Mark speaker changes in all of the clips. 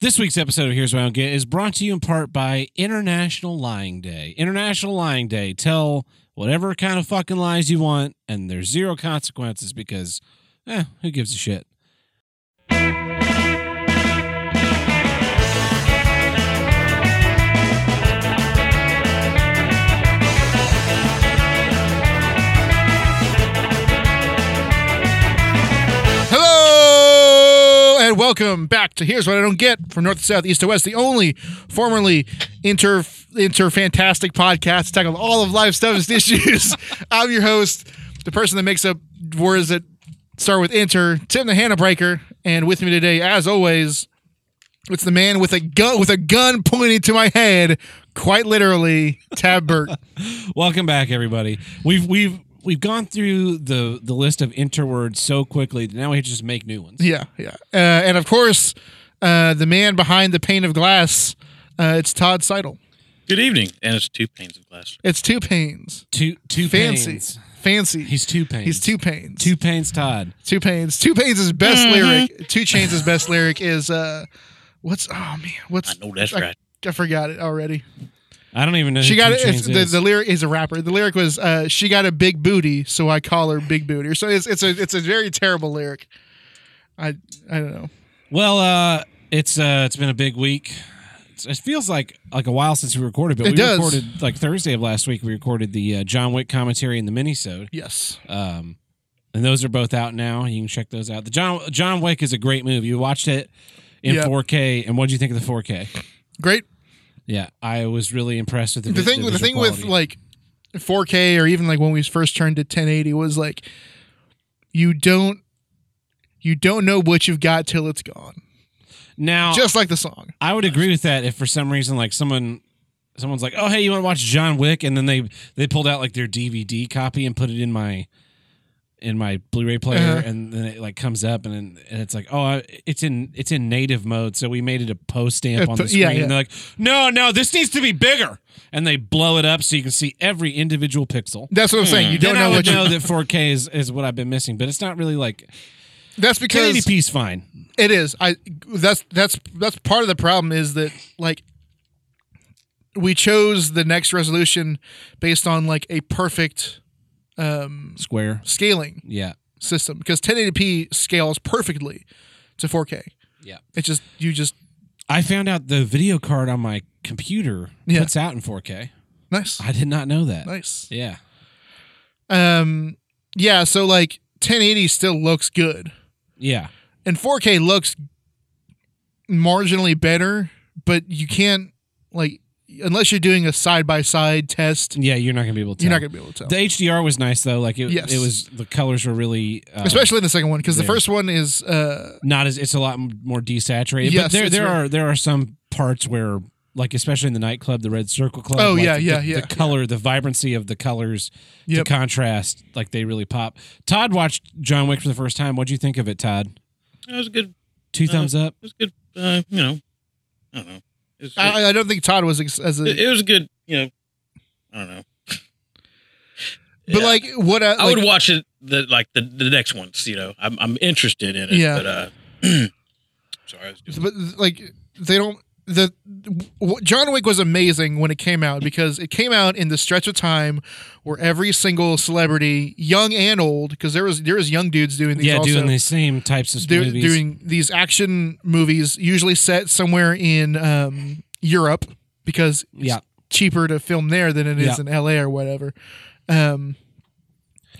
Speaker 1: This week's episode of Here's What I Don't Get is brought to you in part by International Lying Day. International Lying Day. Tell whatever kind of fucking lies you want, and there's zero consequences because, eh, who gives a shit?
Speaker 2: Hello and welcome back to Here's What I Don't Get from North to South, East to West, the only formerly inter interfantastic podcast to tackle all of life's toughest issues. I'm your host, the person that makes up words that start with inter, Tim the Hannah Breaker, and with me today, as always, it's the man with a gun with a gun pointing to my head, quite literally, Tab Burt.
Speaker 1: Welcome back, everybody. We've we've we've gone through the the list of interwords so quickly that now we have to just make new ones.
Speaker 2: Yeah, yeah. Uh, and of course, uh, the man behind the pane of glass, uh, it's Todd Seidel.
Speaker 3: Good evening. And it's two panes of glass.
Speaker 2: It's two pains.
Speaker 1: Two two
Speaker 2: Fancy.
Speaker 1: pains.
Speaker 2: Fancy.
Speaker 1: He's two pains.
Speaker 2: He's two pains.
Speaker 1: two pains. Todd.
Speaker 2: two pains. Two pains is best lyric. Two chains is best lyric is uh what's oh man,
Speaker 3: I
Speaker 2: what's
Speaker 3: know that's
Speaker 2: I-
Speaker 3: right.
Speaker 2: I forgot it already.
Speaker 1: I don't even know.
Speaker 2: She
Speaker 1: who
Speaker 2: got
Speaker 1: Two
Speaker 2: it. It's,
Speaker 1: Chainz
Speaker 2: the,
Speaker 1: is.
Speaker 2: the lyric is a rapper. The lyric was, uh, "She got a big booty, so I call her Big Booty." Or So it's it's a it's a very terrible lyric. I I don't know.
Speaker 1: Well, uh, it's uh, it's been a big week. It's, it feels like like a while since we recorded, but
Speaker 2: It
Speaker 1: we
Speaker 2: does.
Speaker 1: recorded like Thursday of last week. We recorded the uh, John Wick commentary and the minisode,
Speaker 2: Yes,
Speaker 1: um, and those are both out now. You can check those out. The John John Wick is a great movie. You watched it in
Speaker 2: Yeah.
Speaker 1: 4K, and what did you think of the 4K?
Speaker 2: great.
Speaker 1: Yeah, I was really impressed with the
Speaker 2: The
Speaker 1: vi-
Speaker 2: thing the,
Speaker 1: visual
Speaker 2: thing with
Speaker 1: quality.
Speaker 2: like 4K or even like when we first turned to 1080 was like you don't you don't know what you've got till it's gone.
Speaker 1: now.
Speaker 2: Just like the song.
Speaker 1: I would agree with that if for some reason like someone someone's like, "Oh, hey, you want to watch John Wick?" and then they they pulled out like their DVD copy and put it in my in my Blu-ray player
Speaker 2: Uh-huh.
Speaker 1: and then it like comes up and then and it's like, "Oh, I- it's in it's in native mode." So we made it a post
Speaker 2: Uh,
Speaker 1: stamp on the
Speaker 2: po-
Speaker 1: screen
Speaker 2: yeah, yeah.
Speaker 1: and they're like, "No, no, this needs to be bigger." And they blow it up so you can see every individual pixel.
Speaker 2: That's what I'm saying. You
Speaker 1: hmm.
Speaker 2: don't
Speaker 1: Then I
Speaker 2: know
Speaker 1: would
Speaker 2: what you.
Speaker 1: know that 4K is, is what I've been missing, but it's not really like
Speaker 2: That's because
Speaker 1: 1080p's fine.
Speaker 2: it is. I that's that's that's part of the problem is that like we chose the next resolution based on like a perfect um
Speaker 1: Square.
Speaker 2: scaling
Speaker 1: Yeah.
Speaker 2: system because 1080p scales perfectly to 4K.
Speaker 1: Yeah.
Speaker 2: It's just you just
Speaker 1: I found out the video card on my computer
Speaker 2: Yeah.
Speaker 1: puts out in 4K.
Speaker 2: nice.
Speaker 1: I did not know that.
Speaker 2: Nice.
Speaker 1: Yeah.
Speaker 2: Um yeah, so like 1080 still looks good.
Speaker 1: Yeah.
Speaker 2: and 4K looks marginally better, but you can't like unless you're doing a side by side test,
Speaker 1: Yeah, you're not going to be able to
Speaker 2: you're
Speaker 1: tell.
Speaker 2: not gonna be able to tell.
Speaker 1: The HDR was nice though. Like it,
Speaker 2: Yes.
Speaker 1: it was the colors were really uh,
Speaker 2: Especially in the second one, because the
Speaker 1: Yeah.
Speaker 2: first one is uh,
Speaker 1: not as it's a lot m- more desaturated. but
Speaker 2: Yes,
Speaker 1: there
Speaker 2: it's
Speaker 1: there
Speaker 2: very-
Speaker 1: are there are some parts where like especially in the nightclub, the Red Circle Club.
Speaker 2: Oh,
Speaker 1: like,
Speaker 2: yeah,
Speaker 1: the,
Speaker 2: yeah,
Speaker 1: the,
Speaker 2: yeah.
Speaker 1: The color, the vibrancy of the colors,
Speaker 2: Yep.
Speaker 1: the contrast, like they really pop. Todd watched John Wick for the first time. What'd you think of it, Todd?
Speaker 3: That was a good.
Speaker 1: Two
Speaker 3: Uh,
Speaker 1: thumbs up.
Speaker 3: It was a good. Uh, you know. I don't know. It was, it,
Speaker 2: I, I don't think Todd was ex- as a,
Speaker 3: it was a good. You know. I don't know.
Speaker 2: but
Speaker 3: Yeah.
Speaker 2: like what I,
Speaker 3: I
Speaker 2: like,
Speaker 3: would watch it. The like the, the next ones. You know, I'm I'm interested in it.
Speaker 2: Yeah.
Speaker 3: But uh, sorry. I was doing,
Speaker 2: but like they don't the w- John Wick was amazing when it came out because it came out in the stretch of time where every single celebrity, young and old, because there was there was young dudes doing these
Speaker 1: Yeah,
Speaker 2: also.
Speaker 1: doing the same types of
Speaker 2: do,
Speaker 1: movies.
Speaker 2: doing these action movies, usually set somewhere in um, Europe because it's
Speaker 1: Yeah.
Speaker 2: cheaper to film there than it is
Speaker 1: Yeah.
Speaker 2: in LA or whatever. Um,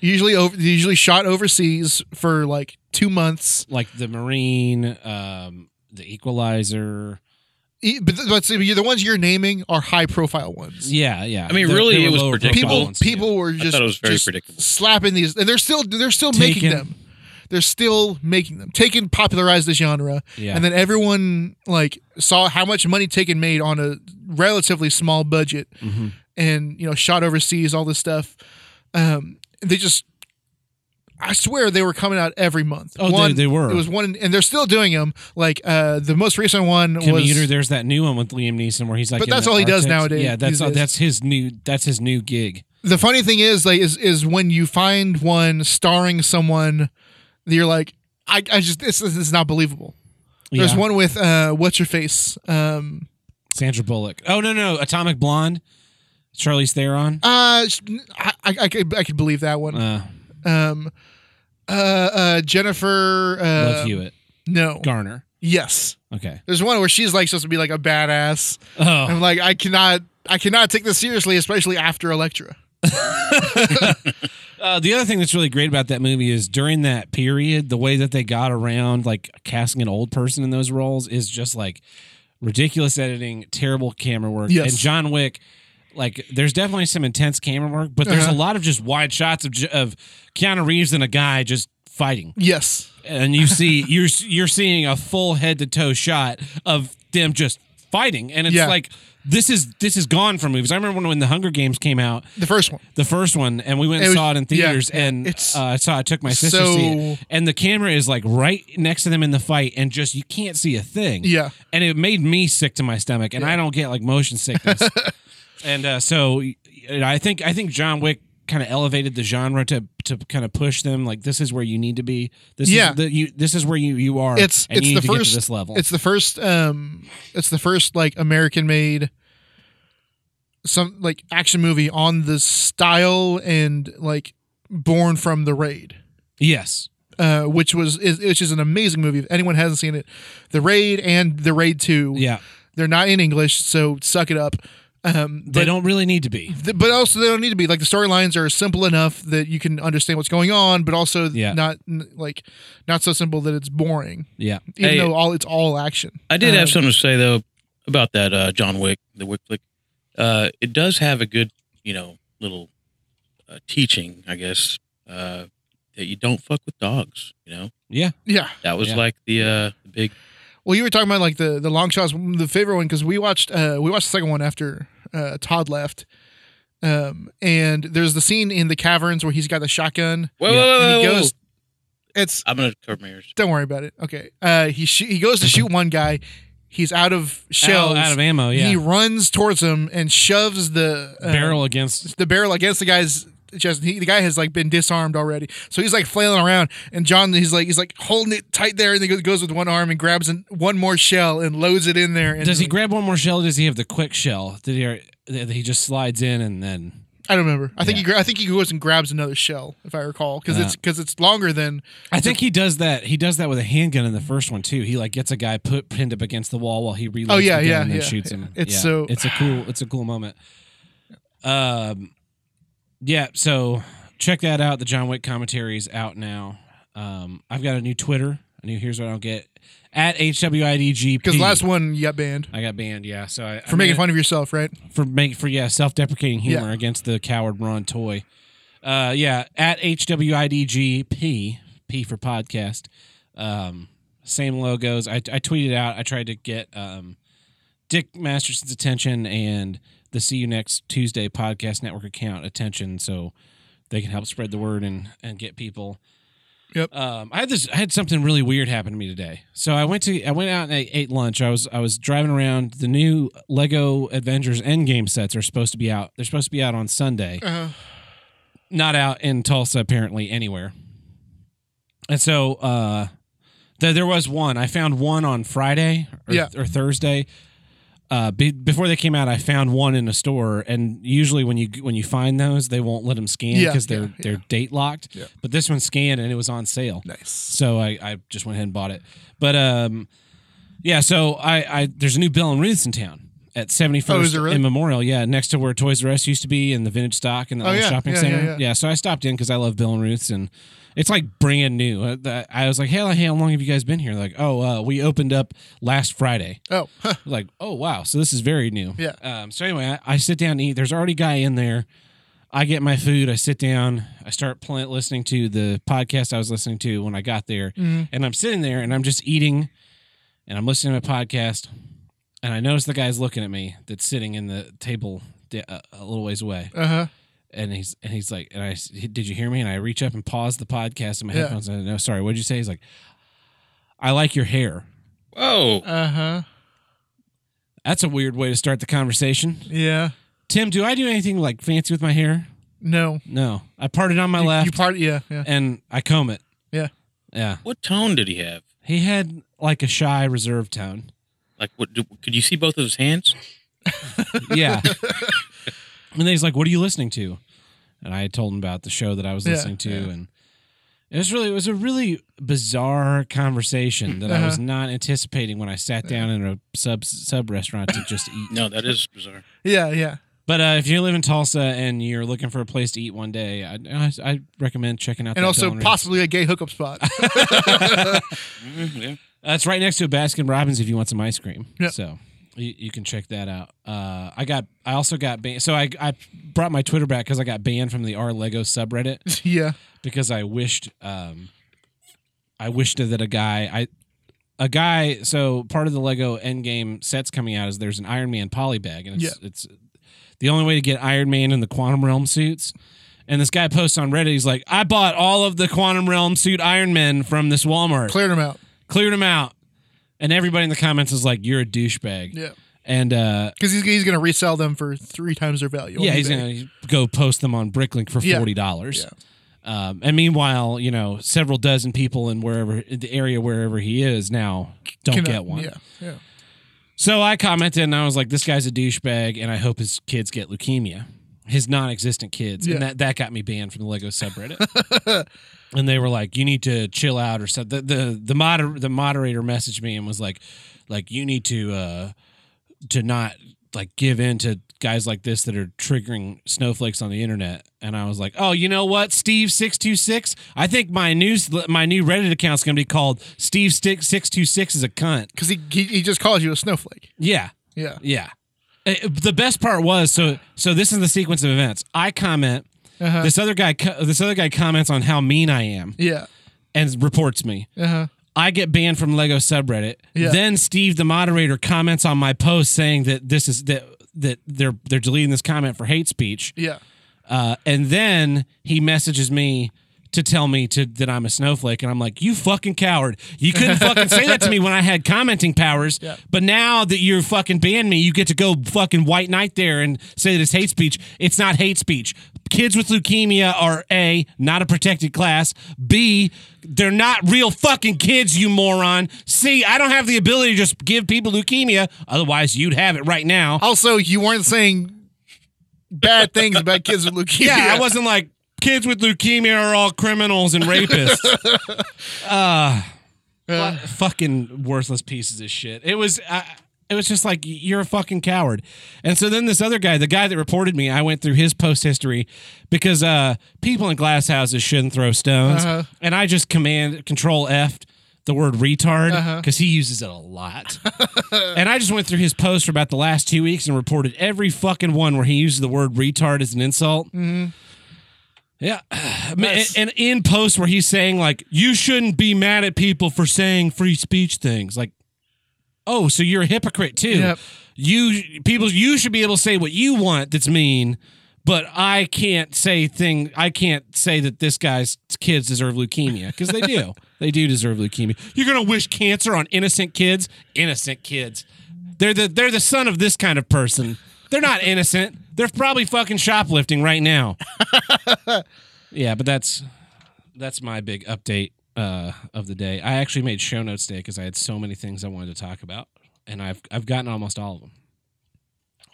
Speaker 2: usually over, usually shot overseas for like two months.
Speaker 1: like the Marine, um, the Equalizer.
Speaker 2: E- But, th- but see, the ones you're naming are high profile ones.
Speaker 1: Yeah, yeah.
Speaker 3: I mean, really, it was
Speaker 1: lower profile
Speaker 2: People
Speaker 3: predictable.
Speaker 1: ones, yeah.
Speaker 2: people were just
Speaker 3: I thought it was very
Speaker 2: just
Speaker 3: predictable.
Speaker 2: slapping these, and they're still they're still making
Speaker 1: Taken.
Speaker 2: them. They're still making them. Taken popularized the genre.
Speaker 1: Yeah.
Speaker 2: and then everyone like saw how much money Taken made on a relatively small budget,
Speaker 1: Mhm.
Speaker 2: and you know shot overseas, all this stuff. Um, they just, I swear they were coming out every month.
Speaker 1: Oh, they-
Speaker 2: One-
Speaker 1: they were.
Speaker 2: It was one, and they're still doing them. Like uh, the most recent one
Speaker 1: Commuter,
Speaker 2: was
Speaker 1: there's that new one with Liam Neeson where he's like,
Speaker 2: But
Speaker 1: in
Speaker 2: that's
Speaker 1: the
Speaker 2: all he does
Speaker 1: Arctic.
Speaker 2: nowadays,
Speaker 1: Yeah, that's
Speaker 2: these
Speaker 1: all,
Speaker 2: days.
Speaker 1: that's his new that's his new gig.
Speaker 2: the funny thing is like is is when you find one starring someone, that you're like, I, I just this, this is not believable. There's
Speaker 1: Yeah.
Speaker 2: one with uh, what's your face? Um,
Speaker 1: Sandra Bullock. Oh no, no, Atomic Blonde. Charlize Theron.
Speaker 2: uh, sh- I, I, I could I could believe that one.
Speaker 1: Uh,
Speaker 2: Um, uh, uh, Jennifer. Uh,
Speaker 1: Love Hewitt.
Speaker 2: No.
Speaker 1: Garner.
Speaker 2: Yes.
Speaker 1: Okay.
Speaker 2: There's one where she's like supposed to be like a badass.
Speaker 1: Oh,
Speaker 2: I'm like I cannot I cannot take this seriously, especially after Electra.
Speaker 1: Uh, the other thing that's really great about that movie is during that period, the way that they got around like casting an old person in those roles is just like ridiculous editing, terrible camera work.
Speaker 2: Yes.
Speaker 1: And John Wick, like, there's definitely some intense camera work, but there's
Speaker 2: Uh-huh.
Speaker 1: a lot of just wide shots of, J- of Keanu Reeves and a guy just fighting.
Speaker 2: Yes.
Speaker 1: And you see, you're, you're seeing a full head to toe shot of them just fighting. And it's
Speaker 2: Yeah.
Speaker 1: like, this is this is gone from movies. I remember when, when the Hunger Games came out,
Speaker 2: The first one.
Speaker 1: the first one, and we went and
Speaker 2: It was-
Speaker 1: saw it in
Speaker 2: yeah,
Speaker 1: theaters,
Speaker 2: yeah.
Speaker 1: and
Speaker 2: It's
Speaker 1: uh, I saw I took my sister to see it,
Speaker 2: so-
Speaker 1: and the camera is like right next to them in the fight, and just you can't see a thing.
Speaker 2: Yeah.
Speaker 1: and it made me sick to my stomach, and I don't get like motion sickness, and uh, so y- and I think I think John Wick kind of elevated the genre to to kind of push them like this is where you need to be. This
Speaker 2: Yeah.
Speaker 1: is the, you this is where you you are.
Speaker 2: It's
Speaker 1: and
Speaker 2: it's
Speaker 1: you need
Speaker 2: the
Speaker 1: to get
Speaker 2: first
Speaker 1: to this level.
Speaker 2: It's the first um it's the first like American made some like action movie on the style and like born from the raid.
Speaker 1: yes,
Speaker 2: Uh, which was is which is an amazing movie. If anyone hasn't seen it, The Raid and The Raid Two.
Speaker 1: yeah,
Speaker 2: They're not in English, so suck it up. Um,
Speaker 1: they
Speaker 2: but-
Speaker 1: don't really need to be.
Speaker 2: th- but also they don't need to be like the storylines are simple enough that you can understand what's going on, but also
Speaker 1: Yeah.
Speaker 2: not n- like not so simple that it's boring.
Speaker 1: Yeah,
Speaker 2: Even
Speaker 3: Hey.
Speaker 2: though all it's all action.
Speaker 3: I did
Speaker 2: Um,
Speaker 3: have something to say though about that uh, John Wick, the Wick flick. Uh, it does have a good, you know, little uh, teaching, I guess, uh, that you don't fuck with dogs. You know,
Speaker 1: yeah,
Speaker 2: Yeah.
Speaker 3: that was
Speaker 1: Yeah.
Speaker 3: like the uh, the big.
Speaker 2: Well, you were talking about like the the long shots, the favorite one because we watched uh, we watched the second one after uh, Todd left. Um, and there's the scene in the caverns where he's got the shotgun
Speaker 3: Whoa,
Speaker 1: Yeah.
Speaker 3: whoa,
Speaker 2: and
Speaker 3: whoa,
Speaker 2: he
Speaker 3: whoa,
Speaker 2: goes. It's
Speaker 3: I'm gonna cover my ears.
Speaker 2: don't worry about it. Okay. Uh, he sh- he goes to shoot one guy. He's out of shells.
Speaker 1: Out, out of ammo. Yeah,
Speaker 2: He runs towards him and shoves the uh,
Speaker 1: barrel against
Speaker 2: the barrel against the guy's chest. He, the guy has like been disarmed already, so he's like flailing around. And John, he's like he's like holding it tight there, and he goes, goes with one arm and grabs an, one more shell and loads it in there. And
Speaker 1: Does he grab one more shell? Or does he have the quick shell? Did he? that He just slides in and then.
Speaker 2: I don't remember. I think he gra- I think he goes and grabs another shell, if I recall, because it's because it's longer than
Speaker 1: I think he does that. He does that with a handgun in the first one too. He like gets a guy put pinned up against the wall while he reloads.
Speaker 2: Oh, yeah,
Speaker 1: the gun
Speaker 2: yeah,
Speaker 1: and then
Speaker 2: yeah.
Speaker 1: shoots him.
Speaker 2: It's
Speaker 1: Yeah.
Speaker 2: so-
Speaker 1: It's a cool. It's a cool moment. Um, yeah. So check that out. The John Wick commentary is out now. Um, I've got a new Twitter. A new here's what I'll get at HWIDGP.
Speaker 2: because last one you got banned
Speaker 1: I got banned. Yeah. So I
Speaker 2: for making fun of yourself, right?
Speaker 1: for make for yeah self-deprecating
Speaker 2: Yeah.
Speaker 1: humor against the coward Ron Toy. Uh, yeah, at HWIDGP P for podcast. Um, same logos. I, I tweeted out. I tried to get um, Dick Masterson's attention and the See You Next Tuesday podcast network account attention, so they can help spread the word and and get people.
Speaker 2: Yep.
Speaker 1: Um, I had this. I had something really weird happen to me today. So I went to. I went out and I ate lunch. I was. I was driving around. The new Lego Avengers Endgame sets are supposed to be out. They're supposed to be out on Sunday.
Speaker 2: Uh,
Speaker 1: Not out in Tulsa apparently anywhere. And so uh, th- there was one. I found one on Friday or,
Speaker 2: Yeah.
Speaker 1: or Thursday. Uh, be- before they came out, I found one in a store, and usually when you when you find those, they won't let them scan
Speaker 2: Yeah,
Speaker 1: because they're
Speaker 2: yeah,
Speaker 1: they're
Speaker 2: yeah.
Speaker 1: date locked.
Speaker 2: Yeah.
Speaker 1: But this one scanned and it was on sale.
Speaker 2: nice.
Speaker 1: So I, I just went ahead and bought it. But um, yeah. So I, I there's a new Bell and Ruth's in town at 71st
Speaker 2: Oh, is there really?
Speaker 1: and Memorial. Yeah, next to where Toys R Us used to be and the vintage stock and the
Speaker 2: Oh,
Speaker 1: old
Speaker 2: yeah,
Speaker 1: shopping
Speaker 2: yeah,
Speaker 1: center.
Speaker 2: yeah, yeah.
Speaker 1: So I stopped in because I love Bill and Ruth's and it's like brand new. Uh, the- I was like, hey, like, hey, how long have you guys been here? Like, oh, uh, we opened up last Friday.
Speaker 2: Oh, huh.
Speaker 1: Like, oh wow, so this is very new.
Speaker 2: Yeah.
Speaker 1: Um, so anyway, I, I sit down to eat. There's already a guy in there. I get my food. I sit down. I start playing, listening to the podcast I was listening to when I got there,
Speaker 2: Mhm.
Speaker 1: and I'm sitting there and I'm just eating, and I'm listening to my podcast, and I notice the guy's looking at me that's sitting in the table d- a a little ways away,
Speaker 2: uh huh.
Speaker 1: and he's and he's like, and I s- he- did you hear me? And I reach up and pause the podcast in my
Speaker 2: Yeah.
Speaker 1: headphones. And I no, sorry, what did you say? He's like, I like your hair.
Speaker 3: Whoa,
Speaker 2: Uh huh.
Speaker 1: That's a weird way to start the conversation.
Speaker 2: Yeah.
Speaker 1: Tim, do I do anything like fancy with my hair?
Speaker 2: No.
Speaker 1: No. I part it on my
Speaker 2: you,
Speaker 1: left
Speaker 2: you part. Yeah. Yeah.
Speaker 1: and I comb it.
Speaker 2: Yeah.
Speaker 1: Yeah.
Speaker 3: what tone did he have?
Speaker 1: He had like a shy, reserved tone.
Speaker 3: Like, what? Do, could you see both of his hands?
Speaker 1: Yeah. and then he's like, "What are you listening to?" And I had told him about the show that I was
Speaker 2: Yeah,
Speaker 1: listening to,
Speaker 2: yeah.
Speaker 1: and it was really it was a really bizarre conversation that I was
Speaker 2: Uh-huh.
Speaker 1: not anticipating when I sat down in a sub sub restaurant to just eat.
Speaker 3: No, that is bizarre.
Speaker 2: Yeah, yeah.
Speaker 1: But uh, if you live in Tulsa and you're looking for a place to eat one day, I I, I recommend checking out.
Speaker 2: And
Speaker 1: that
Speaker 2: also
Speaker 1: Del Rey.
Speaker 2: possibly a gay hookup spot.
Speaker 3: Mm, yeah.
Speaker 1: Uh, it's right next to a Baskin Robbins if you want some ice cream.
Speaker 2: Yep.
Speaker 1: So you, you can check that out. Uh, I got I also got banned. So I I brought my Twitter back because I got banned from the R Lego subreddit
Speaker 2: yeah.
Speaker 1: because I wished um I wished that a guy I a guy so part of the Lego Endgame sets coming out is there's an Iron Man poly bag and it's it's the only way to get Iron Man in the Quantum Realm suits. And this guy posts on Reddit, he's like, I bought all of the Quantum Realm suit Iron Men from this Walmart,
Speaker 2: Cleared him out.
Speaker 1: cleared them out. And everybody in the comments is like, You're a douchebag.
Speaker 2: Yeah.
Speaker 1: And uh
Speaker 2: Because he's, he's going to resell them for three times their value. on
Speaker 1: yeah, he's
Speaker 2: eBay.
Speaker 1: gonna go post them on Bricklink for
Speaker 2: Yeah.
Speaker 1: forty dollars. Um, and meanwhile, you know, several dozen people in wherever in the area wherever he is now don't
Speaker 2: Can I-
Speaker 1: get one.
Speaker 2: Yeah. Yeah.
Speaker 1: So I commented and I was like, "This guy's a douchebag," and I hope his kids get leukemia, his non-existent kids,
Speaker 2: Yeah.
Speaker 1: and that that got me banned from the Lego subreddit. and they were like, "You need to chill out," or something. The the the, moder- the moderator messaged me and was like, "Like you need to uh to not like give in to guys like this that are triggering snowflakes on the internet." And I was like, "Oh, you know what, Steve six two six? I think my new my new Reddit account's gonna be called Steve six two six is a cunt."
Speaker 2: Because he, he, he just calls you a snowflake.
Speaker 1: Yeah.
Speaker 2: Yeah.
Speaker 1: Yeah. Uh, The best part was so so this is the sequence of events. I comment
Speaker 2: Uh-huh.
Speaker 1: this other guy co- this other guy comments on how mean I am
Speaker 2: Yeah.
Speaker 1: and reports me.
Speaker 2: Uh huh.
Speaker 1: I get banned from Lego subreddit.
Speaker 2: Yeah.
Speaker 1: Then Steve the moderator comments on my post saying that this is that that they're they're deleting this comment for hate speech.
Speaker 2: Yeah.
Speaker 1: Uh, and then he messages me to tell me to that I'm a snowflake, and I'm like, you fucking coward! You couldn't fucking say that to me when I had commenting powers.
Speaker 2: Yeah.
Speaker 1: But now that you're fucking banned me, you get to go fucking white knight there and say that it's hate speech. It's not hate speech. Kids with leukemia are a not a protected class. B they're not real fucking kids, you moron. C I don't have the ability to just give people leukemia. Otherwise, you'd have it right now.
Speaker 2: Also, you weren't saying bad things about kids with leukemia.
Speaker 1: Yeah, I wasn't like kids with leukemia are all criminals and rapists.
Speaker 2: Uh,
Speaker 1: Fu- fucking worthless pieces of shit. It was. I it was just like you're a fucking coward. And so then this other guy, the guy that reported me, I went through his post history because uh, people in glass houses shouldn't throw stones,
Speaker 2: Uh-huh.
Speaker 1: and I just command control F the word retard
Speaker 2: Uh-huh.
Speaker 1: because he uses it a lot. and I just went through his post for about the last two weeks and reported every fucking one where he uses the word retard as an insult. Yeah. I mean,
Speaker 2: That's-
Speaker 1: and, and in posts where he's saying, like, you shouldn't be mad at people for saying free speech things. Like, oh, so you're a hypocrite too.
Speaker 2: Yep.
Speaker 1: You people you should be able to say what you want that's mean, but I can't say thing I can't say that this guy's kids deserve leukemia because they do. they do deserve leukemia. You're gonna wish cancer on innocent kids? Innocent kids. They're the they're the son of this kind of person. They're not innocent. They're probably fucking shoplifting right now. yeah, but that's that's my big update uh, of the day. I actually made show notes today because I had so many things I wanted to talk about, and I've I've gotten almost all of them.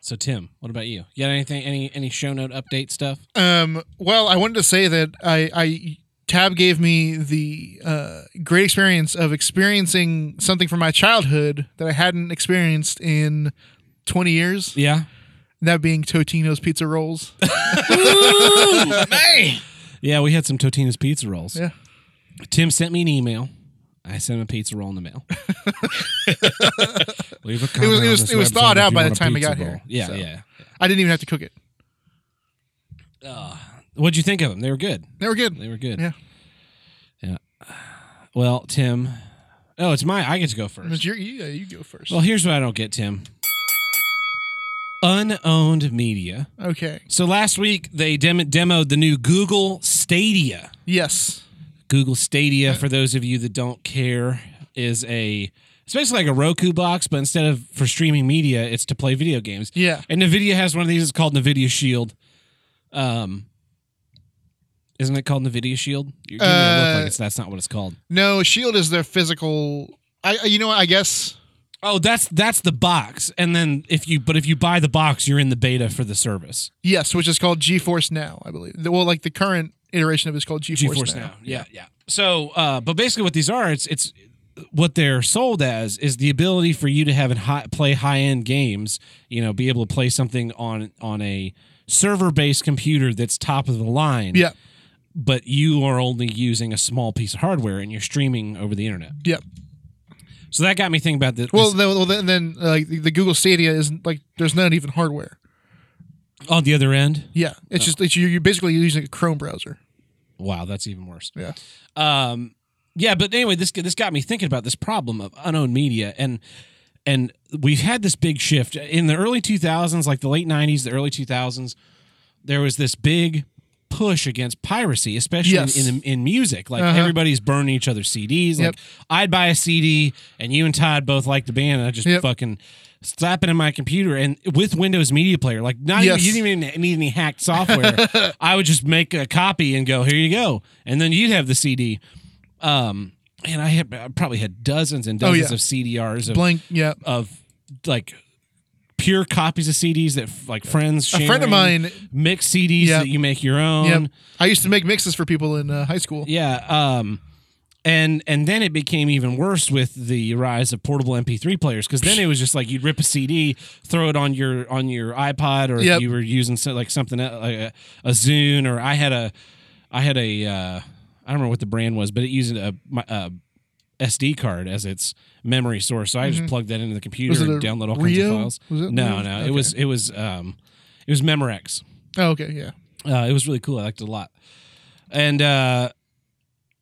Speaker 1: So Tim, what about you? You got anything? Any any show note update stuff?
Speaker 2: Um, well, I wanted to say that I, I Tab gave me the uh, great experience of experiencing something from my childhood that I hadn't experienced in 20 years.
Speaker 1: Yeah,
Speaker 2: That being Totino's pizza rolls.
Speaker 1: yeah. We had some Totino's pizza rolls.
Speaker 2: Yeah.
Speaker 1: Tim sent me an email. I sent him a pizza roll in the mail. Leave a comment
Speaker 2: was- it
Speaker 1: on
Speaker 2: was-
Speaker 1: this
Speaker 2: it was
Speaker 1: website
Speaker 2: thawed
Speaker 1: if
Speaker 2: out
Speaker 1: you
Speaker 2: by
Speaker 1: want
Speaker 2: the
Speaker 1: a
Speaker 2: time it
Speaker 1: pizza
Speaker 2: got
Speaker 1: roll.
Speaker 2: here,
Speaker 1: Yeah,
Speaker 2: so.
Speaker 1: yeah.
Speaker 2: I didn't even have to cook it.
Speaker 1: What'd you think of them? They were good.
Speaker 2: They were good.
Speaker 1: They were good.
Speaker 2: Yeah.
Speaker 1: Yeah. Well, Tim. Oh, it's my. I get to go first.
Speaker 2: But you're- you, yeah, you go first.
Speaker 1: Well, here's what I don't get, Tim. Unowned media.
Speaker 2: okay.
Speaker 1: So last week they dem- demoed the new Google Stadia.
Speaker 2: Yes.
Speaker 1: Google Stadia, for those of you that don't care, is a it's basically like a Roku box, but instead of for streaming media, it's to play video games.
Speaker 2: Yeah.
Speaker 1: And Nvidia has one of these. It's called Nvidia Shield. Um, Isn't it called Nvidia Shield? You're giving me a look
Speaker 2: Uh,
Speaker 1: like it's, that's not what it's called.
Speaker 2: No, Shield E is their physical. I you know what I guess
Speaker 1: Oh, that's that's the box, and then if you but if you buy the box, you're in the beta for the service.
Speaker 2: yes, which is called GeForce Now, I believe. Well, like the current iteration of it is called GeForce,
Speaker 1: GeForce now. yeah, yeah. So, uh, but basically, what these are, it's it's what they're sold as is the ability for you to have and high, play high end games. You know, be able to play something on on a server based computer that's top of the line.
Speaker 2: Yeah.
Speaker 1: But you are only using a small piece of hardware, and you're streaming over the internet.
Speaker 2: Yep.
Speaker 1: So that got me thinking about this.
Speaker 2: Well, then, well, then, then uh, like the, the Google Stadia is like there's not even hardware.
Speaker 1: on the other end.
Speaker 2: Yeah,
Speaker 1: Oh.
Speaker 2: it's just it's you, you're basically using a Chrome browser.
Speaker 1: Wow, that's even worse.
Speaker 2: Yeah.
Speaker 1: Um, yeah, but anyway, this this got me thinking about this problem of unowned media and and we've had this big shift in the early 2000s, like the late 90s, the early 2000s. There was this big push against piracy, especially
Speaker 2: Yes.
Speaker 1: in, in in music. Like
Speaker 2: Uh-huh.
Speaker 1: everybody's burning each other's CDs. Like
Speaker 2: Yep.
Speaker 1: I'd buy a CD, and you and Todd both like the band, and I just
Speaker 2: Yep.
Speaker 1: fucking slap it in my computer and with Windows Media Player, like not
Speaker 2: Yes.
Speaker 1: even, you didn't even need any hacked software. I would just make a copy and go, here you go, and then you'd have the CD. Um, and I had I probably had dozens and
Speaker 2: Oh,
Speaker 1: dozens
Speaker 2: yeah.
Speaker 1: of CDRs of,
Speaker 2: Blank. Yeah.
Speaker 1: of like pure copies of CDs that like friends.
Speaker 2: A friend of
Speaker 1: sharing,
Speaker 2: mine.
Speaker 1: mixed CDs
Speaker 2: Yep.
Speaker 1: that you make your own.
Speaker 2: Yep. I used to make mixes for people in uh, high school.
Speaker 1: Yeah. Um, and and then it became even worse with the rise of portable MP3 players because then it was just like you'd rip a CD, throw it on your on your iPod, or
Speaker 2: Yep.
Speaker 1: if you were using so, like something el- like a, a Zune, or I had a I had a uh, I don't remember what the brand was, but it used a, my, a SD card as its memory source, so I
Speaker 2: Mm-hmm.
Speaker 1: just plugged that into the computer and download all
Speaker 2: Rio?
Speaker 1: kinds of files.
Speaker 2: Was it
Speaker 1: No,
Speaker 2: Rio?
Speaker 1: no,
Speaker 2: Okay.
Speaker 1: it was it was um, it was Memorex.
Speaker 2: Oh, okay. Yeah.
Speaker 1: Uh, it was really cool. I liked it a lot, and uh,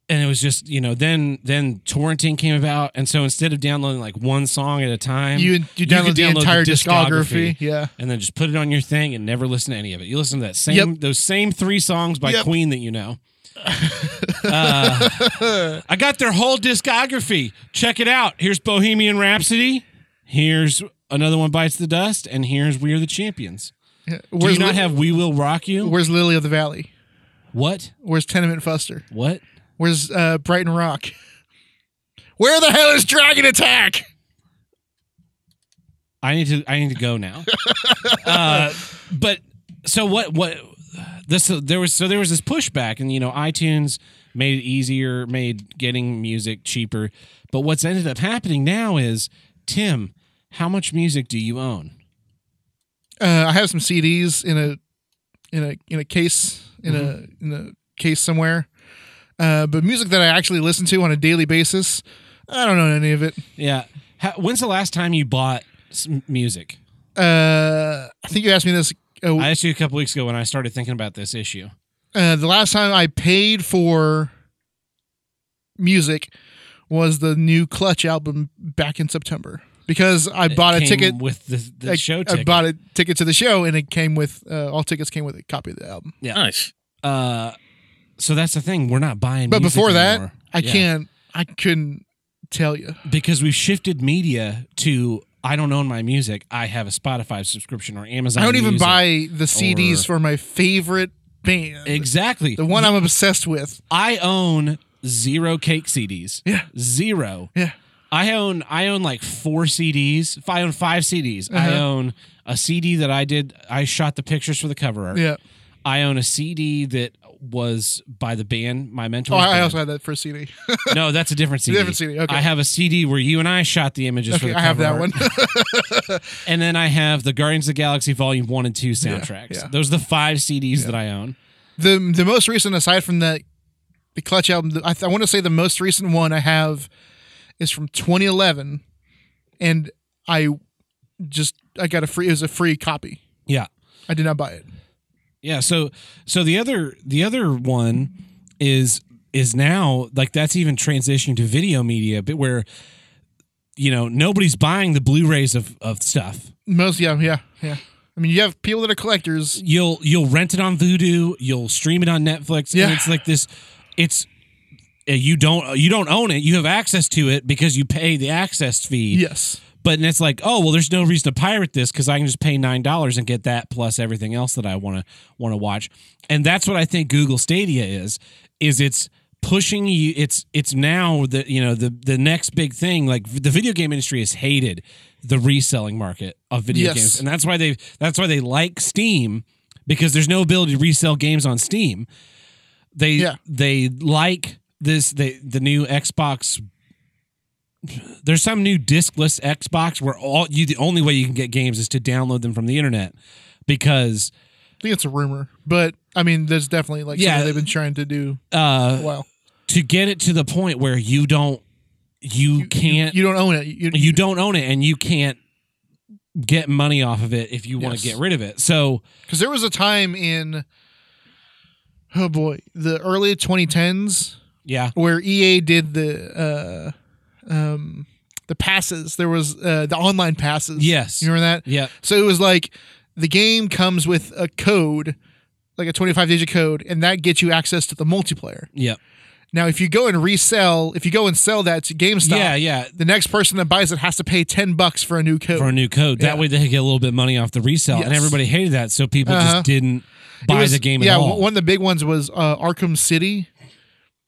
Speaker 1: and it was just you know then then torrenting came about, and so instead of downloading like one song at a time,
Speaker 2: You you
Speaker 1: could
Speaker 2: download the
Speaker 1: download the
Speaker 2: entire
Speaker 1: discography.
Speaker 2: discography. Yeah.
Speaker 1: and then just put it on your thing and never listen to any of it. You listen to that same
Speaker 2: Yep.
Speaker 1: those same three songs by
Speaker 2: Yep.
Speaker 1: Queen that you know. uh, I got their whole discography. Check it out. Here's Bohemian Rhapsody. Here's another one bites the dust, and here's We Are the Champions.
Speaker 2: Yeah.
Speaker 1: Do
Speaker 2: Where's
Speaker 1: you not
Speaker 2: Li-
Speaker 1: have We Will Rock You?
Speaker 2: Where's Lily of the Valley?
Speaker 1: What?
Speaker 2: Where's Tenement Fuster?
Speaker 1: What?
Speaker 2: Where's uh, Brighton Rock? Where the hell is Dragon Attack?
Speaker 1: I need to I need to go now. uh, but so what what this there was so there was this pushback and you know iTunes made it easier, made getting music cheaper. But what's ended up happening now is Tim, how much music do you own?
Speaker 2: Uh, I have some CDs in a in a in a case in a
Speaker 1: Mm-hmm.
Speaker 2: in a case somewhere. Uh, but music that I actually listen to on a daily basis, I don't know any of it.
Speaker 1: Yeah. How, when's the last time you bought s- music?
Speaker 2: Uh, I think you asked me this. Uh,
Speaker 1: I asked you a couple weeks ago when I started thinking about this issue.
Speaker 2: uh, the last time I paid for music was the new Clutch album back in September because I bought
Speaker 1: It
Speaker 2: a
Speaker 1: came
Speaker 2: ticket.
Speaker 1: with the, the
Speaker 2: I,
Speaker 1: show
Speaker 2: I
Speaker 1: ticket.
Speaker 2: bought a ticket to the show, and it came with uh, all tickets came with a copy of the album.
Speaker 1: Yeah.
Speaker 3: Nice.
Speaker 1: uh, so that's the thing. We're not buying.
Speaker 2: But
Speaker 1: music
Speaker 2: before that,
Speaker 1: anymore.
Speaker 2: I
Speaker 1: Yeah.
Speaker 2: can't. I couldn't tell you.
Speaker 1: because we've shifted media to I don't own my music. I have a Spotify subscription or Amazon.
Speaker 2: I don't even
Speaker 1: Music.
Speaker 2: buy the CDs
Speaker 1: or-
Speaker 2: for my favorite band,
Speaker 1: exactly.
Speaker 2: the one I'm obsessed with.
Speaker 1: I own zero cake CDs.
Speaker 2: Yeah.
Speaker 1: Zero.
Speaker 2: Yeah.
Speaker 1: I own I own like four CDs. If I own five CDs. I
Speaker 2: Uh-huh.
Speaker 1: own a CD that I did. I shot the pictures for the cover art.
Speaker 2: Yeah.
Speaker 1: I own a CD that was by the band, my mentor.
Speaker 2: Oh, I I also had that first CD.
Speaker 1: no, that's a different CD.
Speaker 2: Different CD, okay.
Speaker 1: I have a CD where you and I shot the images for
Speaker 2: Okay,
Speaker 1: the
Speaker 2: I have
Speaker 1: cover art.
Speaker 2: that one.
Speaker 1: And then I have the Guardians of the Galaxy Volume 1 and 2 soundtracks.
Speaker 2: yeah.
Speaker 1: Those are the five CDs that I own.
Speaker 2: the the most recent, aside from that, the Clutch album. the- I, th- I want to say the most recent one I have is from 2011, and I just I got a free. It was a free copy.
Speaker 1: Yeah.
Speaker 2: I did not buy it.
Speaker 1: Yeah, so so the other the other one is is now like that's even transitioning to video media, but where you know, nobody's buying the Blu-rays of, of stuff.
Speaker 2: Most yeah yeah yeah. I mean, you have people that are collectors.
Speaker 1: You'll you'll rent it on Vudu, you'll stream it on Netflix,
Speaker 2: Yeah.
Speaker 1: and it's like this it's eh, uh, you don't you don't own it, you have access to it because you pay the access fee.
Speaker 2: Yes.
Speaker 1: But and it's like, oh well, there's no reason to pirate this because I can just pay nine dollars and get that plus everything else that I want to want to watch. And that's what I think Google Stadia is. Is it's pushing you. It's it's now the you know the the next big thing. Like the video game industry has hated the reselling market of video
Speaker 2: Yes.
Speaker 1: games, and that's why they that's why they like Steam because there's no ability to resell games on Steam. They
Speaker 2: Yeah.
Speaker 1: they like this they the new Xbox there's some new diskless Xbox where all you the only way you can get games is to download them from the internet because
Speaker 2: think it's a rumor, but I mean, there's definitely like
Speaker 1: Yeah.
Speaker 2: something they've been trying to do
Speaker 1: uh
Speaker 2: for a while.
Speaker 1: to get it to the point where you don't you, can't you,
Speaker 2: You don't own it. You,
Speaker 1: don't own it and you can't get money off of it if you want to
Speaker 2: Yes.
Speaker 1: get rid of it. So
Speaker 2: because there was a time in oh boy, the early 2010s
Speaker 1: yeah,
Speaker 2: where EA did the uh, um, the passes. There was uh, the online passes.
Speaker 1: Yes.
Speaker 2: you remember that?
Speaker 1: yeah,
Speaker 2: So it was like the game comes with a code, like a 25 digit code, and that gets you access to the multiplayer.
Speaker 1: yeah,
Speaker 2: Now, if you go and resell, if you go and sell that to GameStop,
Speaker 1: yeah, yeah.
Speaker 2: the next person that buys it has to pay 10 bucks for a new code.
Speaker 1: For a new code, that
Speaker 2: Yeah.
Speaker 1: way they could get a little bit of money off the resale, and
Speaker 2: Yes.
Speaker 1: everybody hated that, so people
Speaker 2: Uh-huh.
Speaker 1: just didn't
Speaker 2: It
Speaker 1: buy
Speaker 2: was-
Speaker 1: the game
Speaker 2: yeah,
Speaker 1: at all.
Speaker 2: one of the big ones was uh, Arkham City.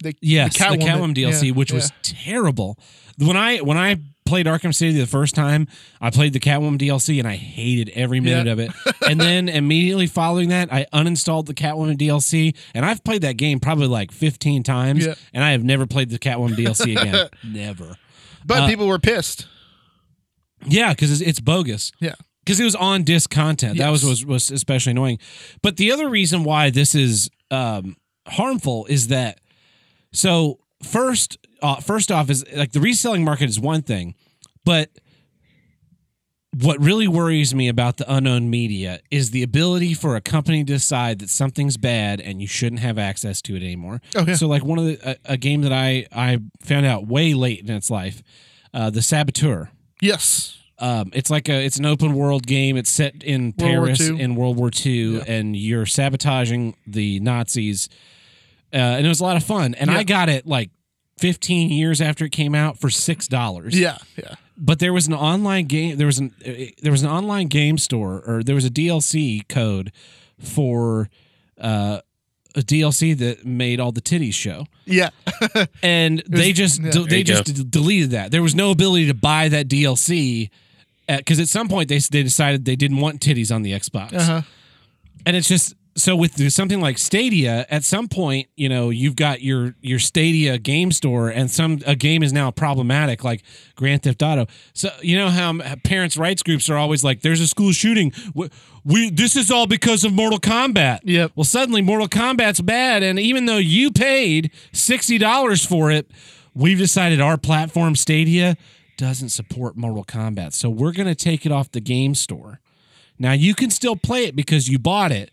Speaker 2: The,
Speaker 1: Yes, the Catwoman, DLC,
Speaker 2: Yeah,
Speaker 1: which was terrible. When I when I played Arkham City the first time, I played the Catwoman DLC and I hated every minute
Speaker 2: Yeah.
Speaker 1: of it. And then immediately following that, I uninstalled the Catwoman DLC, and I've played that game probably like fifteen times,
Speaker 2: Yeah.
Speaker 1: and I have never played the Catwoman DLC again. never.
Speaker 2: yeah. but
Speaker 1: uh,
Speaker 2: people were pissed.
Speaker 1: Yeah, because it's, it's bogus.
Speaker 2: Yeah.
Speaker 1: because it was on disc content. That was,
Speaker 2: Yes.
Speaker 1: was was especially annoying. But the other reason why this is um, harmful is that so first uh, first off is like the reselling market is one thing, but what really worries me about the unknown media is the ability for a company to decide that something's bad and you shouldn't have access to it anymore.
Speaker 2: Oh, yeah.
Speaker 1: So like one of the a, a game that I I found out way late in its life, uh, the Saboteur.
Speaker 2: Yes.
Speaker 1: Um, it's like a it's an open world game. It's set in
Speaker 2: World War
Speaker 1: Paris
Speaker 2: II.
Speaker 1: in World War II,
Speaker 2: Yeah.
Speaker 1: and you're sabotaging the Nazis. Uh, and it was a lot of fun. And
Speaker 2: Yeah.
Speaker 1: I got it like 15 years after it came out for six dollars.
Speaker 2: Yeah. Yeah.
Speaker 1: But there was an online game. There was an uh, there was an online game store, or there was a DLC code for uh, a DLC that made all the titties show
Speaker 2: Yeah.
Speaker 1: and they just
Speaker 2: yeah.
Speaker 1: de-
Speaker 3: There
Speaker 1: they
Speaker 3: you go.
Speaker 1: just d- deleted that. There was no ability to buy that DLC because at some point they s- they decided they didn't want titties on the Xbox,
Speaker 2: Uh-huh.
Speaker 1: and it's just so with the- something like Stadia. At some point, you know, you've got your your Stadia game store, and some a game is now problematic, like Grand Theft Auto. So you know how m- parents' rights groups are always like, "There's a school shooting. We, we this is all because of Mortal Kombat."
Speaker 2: Yep.
Speaker 1: Well, suddenly Mortal Kombat's bad, and even though you paid sixty dollars for it, we've decided our platform Stadia doesn't support Mortal Kombat, so we're going to take it off the game store. Now you can still play it because you bought it,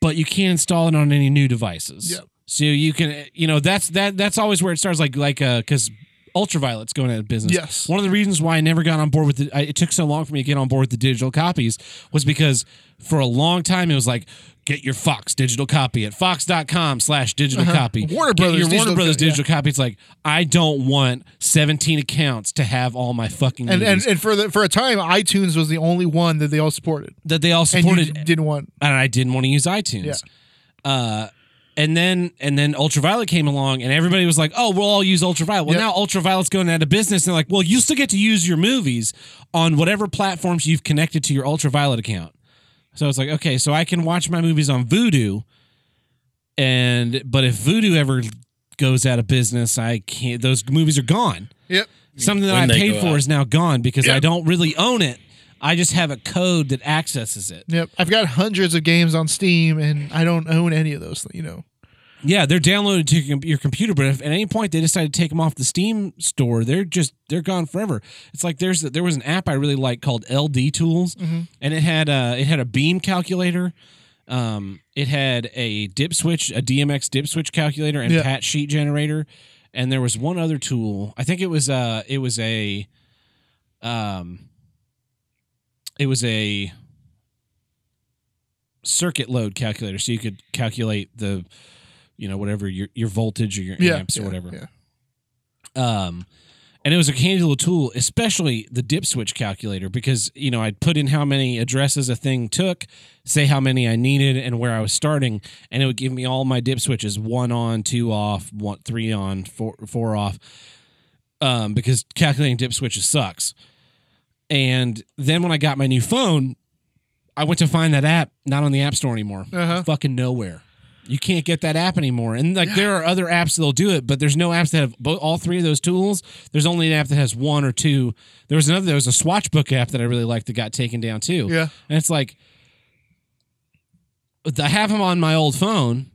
Speaker 1: but you can't install it on any new devices.
Speaker 2: Yep.
Speaker 1: So you can, you know, that's that that's always where it starts. Like like uh, because Ultraviolet's going out of business.
Speaker 2: Yes.
Speaker 1: One of the reasons why I never got on board with the, I, it took so long for me to get on board with the digital copies was because for a long time it was like, get your Fox digital copy at fox.com slash digital copy.
Speaker 2: Uh-huh. Warner
Speaker 1: Get
Speaker 2: Brothers
Speaker 1: your Warner
Speaker 2: digital
Speaker 1: Brothers
Speaker 2: co- yeah.
Speaker 1: digital copy. It's like, I don't want 17 accounts to have all my fucking
Speaker 2: And,
Speaker 1: movies
Speaker 2: and and for the for a time, iTunes was the only one that they all supported,
Speaker 1: that they all
Speaker 2: and
Speaker 1: supported.
Speaker 2: you didn't want.
Speaker 1: and I didn't want to use iTunes.
Speaker 2: Yeah.
Speaker 1: Uh, and then and then Ultraviolet came along, and everybody was like, "Oh, we'll all use Ultraviolet." Well,
Speaker 2: Yep.
Speaker 1: now Ultraviolet's going out of business, and they're like, "Well, you still get to use your movies on whatever platforms you've connected to your Ultraviolet account." So it's like, okay, so I can watch my movies on Vudu, and but if Vudu ever goes out of business, I can't. Those movies are gone.
Speaker 2: Yep.
Speaker 1: Something that
Speaker 3: When
Speaker 1: I
Speaker 3: they
Speaker 1: paid
Speaker 3: go
Speaker 1: for
Speaker 3: out.
Speaker 1: is now gone because I
Speaker 3: Yep.
Speaker 1: don't really own it. I just have a code that accesses it.
Speaker 2: Yep. I've got hundreds of games on Steam, and I don't own any of those. You know.
Speaker 1: Yeah, they're downloaded to your- your computer, but if at any point they decide to take them off the Steam store, they're just they're gone forever. It's like there's there was an app I really liked called LD Tools, and it had a it had a beam calculator, um, it had a dip switch, a DMX dip switch calculator, and
Speaker 2: Yeah.
Speaker 1: patch sheet generator, and there was one other tool. I think it was uh it was a, um, it was a circuit load calculator, so you could calculate the, you know, whatever your your voltage or your
Speaker 2: Yeah.
Speaker 1: amps or
Speaker 2: yeah,
Speaker 1: whatever.
Speaker 2: yeah.
Speaker 1: Um, And it was a handy little tool, especially the dip switch calculator, because you know I'd put in how many addresses a thing took, say how many I needed, and where I was starting, and it would give me all my dip switches: one on, two off, one three on, four four off. Um, because calculating dip switches sucks. And then when I got my new phone, I went to find that app, not on the App Store anymore.
Speaker 2: Uh-huh.
Speaker 1: Fucking nowhere. You can't get that app anymore. And like there are other apps that'll do it, but there's no apps that have both all three of those tools. There's only an app that has one or two. There was another there was a swatchbook app that I really liked that got taken down too.
Speaker 2: Yeah.
Speaker 1: And it's like I have them on my old phone,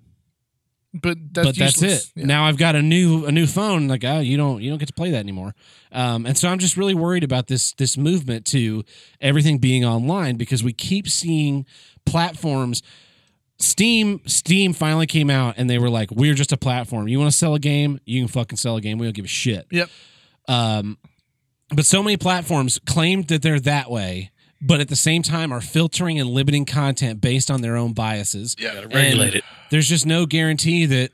Speaker 2: But that's
Speaker 1: but that's
Speaker 2: useless.
Speaker 1: it.
Speaker 2: Yeah.
Speaker 1: Now I've got a new a new phone. Like, oh, you don't you don't get to play that anymore. Um, and so I'm just really worried about this this movement to everything being online because we keep seeing platforms. Steam Steam finally came out and they were like, we're just a platform. You want to sell a game? You can fucking sell a game. We don't give a shit.
Speaker 2: Yep.
Speaker 1: Um, but so many platforms claim that they're that way, but at the same time are filtering and limiting content based on their own biases
Speaker 3: Gotta regulate
Speaker 1: And-
Speaker 3: it.
Speaker 1: there's just no guarantee that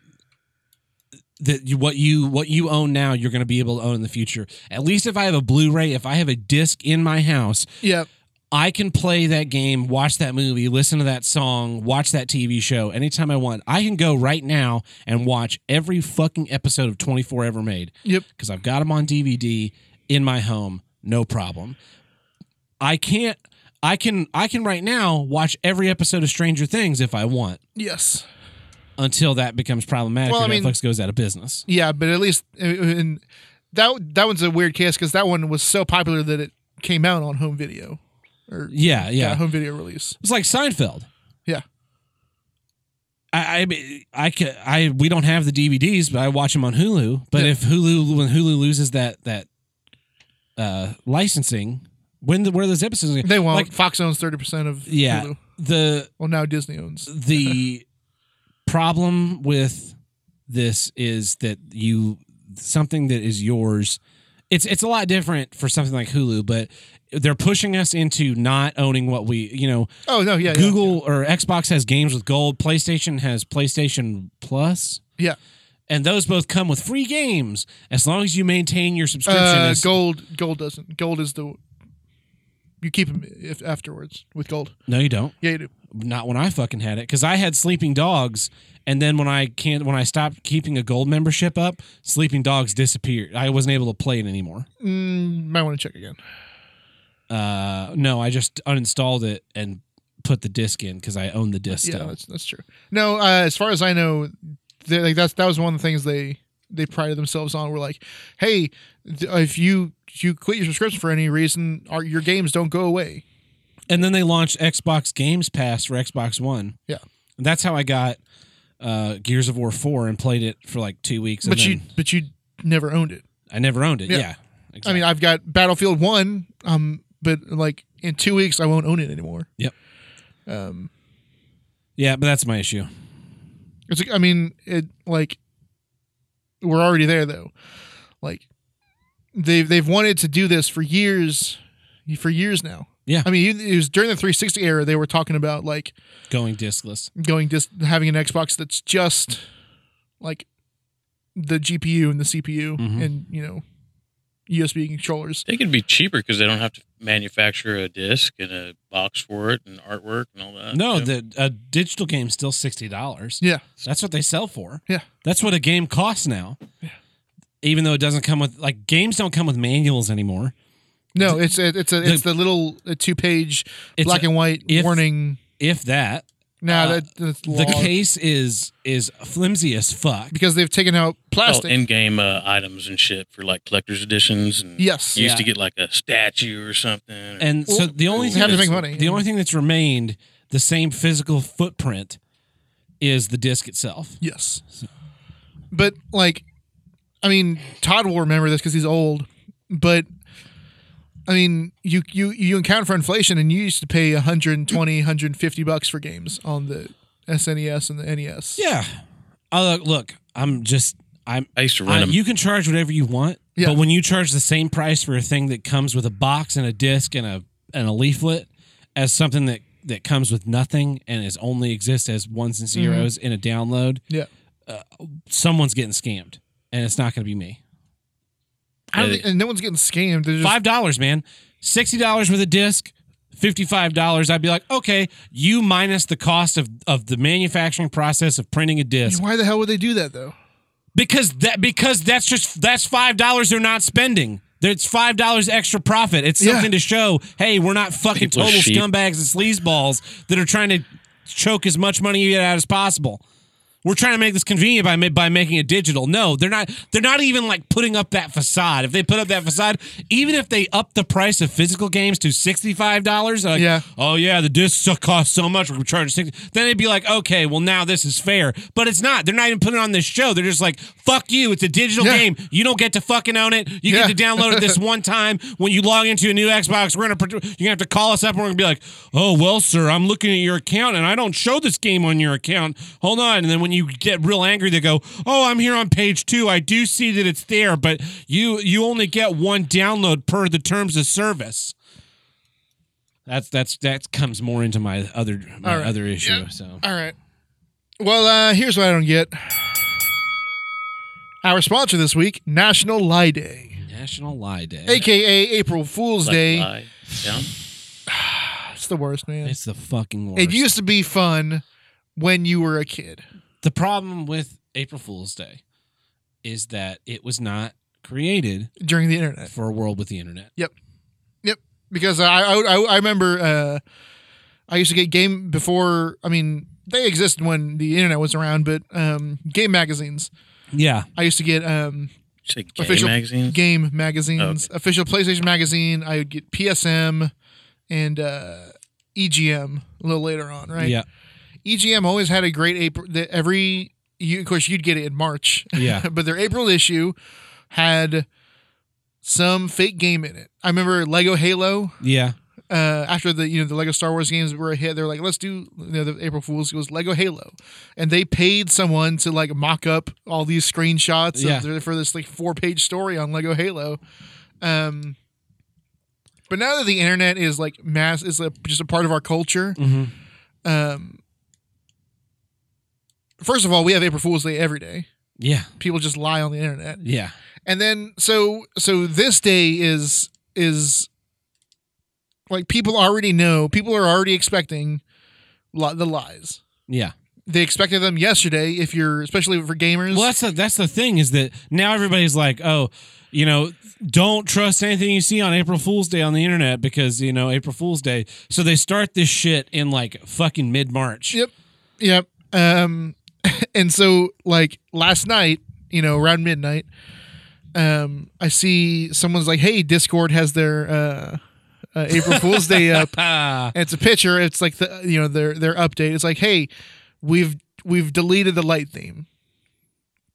Speaker 1: that you, what you what you own now you're going to be able to own in the future. At least if I have a Blu-ray, if I have a disc in my house,
Speaker 2: Yep.
Speaker 1: I can play that game, watch that movie, listen to that song, watch that TV show anytime I want. I can go right now and watch every fucking episode of 24 ever made
Speaker 2: Yep.
Speaker 1: because I've got them on DVD in my home, no problem. I can't I can I can right now watch every episode of Stranger Things if I want
Speaker 2: Yes.
Speaker 1: until that becomes problematic
Speaker 2: Well,
Speaker 1: or
Speaker 2: I mean-
Speaker 1: Netflix goes out of business.
Speaker 2: Yeah, but at least uh, in, that that one's a weird case because that one was so popular that it came out on home video, or
Speaker 1: Yeah,
Speaker 2: yeah,
Speaker 1: yeah.
Speaker 2: home video release.
Speaker 1: It's like Seinfeld.
Speaker 2: Yeah.
Speaker 1: I, I mean, I ca- I we don't have the DVDs, but I watch them on Hulu. But
Speaker 2: Yeah.
Speaker 1: if Hulu when Hulu loses that that uh licensing, when the, where are those episodes? gonna-
Speaker 2: They won't.
Speaker 1: Like-
Speaker 2: Fox owns thirty percent of
Speaker 1: Yeah.
Speaker 2: Hulu.
Speaker 1: The
Speaker 2: Well, now Disney owns.
Speaker 1: the problem with this is that you something that is yours it's it's a lot different for something like Hulu but they're pushing us into not owning what we you know
Speaker 2: Oh no, yeah, yeah.
Speaker 1: Google or Xbox has games with gold PlayStation has PlayStation Plus
Speaker 2: Yeah.
Speaker 1: and those both come with free games as long as you maintain your subscription
Speaker 2: Uh,
Speaker 1: as-
Speaker 2: gold, gold doesn't. Gold is the you keep them if afterwards with gold.
Speaker 1: no you don't
Speaker 2: Yeah, you do.
Speaker 1: not when I fucking had it because I had sleeping dogs, and then when I can't when I stopped keeping a gold membership up, sleeping dogs disappeared. I wasn't able to play it anymore.
Speaker 2: Mm, might want to check again.
Speaker 1: Uh, no, I just uninstalled it and put the disc in because I own the disc.
Speaker 2: Yeah,
Speaker 1: still.
Speaker 2: that's that's true. No, uh, as far as I know, they- like that's that was one of the things they they prided themselves on. Were like, hey, th- if you if you quit your subscription for any reason, our, your games don't go away.
Speaker 1: And then they launched Xbox Games Pass for Xbox One.
Speaker 2: Yeah.
Speaker 1: And that's how I got uh, Gears of War Four and played it for like two weeks. And
Speaker 2: but you
Speaker 1: then
Speaker 2: but you never owned it.
Speaker 1: I never owned it.
Speaker 2: Yeah.
Speaker 1: Yeah.
Speaker 2: I mean, I've got Battlefield One, um, but like in two weeks, I won't own it anymore.
Speaker 1: Yep.
Speaker 2: Um,
Speaker 1: yeah, but that's my issue.
Speaker 2: it's like I mean, it like we're already there though. Like they've they've wanted to do this for years, for years now.
Speaker 1: Yeah.
Speaker 2: I mean, it was during the 360 era they were talking about like
Speaker 1: Going discless.
Speaker 2: going just having an Xbox that's just like the GPU and the CPU
Speaker 1: Mhm.
Speaker 2: and you know USB controllers.
Speaker 3: They could be cheaper because they don't have to manufacture a disc and a box for it and artwork and all
Speaker 2: Uh,
Speaker 3: that.
Speaker 1: No,
Speaker 3: you know?
Speaker 1: the a digital game's still sixty dollars.
Speaker 2: Yeah.
Speaker 1: That's what they sell for.
Speaker 2: Yeah.
Speaker 1: That's what a game costs now. Even though it doesn't come with like games don't come with manuals anymore.
Speaker 2: No, it's a, it's a, it's the little two page
Speaker 1: It's
Speaker 2: black
Speaker 1: a-
Speaker 2: and white
Speaker 1: if-
Speaker 2: warning.
Speaker 1: if that.
Speaker 2: No,
Speaker 1: uh,
Speaker 2: that, that's
Speaker 1: The
Speaker 2: law.
Speaker 1: case is is flimsy as fuck.
Speaker 2: because they've taken out
Speaker 1: Oh,
Speaker 3: Well,
Speaker 2: plastic.
Speaker 3: in-game uh, items and shit for like collector's editions. And
Speaker 2: yes,
Speaker 3: you used
Speaker 1: Yeah.
Speaker 3: to get like a statue or something. or-
Speaker 1: And so
Speaker 2: Well,
Speaker 1: the only
Speaker 3: they
Speaker 1: thing
Speaker 3: have to
Speaker 1: that's-
Speaker 2: make money.
Speaker 1: The only thing that's remained the same physical footprint is the disc itself.
Speaker 2: yes. But like, I mean, Todd will remember this because he's old. But I mean, you you you encounter for inflation, and you used to pay 120, 150 bucks for games on the SNES and the E NES.
Speaker 1: Yeah. Oh look, look, I'm just I'm
Speaker 3: I used to
Speaker 1: Uh,
Speaker 3: run them.
Speaker 1: you can charge whatever you want,
Speaker 2: Yeah.
Speaker 1: but when you charge the same price for a thing that comes with a box and a disc and a and a leaflet as something that that comes with nothing and is only exists as ones and 0s in a download,
Speaker 2: Yeah.
Speaker 1: uh, someone's getting scammed, and it's not going to be me.
Speaker 2: I don't
Speaker 3: Yeah.
Speaker 2: think, and no one's getting scammed. They're just,
Speaker 1: Five dollars, man. Sixty dollars with a disc. Fifty-five dollars. I'd be like, okay, you minus the cost of of the manufacturing process of printing a disc
Speaker 2: Why the hell would they do that though?
Speaker 1: because that because that's just that's five dollars they're not spending. There's five dollars extra profit. It's
Speaker 2: Yeah.
Speaker 1: something to show, hey, we're not fucking
Speaker 3: People are
Speaker 1: total
Speaker 3: sheep.
Speaker 1: scumbags and sleazeballs that are trying to choke as much money out as possible. We're trying to make this convenient by ma- by making it digital. No, they're not. They're not even like putting up that facade. If they put up that facade, even if they up the price of physical games to sixty five dollars, like,
Speaker 2: Yeah.
Speaker 1: oh yeah, the discs so- cost so much, we're gonna charge sixty. Then they'd be like, okay, well now this is fair, but it's not. They're not even putting it on this show. They're just like, fuck you. It's a digital
Speaker 2: Yeah.
Speaker 1: game. You don't get to fucking own it. You
Speaker 2: Yeah.
Speaker 1: get to download it this one time. When you log into a new Xbox, we're gonna pro- you're gonna have to call us up and we're gonna be like, oh well, sir, I'm looking at your account and I don't show this game on your account. Hold on. And then when you get real angry, they go, oh, I'm here on page two. I do see that it's there, but you you only get one download per the terms of service. That's that's that comes more into my other my
Speaker 2: All right.
Speaker 1: other issue.
Speaker 2: Yeah.
Speaker 1: So
Speaker 2: All right. Well, uh, here's what I don't get. Our sponsor this week, National Lie Day,
Speaker 1: National Lie Day.
Speaker 2: aka April Fool's
Speaker 3: Like,
Speaker 2: Day.
Speaker 3: lie down.
Speaker 2: It's the worst, man.
Speaker 1: It's the fucking worst.
Speaker 2: It used to be fun when you were a kid.
Speaker 1: the problem with April Fool's Day is that it was not created
Speaker 2: during the internet.
Speaker 1: for a world with the internet.
Speaker 2: Because I I, I- I remember uh, I used to get game before. I mean, they existed when the internet was around, but um, game magazines.
Speaker 1: Yeah.
Speaker 2: I used to get um,
Speaker 3: You say gay
Speaker 2: Official
Speaker 3: magazine.
Speaker 2: game magazines, official PlayStation magazine. I would get PSM and uh, EGM a little later on, right?
Speaker 1: Yeah.
Speaker 2: EGM always had a great April. The, every you, of course, you'd get it in March.
Speaker 1: Yeah.
Speaker 2: but their April issue had some fake game in it. I remember Lego Halo.
Speaker 1: Yeah.
Speaker 2: uh, after the you know the Lego Star Wars games were a hit, they're like, let's do you know, the April Fools. It was Lego Halo, and they paid someone to like mock up all these screenshots
Speaker 1: Yeah.
Speaker 2: of their, for this like four page story on Lego Halo. Um, but now that the internet is like mass is like, just a part of our culture.
Speaker 1: Mm-hmm.
Speaker 2: Um, first of all, we have April Fools Day every day.
Speaker 1: Yeah.
Speaker 2: People just lie on the internet
Speaker 1: Yeah.
Speaker 2: and then so so this day is is like people already know people are already expecting li- the lies
Speaker 1: Yeah.
Speaker 2: they expected them yesterday if you're especially for gamers
Speaker 1: Well, that's the, that's the thing is that now everybody's like, oh, you know, don't trust anything you see on April Fool's Day on the internet because you know April Fool's Day. So they start this shit in like fucking mid March.
Speaker 2: Yep. Yep. Um, and so like last night, you know, around midnight, um, I see someone's like, "Hey, Discord has their uh, uh, April Fool's Day up."
Speaker 1: Ah.
Speaker 2: and it's a picture. It's like the you know their their update. It's like, "Hey, we've we've deleted the light theme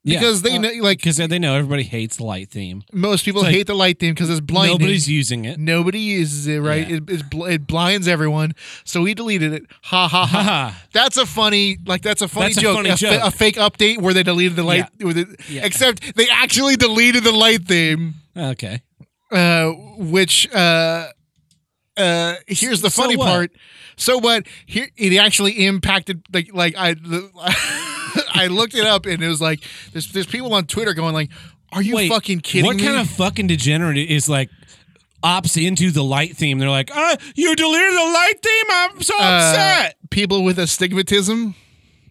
Speaker 2: because they know, like
Speaker 1: because they know everybody hates the light theme.
Speaker 2: most people
Speaker 1: it's like
Speaker 2: hate the light theme because it's blinding.
Speaker 1: Nobody's using it.
Speaker 2: Nobody uses it, right?
Speaker 1: Yeah.
Speaker 2: It, it's bl- it blinds everyone. So we deleted it. Ha ha ha.
Speaker 1: Haha.
Speaker 2: That's a funny, like that's a funny
Speaker 1: That's a
Speaker 2: joke.
Speaker 1: funny
Speaker 2: a, fa-
Speaker 1: joke.
Speaker 2: a fake update where they deleted the light, with it,
Speaker 1: Yeah.
Speaker 2: except they actually deleted the light theme.
Speaker 1: okay.
Speaker 2: Uh, which uh, uh, here's the
Speaker 1: So
Speaker 2: funny
Speaker 1: what?
Speaker 2: part. So what? Here it actually impacted. Like like I, the, I looked it up and it was like there's there's people on Twitter going like, "Are you
Speaker 1: Wait,
Speaker 2: fucking kidding
Speaker 1: What
Speaker 2: me?"
Speaker 1: kind of fucking degenerate is like opts into the light theme? They're like, uh, you deleted the light theme. I'm so upset.
Speaker 2: Uh, people with astigmatism?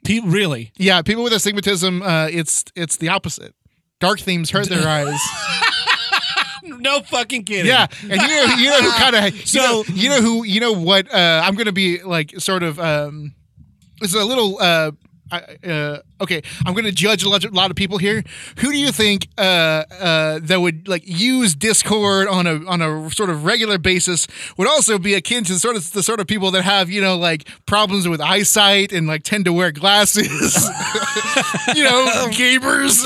Speaker 1: People, really?
Speaker 2: Yeah, people with astigmatism. Uh, it's it's the opposite. Dark themes hurt their eyes.
Speaker 1: No fucking kidding.
Speaker 2: Yeah, and you know, you know who kind of so
Speaker 1: So-
Speaker 2: you know, who you know what uh, I'm going to be like sort of um, it's a little uh, I, uh, okay. I'm going to judge a lot, lot of people here. Who do you think uh, uh, that would like use Discord on a on a sort of regular basis would also be akin to sort of the sort of people that have you know like problems with eyesight and like tend to wear glasses, you know, gamers.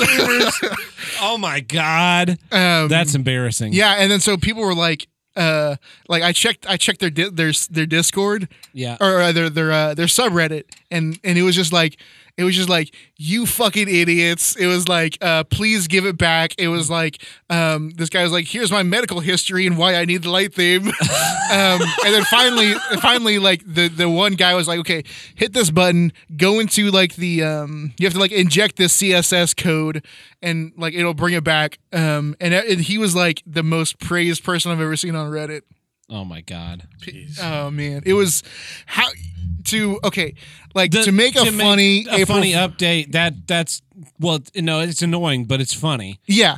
Speaker 1: Oh my god,
Speaker 2: um,
Speaker 1: that's embarrassing.
Speaker 2: yeah, and then so people were like, uh, like I checked, I checked their di- their their Discord
Speaker 1: yeah.
Speaker 2: or uh, their their uh, their subreddit, and and it was just like It was just like you fucking idiots. It was like uh, please give it back. It was like um, this guy was like here's my medical history and why I need the light theme. um, and then finally, finally, like the the one guy was like okay, hit this button, go into like the um, you have to like inject this CSS code and like it'll bring it back. Um, and, and he was like the most praised person I've ever seen on Reddit.
Speaker 1: Oh my god.
Speaker 3: Jeez.
Speaker 2: Oh man, it was how to okay, like
Speaker 1: The-
Speaker 2: to make a
Speaker 1: make
Speaker 2: funny
Speaker 1: a
Speaker 2: April,
Speaker 1: funny update that that's well no it's annoying but it's funny.
Speaker 2: yeah,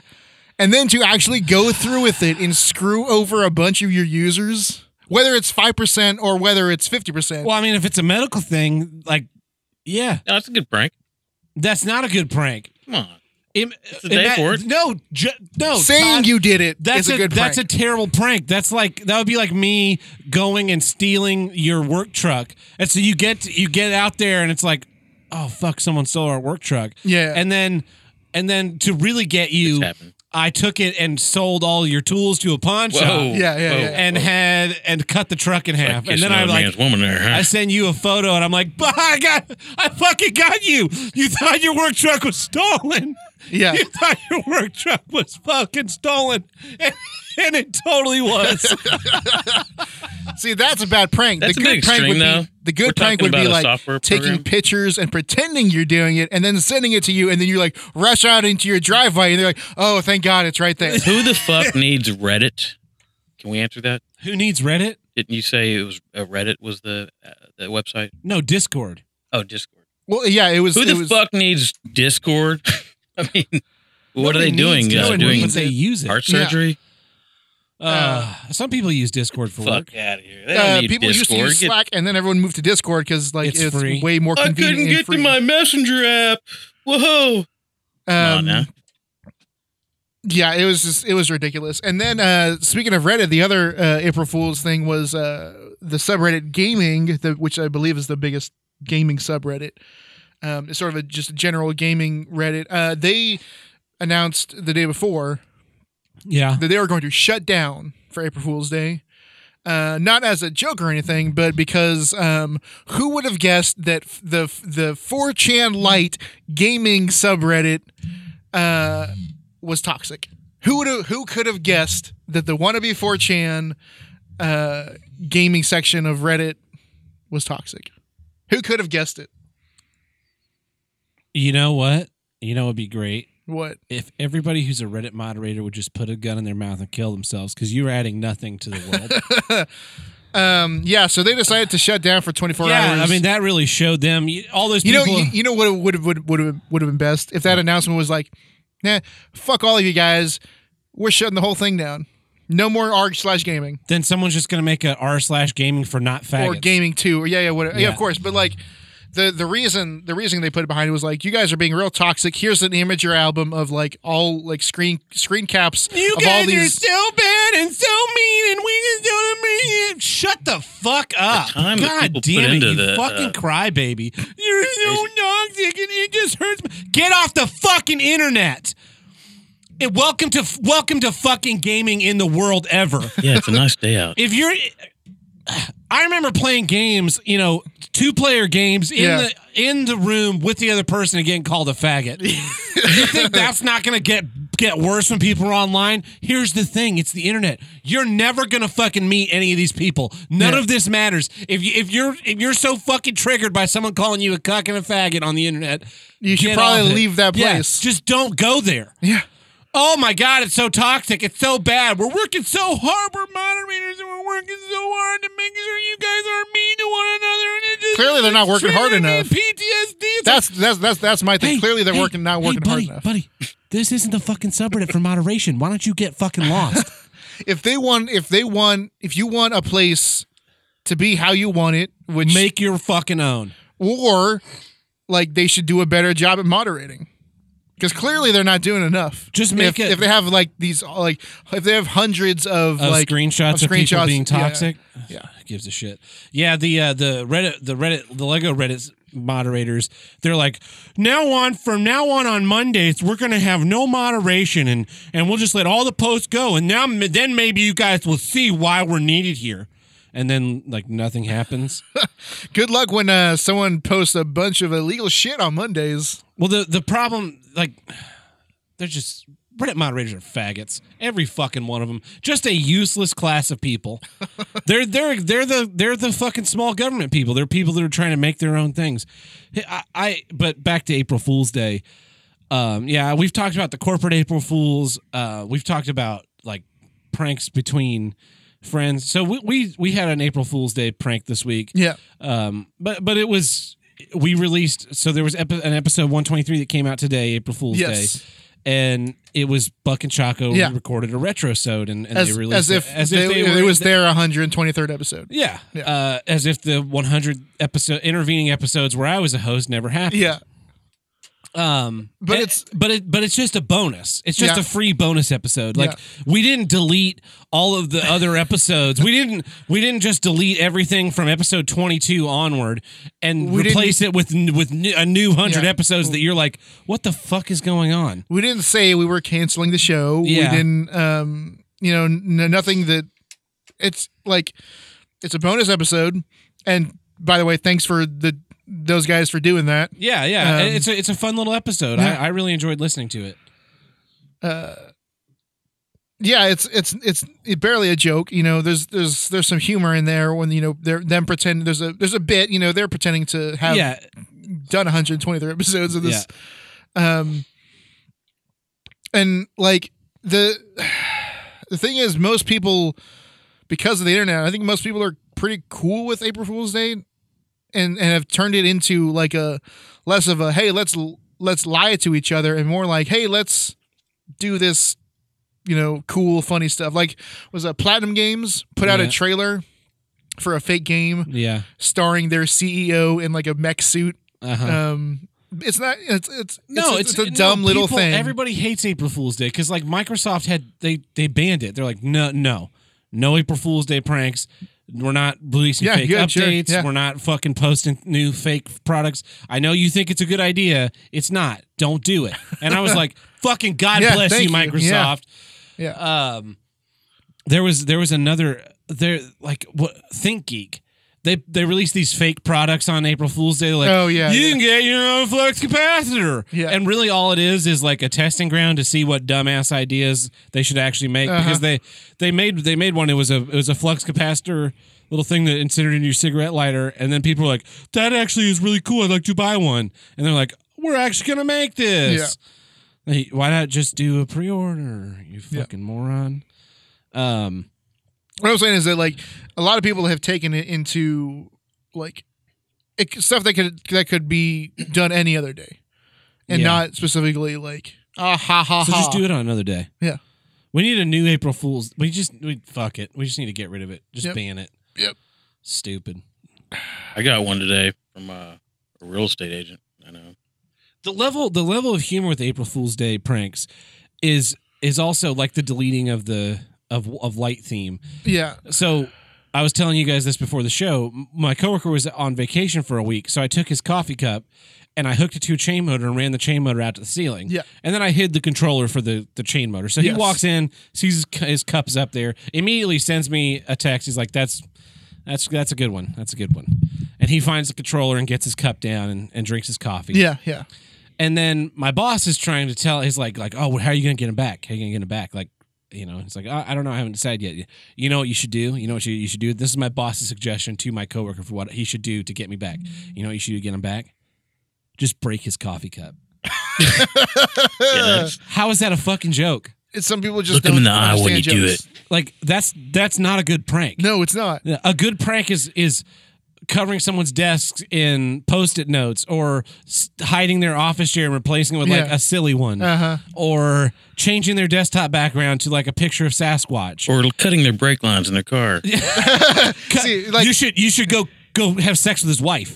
Speaker 2: and then to actually go through with it and screw over a bunch of your users, whether it's five percent or whether it's fifty percent.
Speaker 1: Well, I mean if it's a medical thing like yeah,
Speaker 3: No, that's a good prank.
Speaker 1: that's not a good prank.
Speaker 3: Come on.
Speaker 1: Im-
Speaker 3: a day
Speaker 1: ima-
Speaker 3: for it.
Speaker 1: No, ju- no.
Speaker 2: Saying
Speaker 1: Todd,
Speaker 2: you did it
Speaker 1: that's
Speaker 2: is a, good
Speaker 1: that's
Speaker 2: prank.
Speaker 1: a terrible prank. That's like that would be like me going and stealing your work truck. And so you get you get out there and it's like, oh fuck, someone stole our work truck.
Speaker 2: Yeah.
Speaker 1: And then and then to really get you,
Speaker 3: It's happened.
Speaker 1: I took it and sold all your tools to a pawn
Speaker 3: Whoa.
Speaker 1: shop
Speaker 2: Yeah, yeah,
Speaker 3: whoa,
Speaker 2: yeah.
Speaker 1: and
Speaker 3: whoa.
Speaker 1: had and cut the truck in half. and then
Speaker 3: Kissing
Speaker 1: I
Speaker 3: another
Speaker 1: like
Speaker 3: man's woman there. Huh?
Speaker 1: I send you a photo and I'm like, "Bah, I got, I fucking got you. You thought your work truck was stolen.
Speaker 2: Yeah.
Speaker 1: You thought your work truck was fucking stolen. And, and it totally was.
Speaker 2: See, that's a bad prank.
Speaker 3: That's
Speaker 2: the
Speaker 3: a
Speaker 2: good
Speaker 3: big
Speaker 2: prank
Speaker 3: string,
Speaker 2: would
Speaker 3: though.
Speaker 2: be the good
Speaker 3: We're
Speaker 2: prank would
Speaker 3: talking
Speaker 2: be
Speaker 3: about a
Speaker 2: like
Speaker 3: software
Speaker 2: taking
Speaker 3: program.
Speaker 2: pictures and pretending you're doing it, and then sending it to you, and then you like rush out into your driveway, and they're like, "Oh, thank God, it's right there."
Speaker 3: Who the fuck needs Reddit? Can we answer that?
Speaker 1: Who needs Reddit?
Speaker 3: Didn't you say it was uh, Reddit was the uh, the website?
Speaker 1: No, Discord.
Speaker 3: Oh, Discord.
Speaker 2: Well, yeah, it was.
Speaker 3: Who
Speaker 2: it
Speaker 3: the
Speaker 2: was,
Speaker 3: fuck needs Discord? I mean, what are
Speaker 2: Nobody
Speaker 3: they doing?
Speaker 2: needs
Speaker 3: Uh,
Speaker 2: Discord.
Speaker 3: doing
Speaker 1: but they use it.
Speaker 3: heart
Speaker 2: Yeah.
Speaker 3: surgery?
Speaker 1: Uh, some people use Discord for work.
Speaker 3: Fuck out of here. They don't
Speaker 2: uh,
Speaker 3: need
Speaker 2: people used
Speaker 3: Discord.
Speaker 2: to use
Speaker 3: Get-
Speaker 2: Slack, and then everyone moved to Discord because like
Speaker 1: It's
Speaker 2: it's,
Speaker 1: free.
Speaker 2: way more
Speaker 3: I
Speaker 2: convenient.
Speaker 3: couldn't
Speaker 2: and
Speaker 3: get
Speaker 2: free.
Speaker 3: to my messenger app. Whoa.
Speaker 2: Um,
Speaker 3: no, no.
Speaker 2: Yeah, it was just it was ridiculous. And then uh, speaking of Reddit, the other uh, April Fools thing was uh, the subreddit gaming, the, which I believe is the biggest gaming subreddit. Um, it's sort of a, just a general gaming Reddit. Uh, they announced the day before
Speaker 1: Yeah.
Speaker 2: that they were going to shut down for April Fool's Day. Uh, not as a joke or anything, but because um, who would have guessed that f- the f- the 4chan light gaming subreddit uh, was toxic? Who would have, who could have guessed that the wannabe 4chan uh, gaming section of Reddit was toxic? Who could have guessed it?
Speaker 1: You know what? You know, it'd be great
Speaker 2: What?
Speaker 1: if everybody who's a Reddit moderator would just put a gun in their mouth and kill themselves because you're adding nothing to the world.
Speaker 2: Um, yeah, so they decided to shut down for 24
Speaker 1: yeah.
Speaker 2: hours.
Speaker 1: I mean, that really showed them. you- All those
Speaker 2: You know,
Speaker 1: people.
Speaker 2: you, you know what would would would have would have been best if that announcement was like, "Nah, fuck all of you guys, we're shutting the whole thing down. No more arg slash gaming
Speaker 1: then someone's just going to make a r slash gaming for not faggots.
Speaker 2: or gaming too, or yeah, yeah, whatever.
Speaker 1: Yeah.
Speaker 2: Yeah. of course. But like, the the reason the reason they put it behind it was like, you guys are being real toxic. Here's an image or album of like all like screen screen caps
Speaker 1: You
Speaker 2: of all
Speaker 1: guys are
Speaker 2: these.
Speaker 1: so bad and so mean, and we just don't mean it. Shut the fuck up!
Speaker 3: time that
Speaker 1: God
Speaker 3: people put
Speaker 1: damn it,
Speaker 3: into
Speaker 1: you
Speaker 3: the,
Speaker 1: fucking
Speaker 3: uh,
Speaker 1: crybaby! You're so toxic, and it just hurts. me. Get off the fucking internet. And welcome to welcome to fucking gaming in the world ever.
Speaker 3: Yeah, it's a nice day out.
Speaker 1: if you're I remember playing games, you know, two player games in
Speaker 2: Yeah.
Speaker 1: the in the room with the other person and getting called a faggot. you think that's not gonna get get worse when people are online? Here's the thing, it's the internet. You're never gonna fucking meet any of these people. None
Speaker 2: Yeah.
Speaker 1: of this matters. If you if you're if you're so fucking triggered by someone calling you a cuck and a faggot on the internet,
Speaker 2: You should
Speaker 1: get
Speaker 2: probably
Speaker 1: off it.
Speaker 2: leave that
Speaker 1: Yeah,
Speaker 2: place.
Speaker 1: just don't go there.
Speaker 2: Yeah.
Speaker 1: Oh my God, it's so toxic. It's so bad. We're working so hard. We're moderators and we're working so hard to make sure you guys aren't mean to one another. And it just,
Speaker 2: Clearly they're not working
Speaker 1: it's
Speaker 2: hard
Speaker 1: triggering me
Speaker 2: enough.
Speaker 1: PTSD. It's
Speaker 2: That's that's that's that's my thing.
Speaker 1: like,
Speaker 2: Clearly, they're
Speaker 1: hey,
Speaker 2: working not
Speaker 1: hey,
Speaker 2: working
Speaker 1: buddy,
Speaker 2: hard enough.
Speaker 1: Buddy, this isn't the fucking subreddit for moderation. Why don't you get fucking lost?
Speaker 2: If they want, if they want, if you want a place to be how you want it, which
Speaker 1: Make your fucking own.
Speaker 2: or like they should do a better job at moderating because clearly they're not doing enough.
Speaker 1: Just make
Speaker 2: if,
Speaker 1: it-
Speaker 2: if they have like these like if they have hundreds of,
Speaker 1: Of
Speaker 2: like
Speaker 1: screenshots of, people being
Speaker 2: yeah.
Speaker 1: toxic.
Speaker 2: Yeah.
Speaker 1: Who gives a shit. Yeah, the uh, the Reddit the Reddit the Lego Reddit moderators, they're like, now on from now on on Mondays, we're gonna have no moderation and and we'll just let all the posts go. And now then maybe you guys will see why we're needed here. and then like nothing happens.
Speaker 2: Good luck when uh, someone posts a bunch of illegal shit on Mondays.
Speaker 1: Well, the the problem, like, they're just Reddit moderators are faggots. Every fucking one of them, just a useless class of people. they're they're they're the they're the fucking small government people. They're people that are trying to make their own things. I, I but back to April Fool's Day. Um, yeah, we've talked about the corporate April Fools. Uh, we've talked about like pranks between friends. So we we, we had an April Fool's Day prank this week
Speaker 2: Yeah.
Speaker 1: um but but it was we released so there was epi- an episode 123 that came out today april fool's
Speaker 2: Yes.
Speaker 1: day and it was buck and choco
Speaker 2: Yeah.
Speaker 1: recorded a retro sode and, and
Speaker 2: As,
Speaker 1: they
Speaker 2: as
Speaker 1: released
Speaker 2: if,
Speaker 1: it, as if they, were
Speaker 2: it was their 123rd episode.
Speaker 1: yeah,
Speaker 2: Yeah.
Speaker 1: Uh, as if the 100 episode intervening episodes where i was a host never happened
Speaker 2: Yeah.
Speaker 1: um
Speaker 2: But
Speaker 1: and-
Speaker 2: it's-
Speaker 1: but it but it's just a bonus it's just
Speaker 2: Yeah.
Speaker 1: a free bonus episode like we didn't delete all of the other episodes we didn't we didn't just delete everything from episode 22 onward and
Speaker 2: We
Speaker 1: replace it with n- with new, a new 100
Speaker 2: Yeah.
Speaker 1: episodes that you're like what the fuck is going on
Speaker 2: We didn't say we were canceling the show.
Speaker 1: Yeah.
Speaker 2: We didn't, um, you know, n- nothing that it's like, it's a bonus episode. And by the way, thanks for the those guys for doing that.
Speaker 1: yeah yeah
Speaker 2: Um,
Speaker 1: it's a, it's a fun little episode
Speaker 2: Yeah.
Speaker 1: I, I really enjoyed listening to it
Speaker 2: yeah, it's it's it's it barely a joke. You know, there's there's there's some humor in there when you know they're them pretend there's a there's a bit. You know, they're pretending to have
Speaker 1: yeah
Speaker 2: done 123 episodes of this. Um, and like the the thing is, most people because of the internet, I think most people are pretty cool with April Fool's Day, and and have turned it into like a less of a hey let's let's lie to each other and more like hey let's do this you know cool funny stuff like was a platinum games put out a
Speaker 1: Yeah.
Speaker 2: trailer for a fake game
Speaker 1: yeah
Speaker 2: starring their ceo in like a mech suit
Speaker 1: uh-huh
Speaker 2: um, it's not. It's it's
Speaker 1: No,
Speaker 2: It's,
Speaker 1: it's,
Speaker 2: it's a dumb
Speaker 1: no,
Speaker 2: little
Speaker 1: people-
Speaker 2: thing.
Speaker 1: Everybody hates April Fool's Day because like Microsoft had they they banned it. They're like, no, no, no April Fool's Day pranks. We're not releasing
Speaker 2: Yeah,
Speaker 1: fake
Speaker 2: yeah, sure,
Speaker 1: updates.
Speaker 2: yeah.
Speaker 1: We're not fucking posting new fake products. I know you think it's a good idea. It's not. Don't do it. And I was like, fucking God
Speaker 2: Yeah,
Speaker 1: bless you,
Speaker 2: thank you. Yeah.
Speaker 1: Microsoft
Speaker 2: yeah.
Speaker 1: um there was there was another there like what think geek they they released these fake products on april fool's day like
Speaker 2: Oh, yeah,
Speaker 1: you
Speaker 2: yeah.
Speaker 1: can get your own flux capacitor
Speaker 2: Yeah.
Speaker 1: and really all it is is like a testing ground to see what dumbass ideas they should actually make
Speaker 2: Uh-huh.
Speaker 1: because they they made they made one it was a it was a flux capacitor little thing that inserted in your cigarette lighter and then people were like that actually is really cool i'd like to buy one and they're like we're actually gonna make this
Speaker 2: Yeah.
Speaker 1: Hey, why not just do a pre-order, you
Speaker 2: Yeah.
Speaker 1: fucking moron? Um,
Speaker 2: what I'm saying is that like a lot of people have taken it into like it, stuff that could that could be done any other day, and
Speaker 1: Yeah.
Speaker 2: not specifically like ah ha ha
Speaker 1: so
Speaker 2: ha.
Speaker 1: just do it on another day.
Speaker 2: Yeah.
Speaker 1: we need a new April Fools. We just we fuck it. We just need to get rid of it. Just
Speaker 2: Yep.
Speaker 1: ban it.
Speaker 2: Yep.
Speaker 1: Stupid.
Speaker 3: I got one today from uh, a real estate agent. I know.
Speaker 1: The level the level of humor with April Fools Day pranks is is also like the deleting of the of of light theme.
Speaker 2: yeah.
Speaker 1: So I was telling you guys this before the show. M- My coworker was on vacation for a week, so I took his coffee cup and I hooked it to a chain motor and ran the chain motor out to the ceiling.
Speaker 2: Yeah.
Speaker 1: And then I hid the controller for the, the chain motor. So he
Speaker 2: Yes.
Speaker 1: walks in, sees his, cu- his cup's up there, immediately sends me a text. He's like, that's that's that's a good one. That's a good one. And he finds the controller and gets his cup down and, and drinks his coffee.
Speaker 2: Yeah. Yeah.
Speaker 1: And then my boss is trying to tell. He's like, like, oh, how are you gonna get him back? How are you gonna get him back? Like, you know, he's like, oh, I don't know. I haven't decided yet. You know what you should do? You know what you, you should do? This is my boss's suggestion to my coworker for what he should do to get me back. You know what you should do to get him back? Just break his coffee cup.
Speaker 3: Yeah, that's-
Speaker 1: How is that a fucking joke?
Speaker 2: It's some people just
Speaker 3: Look
Speaker 2: don't
Speaker 3: him in the eye when you
Speaker 2: understand
Speaker 3: do
Speaker 2: jokes.
Speaker 1: Like that's that's not a good prank.
Speaker 2: No, it's not.
Speaker 1: A good prank is is covering someone's desks in post-it notes or s- hiding their office chair and replacing it with like
Speaker 2: Yeah.
Speaker 1: a silly one.
Speaker 2: Uh huh.
Speaker 1: or changing their desktop background to like a picture of Sasquatch.
Speaker 3: or cutting their brake lines in their car.
Speaker 1: Cut-
Speaker 2: See, like-
Speaker 1: you should you should go go have sex with his wife.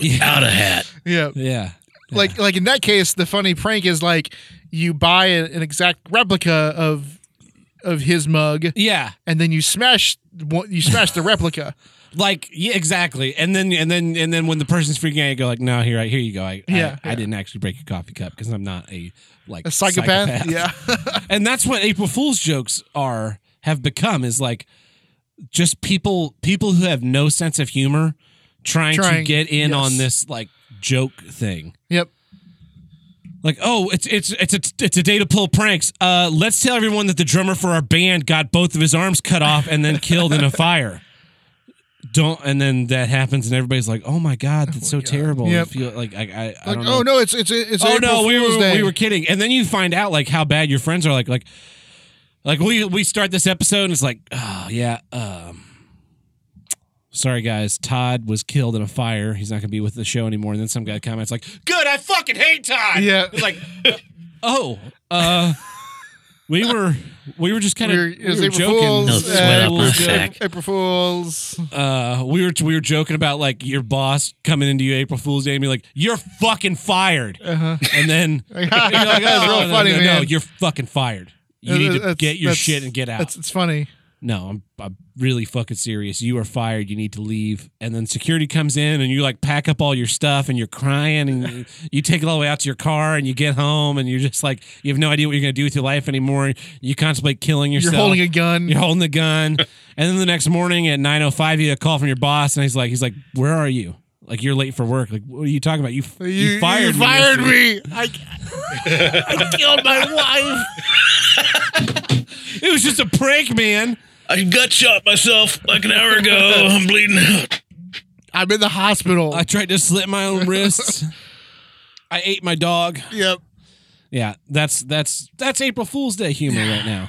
Speaker 1: yeah.
Speaker 3: Out of hat.
Speaker 2: Yeah.
Speaker 1: yeah.
Speaker 2: like like in that case the funny prank is like you buy a- an exact replica of of his mug
Speaker 1: Yeah.
Speaker 2: and then you smash one- you smash the replica
Speaker 1: Like yeah, exactly. And then and then and then when the person's freaking out, you go like, no, here, I, here you go. I, I-
Speaker 2: Yeah,
Speaker 1: I,
Speaker 2: yeah.
Speaker 1: didn't actually break your coffee cup because I'm not a like
Speaker 2: a psychopath, yeah
Speaker 1: and that's what April Fool's jokes are have become is like just people people who have no sense of humor trying, to
Speaker 2: Trying,
Speaker 1: get in on
Speaker 2: yes.
Speaker 1: this like joke thing.
Speaker 2: Yep.
Speaker 1: Like, oh, it's it's it's a it's a day to pull pranks. Uh, let's tell everyone that the drummer for our band got both of his arms cut off and then killed in a fire. Don't and then that happens and everybody's like, oh my god, that's so terrible.
Speaker 2: Yep.
Speaker 1: I feel like I I, I
Speaker 2: Like,
Speaker 1: don't know
Speaker 2: oh no, it's it's it's
Speaker 1: oh
Speaker 2: April
Speaker 1: no, we
Speaker 2: Fool's
Speaker 1: were
Speaker 2: Day.
Speaker 1: we were kidding. And then you find out like how bad your friends are. Like like like we we start this episode and it's like oh yeah. Um, sorry guys, Todd was killed in a fire. He's not gonna be with the show anymore. And then some guy comments like, "Good, I fucking hate Todd."
Speaker 2: Yeah.
Speaker 1: it's like oh uh, we were we were just kind
Speaker 2: We
Speaker 1: of
Speaker 2: were-
Speaker 1: we
Speaker 2: it was
Speaker 1: were
Speaker 2: April
Speaker 1: joking.
Speaker 2: Fools.
Speaker 3: No sweat up
Speaker 2: uh,
Speaker 3: my
Speaker 2: April-
Speaker 3: sack.
Speaker 2: April Fools.
Speaker 1: Uh, we were we were joking about like your boss coming into you April Fool's Day and be like, "You're fucking fired," and then
Speaker 2: Like,
Speaker 1: you know, like,
Speaker 2: that's
Speaker 1: oh,
Speaker 2: real
Speaker 1: Uh-huh. no,
Speaker 2: funny,
Speaker 1: no, no,
Speaker 2: man.
Speaker 1: you're fucking fired. You need to
Speaker 2: That's-
Speaker 1: get your
Speaker 2: that's-
Speaker 1: shit and get out.
Speaker 2: That's it's funny.
Speaker 1: No, I'm I'm really fucking serious. You are fired. You need to leave. And then security comes in and you like pack up all your stuff and you're crying and you, you take it all the way out to your car and you get home and you're just like you have no idea what you're gonna do with your life anymore. You contemplate killing
Speaker 2: You're
Speaker 1: yourself.
Speaker 2: holding a gun.
Speaker 1: You're holding the gun. and then the next morning at 9:05 you get a call from your boss and he's like he's like, "Where are you?" Like you're late for work. Like what are you talking about? You, you, fired
Speaker 2: you
Speaker 1: me
Speaker 2: fired
Speaker 1: yesterday."
Speaker 2: me. I,
Speaker 1: I killed my wife. it was just a prank, man.
Speaker 3: I gut shot myself like an hour ago. I'm bleeding out.
Speaker 2: I'm in the hospital.
Speaker 1: I tried to slit my own wrists. I ate my dog.
Speaker 2: yep.
Speaker 1: Yeah, that's that's that's April Fool's Day humor right now.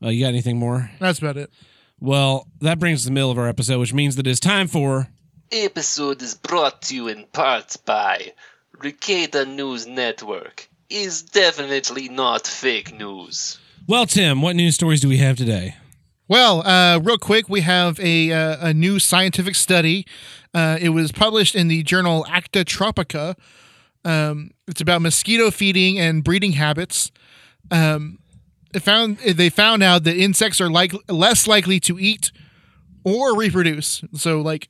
Speaker 1: Uh, you got anything more?
Speaker 2: That's about it.
Speaker 1: Well, that brings us to the middle of our episode, which means that it's time for
Speaker 4: episode is brought to you in part by Ricada News Network. Is definitely not fake news.
Speaker 1: Well, Tim, what news stories do we have today?
Speaker 2: Well, uh, real quick, we have a uh, a new scientific study. Uh, it was published in the journal Acta Tropica. Um, it's about mosquito feeding and breeding habits. Um, it found they found out that insects are like less likely to eat or reproduce. So, like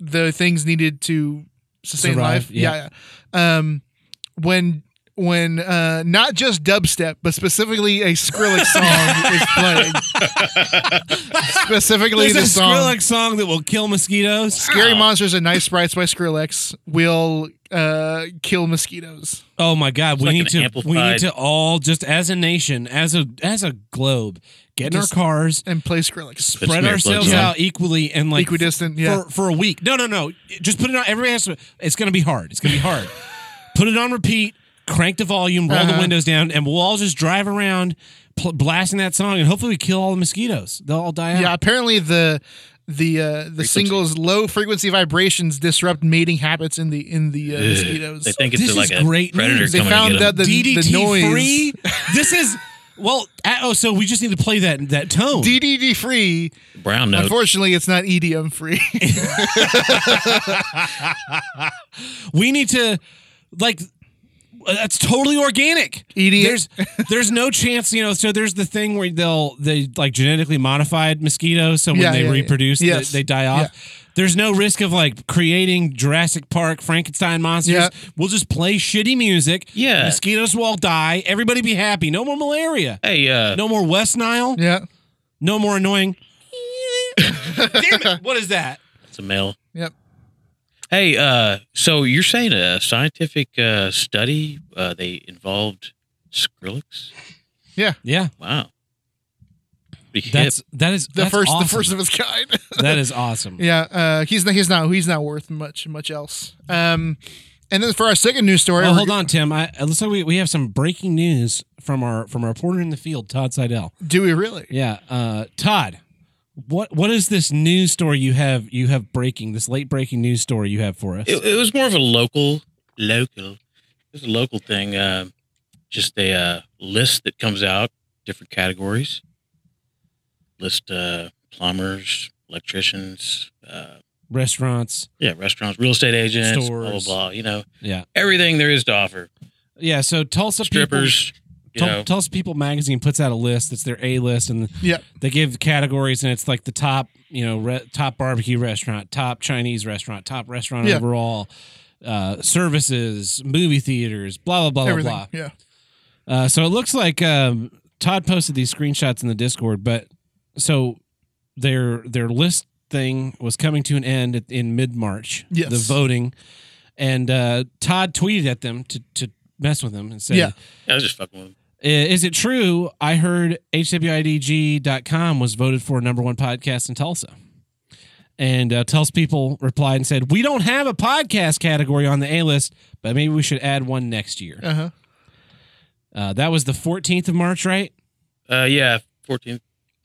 Speaker 2: the things needed to sustain
Speaker 1: Survive,
Speaker 2: life.
Speaker 1: yeah.
Speaker 2: yeah. Um, when when uh, not just dubstep, but specifically a Skrillex song is playing. Specifically,
Speaker 1: There's a
Speaker 2: the song
Speaker 1: Skrillex Ah. song that will kill mosquitoes.
Speaker 2: "Scary Monsters and Nice Sprites" by Skrillex will uh, kill mosquitoes.
Speaker 1: Oh my God, we
Speaker 3: like
Speaker 1: need
Speaker 3: an
Speaker 1: to we need
Speaker 3: amplified-
Speaker 1: to all just as a nation, as a as a globe, get in our
Speaker 2: Just-
Speaker 1: cars,
Speaker 2: and play Skrillex.
Speaker 3: Put some
Speaker 1: spread
Speaker 3: earplugs
Speaker 1: ourselves
Speaker 3: on.
Speaker 1: out equally and like
Speaker 2: Equidistant, yeah.
Speaker 1: for, for a week. No, no, no. Just put it on. Everybody has to. It's going to be hard. It's going to be hard. put it on repeat. Crank the volume. Roll the
Speaker 2: Uh-huh.
Speaker 1: windows down, and we'll all just drive around pl- blasting that song, and hopefully we kill all the mosquitoes. They'll all die out.
Speaker 2: Yeah, apparently the the uh, the single's low frequency vibrations disrupt mating habits in the in the uh, mosquitoes.
Speaker 3: They think it's
Speaker 1: This
Speaker 3: like
Speaker 1: is
Speaker 3: a
Speaker 1: great
Speaker 3: predator
Speaker 1: news.
Speaker 2: They
Speaker 3: coming
Speaker 2: found
Speaker 3: to get
Speaker 2: out
Speaker 3: them.
Speaker 2: the,
Speaker 1: DDT
Speaker 2: the noise
Speaker 1: free. this is well. uh, Oh, so we just need to play that that tone.
Speaker 2: DDD free.
Speaker 3: brown note.
Speaker 2: Unfortunately, it's not EDM free.
Speaker 1: we need to like uh, that's totally organic.
Speaker 2: Idiot.
Speaker 1: There's there's no chance, you know. So there's the thing where they'll they like genetically modified mosquitoes, so when
Speaker 2: Yeah,
Speaker 1: they
Speaker 2: yeah, yeah.
Speaker 1: reproduce, they-
Speaker 2: Yes.
Speaker 1: they, die off. There's no risk of like creating Jurassic Park Frankenstein monsters.
Speaker 2: Yeah.
Speaker 1: We'll just play shitty music.
Speaker 3: Yeah.
Speaker 1: mosquitoes will all die. Everybody be happy. No more malaria.
Speaker 3: Hey, uh,
Speaker 1: No more West Nile.
Speaker 2: yeah,
Speaker 1: No more annoying. Damn it! What is that?
Speaker 3: it's a male.
Speaker 2: yep.
Speaker 3: Hey, uh, so you're saying a scientific uh, study uh, they involved Skrillex?
Speaker 1: Yeah,
Speaker 3: Wow. Be hip.
Speaker 1: that's that is
Speaker 2: The
Speaker 1: that's
Speaker 2: first the
Speaker 1: awesome.
Speaker 2: first of its kind.
Speaker 1: that is awesome.
Speaker 2: yeah, uh, he's not he's not he's not worth much much else. Um, and then for our second news story,
Speaker 1: Oh,
Speaker 2: we're-
Speaker 1: hold on, Tim. I, it looks like we, we have some breaking news from our from our reporter in the field, Todd Seidel.
Speaker 2: do we really?
Speaker 1: Yeah, uh, Todd, what what is this news story you have you have breaking this late breaking news story you have for us?
Speaker 3: it, it was more of a local local it was a local thing uh, just a uh, list that comes out different categories list uh, plumbers electricians uh,
Speaker 1: Restaurants.
Speaker 3: yeah restaurants real estate agents blah blah
Speaker 1: Stores.
Speaker 3: blah you know
Speaker 1: Yeah,
Speaker 3: everything there is to offer
Speaker 1: yeah. So Tulsa
Speaker 3: strippers you
Speaker 1: People, Tul-
Speaker 3: know
Speaker 1: Tulsa People magazine puts out a list. That's their A list, and
Speaker 2: Yeah.
Speaker 1: they give categories, and it's like the top, you know, re- top barbecue restaurant, top Chinese restaurant, top restaurant
Speaker 2: Yeah.
Speaker 1: overall, uh, services, movie theaters, blah blah blah
Speaker 2: Everything.
Speaker 1: blah blah.
Speaker 2: Yeah.
Speaker 1: Uh, so it looks like um, Todd posted these screenshots in the Discord, but so their their list thing was coming to an end at, in mid March.
Speaker 2: Yes.
Speaker 1: the voting, and uh, Todd tweeted at them to to mess with them and said,
Speaker 2: Yeah.
Speaker 3: I was just fucking with him.
Speaker 1: "I- "Is it true? I heard HWIDG.com was voted for number one podcast in Tulsa." And uh, Tulsa people replied and said, "We don't have a podcast category on the A list, but maybe we should add one next year."
Speaker 2: Uh huh.
Speaker 1: Uh, that was the 14th of March, right?
Speaker 3: Uh, yeah, 14th.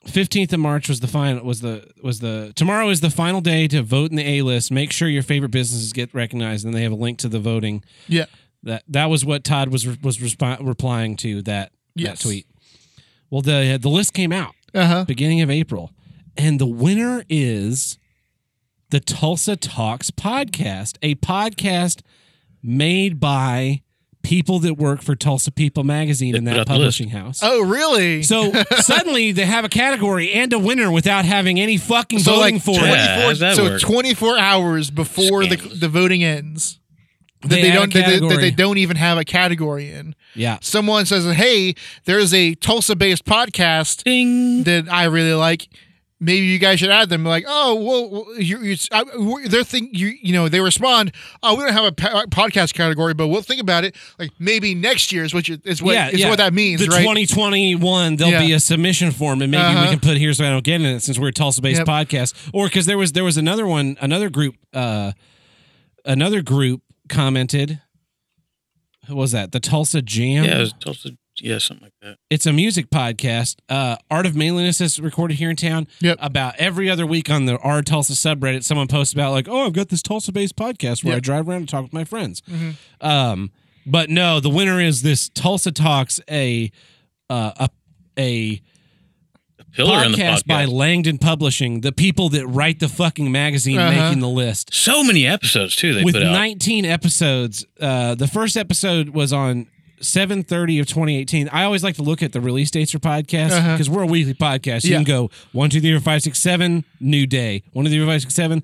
Speaker 1: 15th of March was the final was the was the tomorrow is the final day to vote in the A list. Make sure your favorite businesses get recognized and they have a link to the voting.
Speaker 2: Yeah.
Speaker 1: That that was what Todd was was resp- replying to that
Speaker 2: Yes.
Speaker 1: that tweet. Well, the the list came out
Speaker 2: Uh huh.
Speaker 1: beginning of April and the winner is the Tulsa Talks podcast, a podcast made by people that work for Tulsa People magazine
Speaker 3: They
Speaker 1: and
Speaker 3: put
Speaker 1: that
Speaker 3: out the list.
Speaker 1: publishing house.
Speaker 2: Oh, really?
Speaker 1: So suddenly they have a category and a winner without having any fucking
Speaker 2: So,
Speaker 1: voting for
Speaker 3: Yeah,
Speaker 1: it.
Speaker 3: how's that
Speaker 2: so
Speaker 3: work?
Speaker 2: 24 hours before the,
Speaker 3: Scandalous.
Speaker 2: the voting ends that
Speaker 1: They
Speaker 2: they,
Speaker 1: had a
Speaker 2: don't that they, that
Speaker 1: category.
Speaker 2: they don't even have a category in
Speaker 1: Yeah.
Speaker 2: someone says hey there's a tulsa-based podcast
Speaker 3: Ding.
Speaker 2: that i really like maybe you guys should add them like oh well, well you, you I, we're- they're think you you know they respond oh we don't have a pa- podcast category but we'll think about it like maybe next year is what you is what
Speaker 1: yeah,
Speaker 2: is
Speaker 1: yeah.
Speaker 2: what that means
Speaker 1: The
Speaker 2: right
Speaker 1: 2021, there'll
Speaker 2: Yeah.
Speaker 1: be a submission form, and maybe we
Speaker 2: Uh-huh.
Speaker 1: can put here so I don't get in it since we're a Tulsa-based
Speaker 2: Yep.
Speaker 1: podcast, or because there was there was another one, another group, uh, another group commented. Who was that? The Tulsa Jam.
Speaker 3: Yeah, it was Tulsa. Yeah, something like that.
Speaker 1: it's a music podcast. Uh, Art of Manliness is recorded here in town.
Speaker 2: Yep.
Speaker 1: About every other week on the R Tulsa subreddit, someone posts about like, oh, I've got this Tulsa-based podcast where I
Speaker 2: Yep. Mm-hmm.
Speaker 1: drive around and talk with my friends. Um, but no, the winner is this Tulsa Talks, a uh, a a
Speaker 3: A pillar in the
Speaker 1: podcast
Speaker 3: podcast.
Speaker 1: by Langdon Publishing, the people that write the fucking magazine
Speaker 2: Uh-huh.
Speaker 1: making the list
Speaker 3: so many episodes too. They
Speaker 1: with
Speaker 3: put out.
Speaker 1: 19 episodes. Uh, the first episode was on 7:30 of 2018. I always like to look at the release dates for podcasts
Speaker 2: Uh-huh.
Speaker 1: because we're a weekly podcast. You
Speaker 2: Yeah.
Speaker 1: can go one, two, three, four, five, six, seven, new day. One, two, three, four, five, six, seven.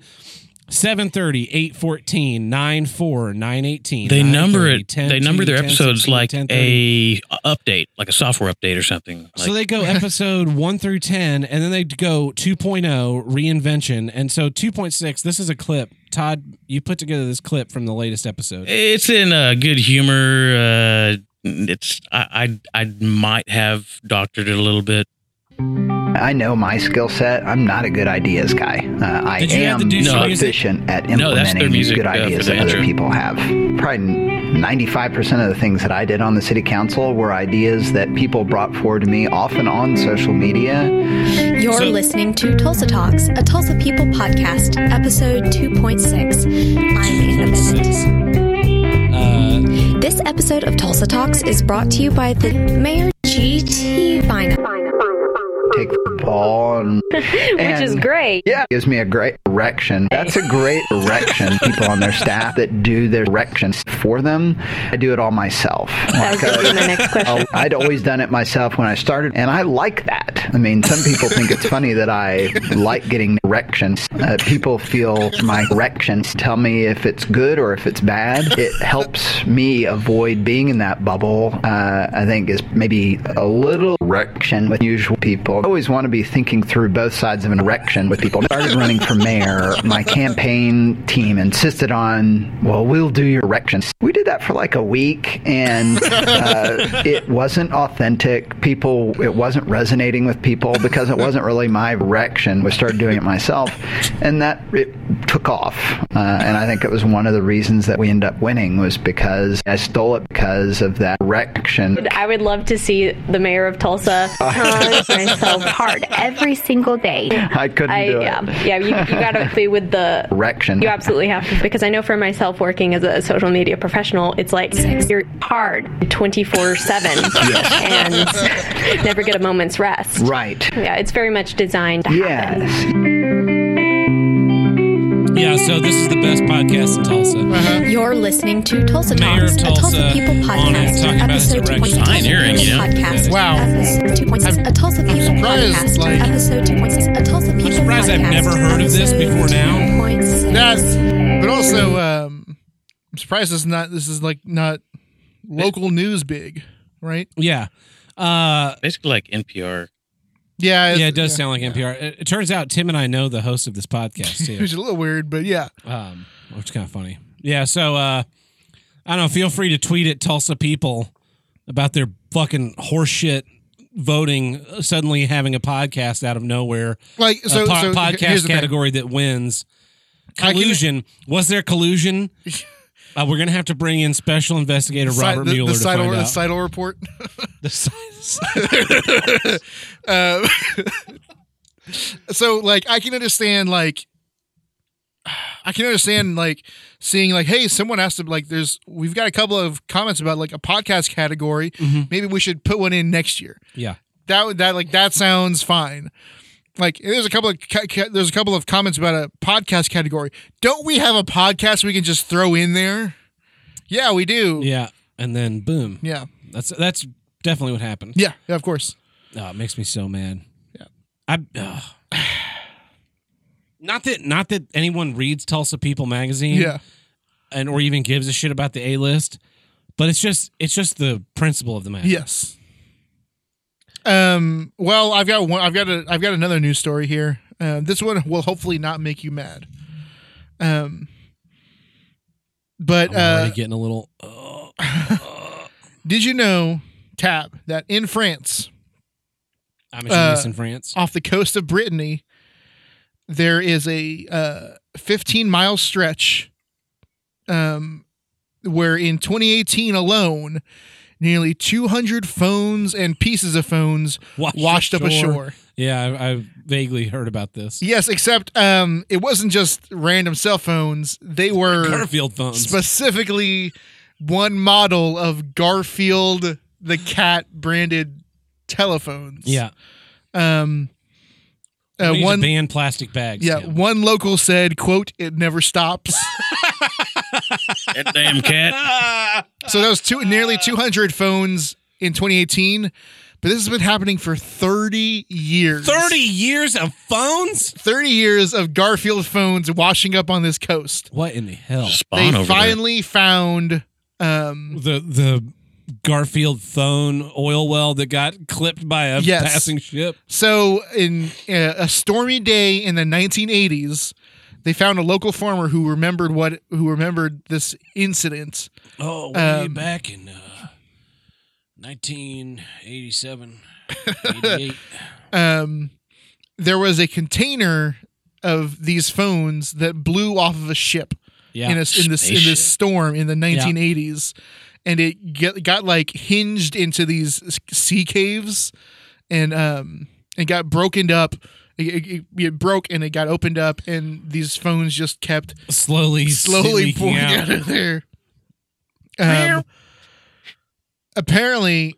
Speaker 1: 730 814 94 918
Speaker 3: they number
Speaker 1: 9:30,
Speaker 3: it.
Speaker 1: 10,
Speaker 3: they number their
Speaker 1: 10,
Speaker 3: episodes
Speaker 1: 16,
Speaker 3: like
Speaker 1: 10:30.
Speaker 3: a update, like a software update or something. Like,
Speaker 1: so they go episode 1 through 10 and then they go 2.0 reinvention and so 2.6 this is a clip Todd you put together this clip from the latest episode
Speaker 3: it's in uh, good humor. Uh, it's I, I I might have doctored it a little bit.
Speaker 5: I know my skill set. I'm not a good ideas guy. Uh, I
Speaker 1: Did you have
Speaker 5: am
Speaker 1: to do some music?
Speaker 5: proficient at
Speaker 3: No, that's their
Speaker 5: implementing
Speaker 3: music,
Speaker 5: good
Speaker 3: uh, for
Speaker 5: ideas
Speaker 3: the
Speaker 5: that other
Speaker 3: intro.
Speaker 5: people have. Probably 95% of the things that I did on the city council were ideas that people brought forward to me, often on social media,
Speaker 6: You're
Speaker 3: So-
Speaker 6: listening to Tulsa Talks, a Tulsa People podcast, episode 2.6. I'm Anna Bennett.
Speaker 1: uh,
Speaker 6: This episode of Tulsa Talks is brought to you by the Mayor G.T. Bynum.
Speaker 5: take football, and,
Speaker 7: which is
Speaker 5: and-
Speaker 7: great.
Speaker 5: Yeah, gives me a great erection. That's a great erection. People on their staff that do their erections for them. I do it all myself.
Speaker 7: That was
Speaker 5: Like,
Speaker 7: going to
Speaker 5: uh,
Speaker 7: be my next question.
Speaker 5: Oh, I'd always done it myself when I started, and I like that. I mean, some people think it's funny that I like getting erections. Uh, people feel my erections tell me if it's good or if it's bad. It helps me avoid being in that bubble. Uh, I think is maybe a little erection with usual people. I always want to be thinking through both sides of an erection with people. When I started running for mayor. My campaign team insisted on, well, we'll do your erections. We did that for like a week, and uh, it wasn't authentic. People, it wasn't resonating with people because it wasn't really my erection. We started doing it myself, and that it took off. Uh, and I think it was one of the reasons that we ended up winning was because I stole it because of that erection.
Speaker 7: I would love to see the mayor of Tulsa try myself hard every single day.
Speaker 5: I couldn't
Speaker 7: I
Speaker 5: do
Speaker 7: yeah
Speaker 5: it.
Speaker 7: yeah you, you gotta be with the
Speaker 5: Erection.
Speaker 7: you absolutely have to because I know for myself working as a social media professional it's like you're hard 24 seven and never get a moment's rest
Speaker 5: Right.
Speaker 7: yeah it's very much designed to happen.
Speaker 5: Yes.
Speaker 1: Yeah, so this is the best podcast in Tulsa.
Speaker 2: Uh-huh.
Speaker 6: You're listening to Tulsa
Speaker 1: Mayor of
Speaker 6: Talks, a
Speaker 1: Tulsa
Speaker 6: Tulsa People
Speaker 1: on it,
Speaker 6: podcast,
Speaker 1: talking about his
Speaker 6: episode
Speaker 1: erection.
Speaker 6: 2.6.
Speaker 3: Pioneering, you know?
Speaker 6: Podcast,
Speaker 2: Wow.
Speaker 6: episode 2.6, a Tulsa People
Speaker 2: surprised,
Speaker 6: podcast,
Speaker 2: like-
Speaker 6: episode 2.6, a Tulsa People
Speaker 1: surprised
Speaker 6: podcast.
Speaker 1: I've never heard of this before now.
Speaker 2: That's, but also, um, I'm surprised this is not this is like not local news big, right?
Speaker 1: Yeah. Uh,
Speaker 3: Basically, like NPR.
Speaker 2: Yeah,
Speaker 1: Yeah, it does sound like NPR. It, it turns out Tim and I know the host of this podcast too.
Speaker 2: Which is a little weird, but yeah.
Speaker 1: um, which is kind of funny. Yeah, so uh, I don't know. Feel free to tweet at Tulsa people about their fucking horseshit voting, uh, suddenly having a podcast out of nowhere,
Speaker 2: Like so,
Speaker 1: a po-
Speaker 2: so here's
Speaker 1: podcast
Speaker 2: the thing.
Speaker 1: category that wins.
Speaker 2: I can-
Speaker 1: Collusion. Was there collusion? Uh, we're gonna have to bring in special investigator
Speaker 2: Si-
Speaker 1: Robert
Speaker 2: the,
Speaker 1: Mueller
Speaker 2: the
Speaker 1: to find
Speaker 2: Seidel, the
Speaker 1: out.
Speaker 2: Seidel report.
Speaker 1: The si-
Speaker 2: Uh, so like I can understand like I can understand like seeing like hey someone has to like there's we've got a couple of comments about like a podcast category
Speaker 1: Mhm.
Speaker 2: maybe we should put one in next year
Speaker 1: Yeah.
Speaker 2: that would that like that sounds fine like there's a couple of ca- ca- there's a couple of comments about a podcast category don't we have a podcast we can just throw in there yeah we do
Speaker 1: Yeah. And then boom.
Speaker 2: yeah
Speaker 1: That's that's definitely what happened.
Speaker 2: yeah, yeah of course
Speaker 1: Oh, it makes me so mad.
Speaker 2: Yeah.
Speaker 1: I. ugh. Not that not that anyone reads Tulsa People magazine.
Speaker 2: yeah
Speaker 1: And or even gives a shit about the A list, but it's just it's just the principle of the matter.
Speaker 2: Yes. Um. Well, I've got one. I've got a. I've got another news story here. Uh, this one will hopefully not make you mad. Um. But
Speaker 1: I'm already
Speaker 2: uh,
Speaker 1: getting a little. oh.
Speaker 2: did you know, Tap, that in France,
Speaker 1: I'm assuming this
Speaker 2: Uh,
Speaker 1: in France.
Speaker 2: off the coast of Brittany, there is a uh, 15 mile stretch, um, where in 2018 alone, nearly 200 phones and pieces of phones
Speaker 1: Washed
Speaker 2: washed up
Speaker 1: ashore.
Speaker 2: ashore.
Speaker 1: Yeah, I, I vaguely heard about this.
Speaker 2: Yes, except um, it wasn't just random cell phones. They were
Speaker 1: Garfield phones.
Speaker 2: specifically one model of Garfield the cat branded telephones.
Speaker 1: yeah.
Speaker 2: Um, uh,
Speaker 1: we one
Speaker 2: one.
Speaker 1: ban plastic bags.
Speaker 2: Yeah,
Speaker 1: Tim.
Speaker 2: one local said, "quote It never stops."
Speaker 3: That damn cat.
Speaker 2: so that was two, nearly 200 phones in 2018, but this has been happening for 30 years.
Speaker 1: Thirty years of phones.
Speaker 2: 30 years of Garfield phones washing up on this coast.
Speaker 1: What in the hell?
Speaker 3: Spawn
Speaker 2: they
Speaker 3: over there.
Speaker 2: finally found um
Speaker 1: the the Garfield phone oil well that got clipped by a
Speaker 2: Yes.
Speaker 1: passing ship.
Speaker 2: so in uh, a stormy day in the 1980s they found a local farmer who remembered what who remembered this incident
Speaker 1: Oh, way
Speaker 2: Um,
Speaker 1: back in uh, 1987, 88.
Speaker 2: um there was a container of these phones that blew off of a ship
Speaker 1: Yeah.
Speaker 2: in this in this in
Speaker 3: Spaceship.
Speaker 2: this storm in the 1980s and it get, got like hinged into these s- sea caves and um it got broken up it, it- it broke and it got opened up and these phones just kept
Speaker 1: slowly,
Speaker 2: slowly pouring
Speaker 1: leaking
Speaker 2: out.
Speaker 1: out.
Speaker 2: of there um, apparently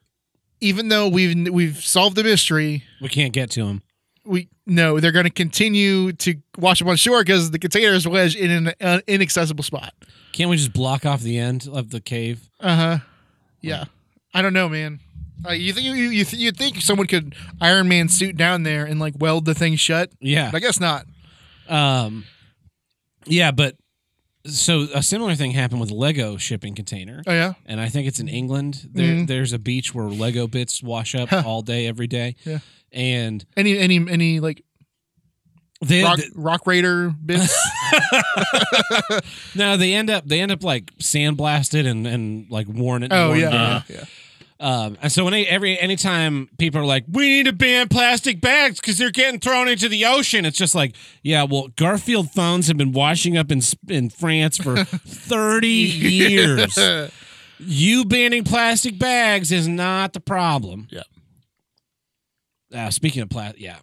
Speaker 2: even though we've we've solved the mystery
Speaker 1: We can't get to him.
Speaker 2: we no they're going to continue to wash up on shore because the container is wedged in an uh, inaccessible spot
Speaker 1: Can't we just block off the end of the cave?
Speaker 2: Uh huh. Yeah. I don't know, man. Uh, you think you you th- you think someone could Iron Man suit down there and like weld the thing shut?
Speaker 1: Yeah.
Speaker 2: But I guess not.
Speaker 1: Um, yeah, but so a similar thing happened with Lego shipping container.
Speaker 2: Oh yeah.
Speaker 1: and I think it's in England. There,
Speaker 2: Mhm.
Speaker 1: There's a beach where Lego bits wash up
Speaker 2: Huh.
Speaker 1: all day, every day.
Speaker 2: Yeah.
Speaker 1: And
Speaker 2: Any any any like
Speaker 1: they,
Speaker 2: rock, rock raider bits?
Speaker 1: no, they end up they end up like sandblasted and and like worn it.
Speaker 2: oh
Speaker 1: worn
Speaker 2: yeah,
Speaker 1: down.
Speaker 2: yeah, yeah.
Speaker 1: Um, and so when they, every anytime people are like, we need to ban plastic bags because they're getting thrown into the ocean. It's just like, yeah, well, Garfield phones have been washing up in Sp- in France for thirty years.
Speaker 2: Uh,
Speaker 1: You banning plastic bags is not the problem.
Speaker 3: Yeah.
Speaker 1: Uh, speaking of plastic, yeah.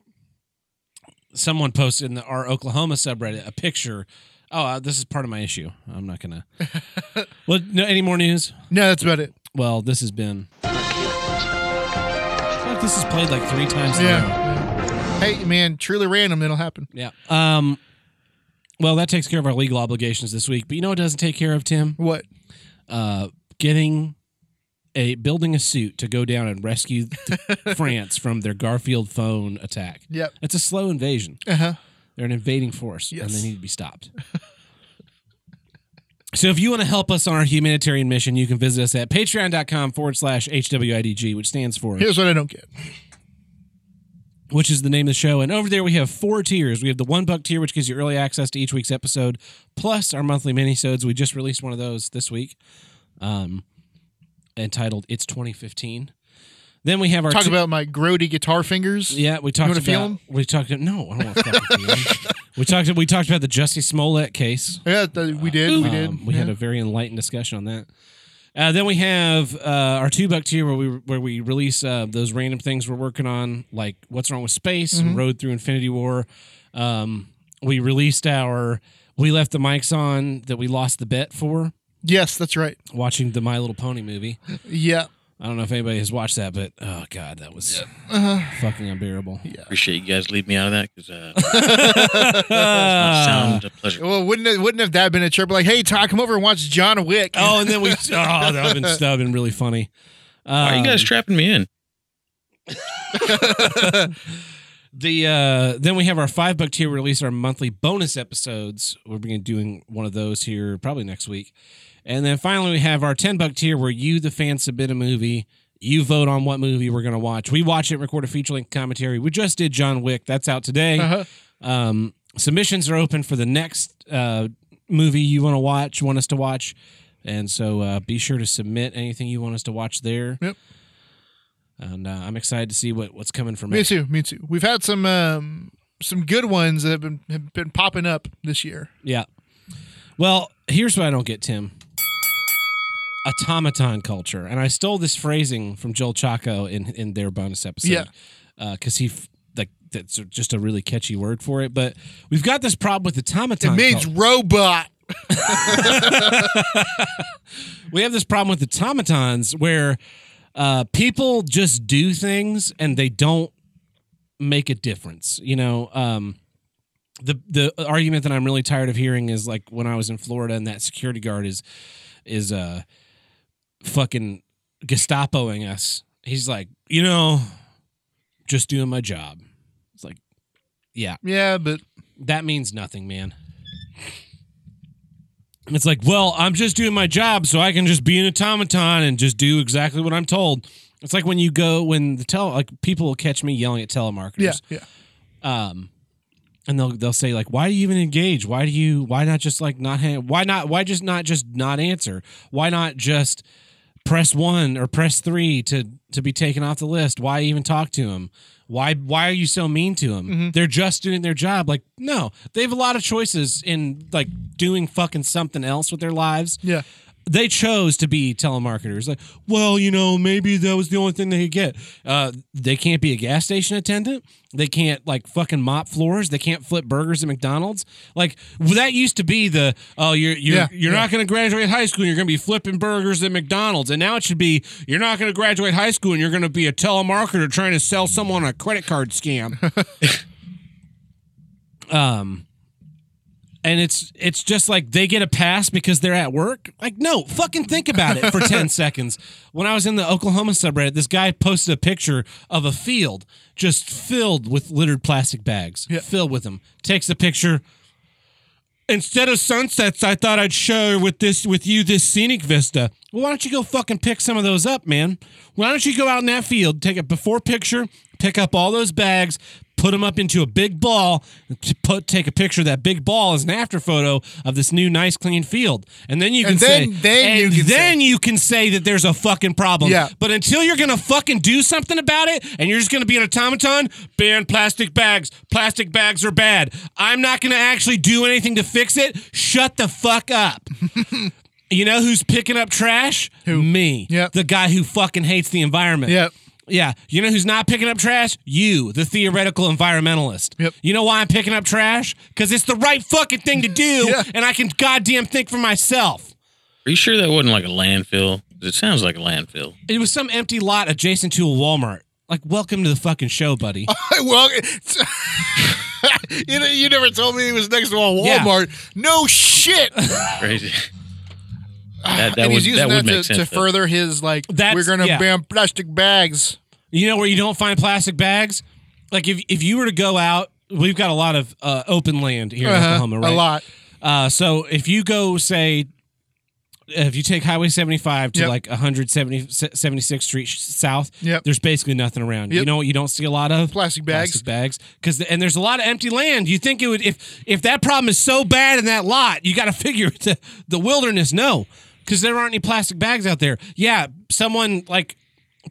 Speaker 1: Someone posted in the, our Oklahoma subreddit a picture. Oh, uh, this is part of my issue. I'm not gonna. well, no, any more news?
Speaker 2: No, that's about it.
Speaker 1: Well, this has been. I feel like this is played like three times. now.
Speaker 2: Yeah. Hey man, truly random. It'll happen.
Speaker 1: Yeah. Um. Well, that takes care of our legal obligations this week. But you know what doesn't take care of Tim?
Speaker 2: What?
Speaker 1: Uh, getting a building a suit to go down and rescue th- France from their Garfield phone attack.
Speaker 2: Yep.
Speaker 1: It's a slow invasion.
Speaker 2: Uh huh.
Speaker 1: They're an invading force, and
Speaker 2: Yes.
Speaker 1: they need to be stopped. so if you want to help us on our humanitarian mission, you can visit us at patreon.com forward slash HWIDG, which stands for
Speaker 2: Here's what I don't get.
Speaker 1: which is the name of the show. And over there, we have four tiers. We have the one buck tier, which gives you early access to each week's episode, plus our monthly minisodes. We just released one of those this week, um, entitled "It's 2015." Then we have our
Speaker 2: Talk
Speaker 1: two-
Speaker 2: about my grody guitar fingers.
Speaker 1: yeah, we talked
Speaker 2: wanna
Speaker 1: about
Speaker 2: feel 'em?
Speaker 1: we talked no, I don't want to fucking feel 'em. We talked we talked about the Jussie Smollett case.
Speaker 2: Yeah, th- we did. We
Speaker 1: Um,
Speaker 2: did.
Speaker 1: we had
Speaker 2: Yeah.
Speaker 1: a very enlightened discussion on that. Uh, then we have uh, our two buck tier where we where we release uh, those random things we're working on, like what's wrong with space
Speaker 2: Mm-hmm.
Speaker 1: and road through Infinity War. Um, we released our we left the mics on that we lost the bet for
Speaker 2: yes, that's right.
Speaker 1: watching the My Little Pony movie.
Speaker 2: Yeah.
Speaker 1: I don't know if anybody has watched that, but oh god, that was fucking unbearable.
Speaker 3: Appreciate you guys leave me out of that because uh, it's not sound a pleasure.
Speaker 2: Well, wouldn't it, wouldn't have that been a chirp? Like, hey, Todd, come over and watch John Wick.
Speaker 1: Oh, and then we oh that would have been, that would have been really funny.
Speaker 3: Why are you guys
Speaker 1: Um,
Speaker 3: trapping me in?
Speaker 1: The uh, then we have our five buck tier. We release our monthly bonus episodes. We're going to doing one of those here probably next week, and then finally we have our ten buck tier where you the fan submit a movie. You vote on what movie we're going to watch. We watch it, record a feature length commentary. We just did John Wick. That's out today.
Speaker 2: Uh-huh.
Speaker 1: Um, submissions are open for the next uh, movie you want to watch, want us to watch, and so uh, be sure to submit anything you want us to watch there.
Speaker 2: Yep.
Speaker 1: And uh, I'm excited to see what, what's coming from
Speaker 2: Me
Speaker 1: it.
Speaker 2: too. Me too. We've had some um, some good ones that have been have been popping up this year.
Speaker 1: Yeah. Well, here's what I don't get, Tim. Automaton culture, and I stole this phrasing from Joel Chaco in in their bonus episode.
Speaker 2: Yeah.
Speaker 1: because he f- like that's just a really catchy word for it. But we've got this problem with automaton.
Speaker 2: It means
Speaker 1: cul-
Speaker 2: robot.
Speaker 1: we have this problem with automatons where uh, people just do things and they don't make a difference. You know, um, the the argument that I'm really tired of hearing is like when I was in Florida and that security guard is is uh fucking Gestapoing us. He's like, you know, just doing my job. It's like, yeah,
Speaker 2: Yeah, but
Speaker 1: that means nothing, man. It's like, well, I'm just doing my job, so I can just be an automaton and just do exactly what I'm told. It's like when you go when the tele like people will catch me yelling at
Speaker 2: yeah,
Speaker 1: telemarketers,
Speaker 2: yeah.
Speaker 1: um, and they'll they'll say like, why do you even engage? Why do you why not just like not hang? Why not why just not just not answer? Why not just press one or press three to to be taken off the list? Why even talk to him? Why why are you so mean to him? They're just doing their job. Like no, they have a lot of choices in like doing fucking something else with their lives.
Speaker 2: Yeah.
Speaker 1: They chose to be telemarketers. Like, well, you know, maybe that was the only thing they could get. Uh, they can't be a gas station attendant. They can't like fucking mop floors. They can't flip burgers at McDonald's. Like well, that used to be the oh, you're you're
Speaker 2: Yeah,
Speaker 1: you're
Speaker 2: yeah.
Speaker 1: not going to graduate high school. You're going to be flipping burgers at McDonald's. And now it should be you're not going to graduate high school and you're going to be a telemarketer trying to sell someone a credit card scam. um and it's it's just like they get a pass because they're at work. Like, no, fucking think about it for ten seconds. When I was in the Oklahoma subreddit, this guy posted a picture of a field just filled with littered plastic bags,
Speaker 2: Yeah.
Speaker 1: filled with them. Takes a picture. Instead of sunsets, I thought I'd share with this with you this scenic vista. Well, why don't you go fucking pick some of those up, man? Why don't you go out in that field, take a before picture, pick up all those bags, put them up into a big ball, and t- put take a picture of that big ball as an after photo of this new nice clean field, and then you can
Speaker 2: And then-
Speaker 1: say,
Speaker 2: then
Speaker 1: and
Speaker 2: you can say-
Speaker 1: then you can say that there's a fucking problem.
Speaker 2: Yeah.
Speaker 1: But until you're gonna fucking do something about it, and you're just gonna be an automaton, ban plastic bags. Plastic bags are bad. I'm not gonna actually do anything to fix it. Shut the fuck up. you know who's picking up trash? Who? Me.
Speaker 2: Yep.
Speaker 1: The guy who fucking hates the environment.
Speaker 2: Yep.
Speaker 1: Yeah. You know who's not picking up trash? You, the theoretical environmentalist.
Speaker 2: Yep.
Speaker 1: You know why I'm picking up trash? Because it's the right fucking thing to do,
Speaker 2: Yeah.
Speaker 1: and I can goddamn think for myself.
Speaker 3: Are you sure that wasn't like a landfill? 'Cause It sounds like a landfill.
Speaker 1: It was some empty lot adjacent to a Walmart. Like, welcome to the fucking show, buddy.
Speaker 2: well, it's- you know, you never told me it was next to a
Speaker 1: Yeah.
Speaker 2: Walmart. No shit.
Speaker 3: Crazy. that that
Speaker 2: and he's
Speaker 3: would that
Speaker 2: using
Speaker 3: would
Speaker 2: that,
Speaker 3: make
Speaker 2: to,
Speaker 3: sense.
Speaker 2: to
Speaker 3: though.
Speaker 2: further his like.
Speaker 1: That's-
Speaker 2: we're gonna
Speaker 1: yeah.
Speaker 2: ban plastic bags.
Speaker 1: You know where you don't find plastic bags? Like, if, if you were to go out, we've got a lot of uh, open land here in Uh,
Speaker 2: Uh-huh.
Speaker 1: Oklahoma, right?
Speaker 2: A lot.
Speaker 1: Uh, so if you go, say, if you take Highway 75 to
Speaker 2: Yep.
Speaker 1: like 170 76th Street sh- south,
Speaker 2: Yep.
Speaker 1: there's basically nothing around. You
Speaker 2: Yep.
Speaker 1: know what you don't see a lot of?
Speaker 2: Plastic bags.
Speaker 1: Plastic bags. Cuz and there's a lot of empty land. You think it would if if that problem is so bad in that lot, you got to figure it the, the wilderness no cuz there aren't any plastic bags out there. Yeah, someone like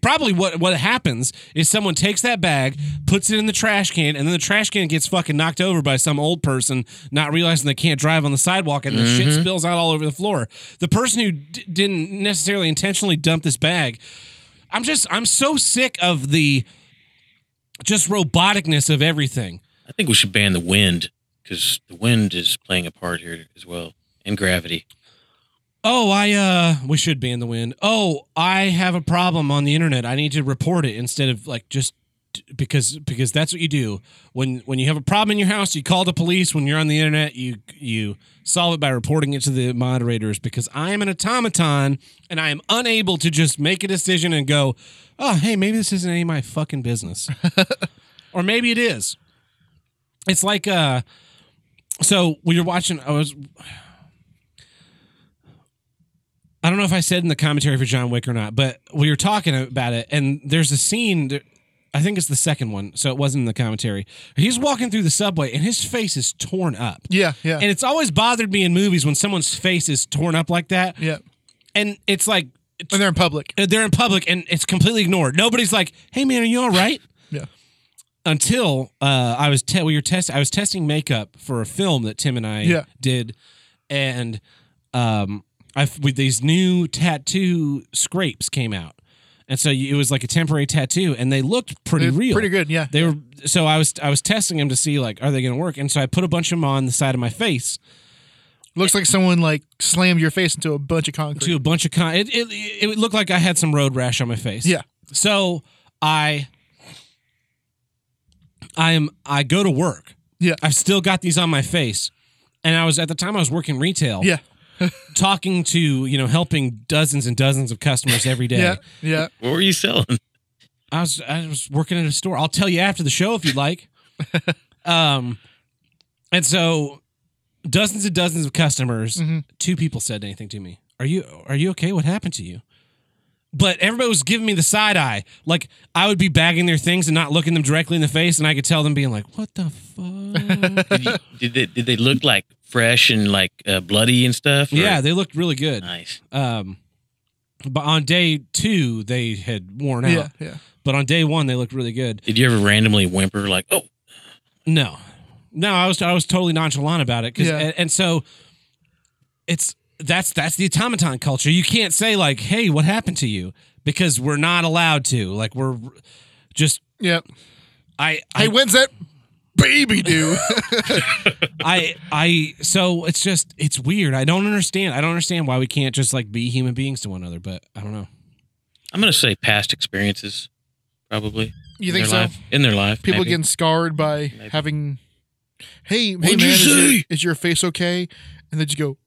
Speaker 1: Probably what what happens is someone takes that bag, puts it in the trash can, and then the trash can gets fucking knocked over by some old person, not realizing they can't drive on the sidewalk, and the shit
Speaker 2: Mm-hmm.
Speaker 1: spills out all over the floor. The person who d- didn't necessarily intentionally dump this bag, I'm just I'm so sick of the just roboticness of everything.
Speaker 3: I think we should ban the wind because the wind is playing a part here as well, and gravity.
Speaker 1: Oh, I uh we should ban the wind. Oh, I have a problem on the internet. I need to report it instead of like just because because that's what you do. When when you have a problem in your house, you call the police. When you're on the internet, you you solve it by reporting it to the moderators because I am an automaton and I am unable to just make a decision and go, "Oh, hey, maybe this isn't any of my fucking business." or maybe it is. It's like uh so we were watching I was I don't know if I said in the commentary for John Wick or not, but we were talking about it, and there's a scene. that- I think it's the second one, so it wasn't in the commentary. He's walking through the subway, and his face is torn up.
Speaker 2: Yeah, yeah,
Speaker 1: And it's always bothered me in movies when someone's face is torn up like that,
Speaker 2: yeah.
Speaker 1: and it's like it's-
Speaker 2: And they're in public.
Speaker 1: uh, they're in public, and it's completely ignored. Nobody's like, "Hey, man, are you all right?"
Speaker 2: Yeah.
Speaker 1: until uh, I was te- we were test I was testing makeup for a film that Tim and I
Speaker 2: Yeah.
Speaker 1: did, and um, I with these new tattoo scrapes came out, and so you, it was like a temporary tattoo, and they looked pretty
Speaker 2: They're
Speaker 1: real,
Speaker 2: Pretty good. Yeah.
Speaker 1: They were so I was I was testing them to see like are they going to work, and so I put a bunch of them on the side of my face
Speaker 2: Looks like someone like slammed your face into a bunch of concrete.
Speaker 1: to a bunch of con. It, it it looked like I had some road rash on my face.
Speaker 2: Yeah.
Speaker 1: So I I am I go to work.
Speaker 2: Yeah.
Speaker 1: I've still got these on my face. And I was at the time I was working retail,
Speaker 2: Yeah.
Speaker 1: talking to, you know, helping dozens and dozens of customers every day.
Speaker 2: Yeah. Yeah.
Speaker 3: What were you selling?
Speaker 1: I was I was working at a store. I'll tell you after the show if you'd like. um and so dozens and dozens of customers,
Speaker 2: Mhm.
Speaker 1: two people said anything to me. Are you are you okay? What happened to you? But everybody was giving me the side eye. Like I would be bagging their things and not looking them directly in the face and I could tell them being like, "What the fuck?"
Speaker 3: Did, you, did they did they look like fresh and like uh, bloody and stuff? or-
Speaker 1: yeah, they looked really good.
Speaker 3: nice.
Speaker 1: Um but on day 2 they had worn out.
Speaker 2: Yeah. Yeah.
Speaker 1: But on day 1 they looked really good.
Speaker 3: Did you ever randomly whimper like, oh,
Speaker 1: No, no, I was I was totally nonchalant about it 'cause-
Speaker 2: Yeah.
Speaker 1: and, and so it's that's that's the automaton culture. You can't say like, "Hey, what happened to you?" because we're not allowed to. Like we're just
Speaker 2: Yeah.
Speaker 1: I
Speaker 2: Hey,
Speaker 1: I
Speaker 2: when's that baby do?
Speaker 1: I I so it's just it's weird. I don't understand. I don't understand why we can't just like be human beings to one another. But I don't know.
Speaker 3: I'm gonna say past experiences, probably.
Speaker 2: you
Speaker 3: in
Speaker 2: think
Speaker 3: their
Speaker 2: so?
Speaker 3: Life, in their life,
Speaker 2: People
Speaker 3: maybe.
Speaker 2: getting scarred by
Speaker 3: Maybe.
Speaker 2: having. Hey, hey man,
Speaker 3: What'd you
Speaker 2: is your,
Speaker 3: say?
Speaker 2: is your face okay? And they just go,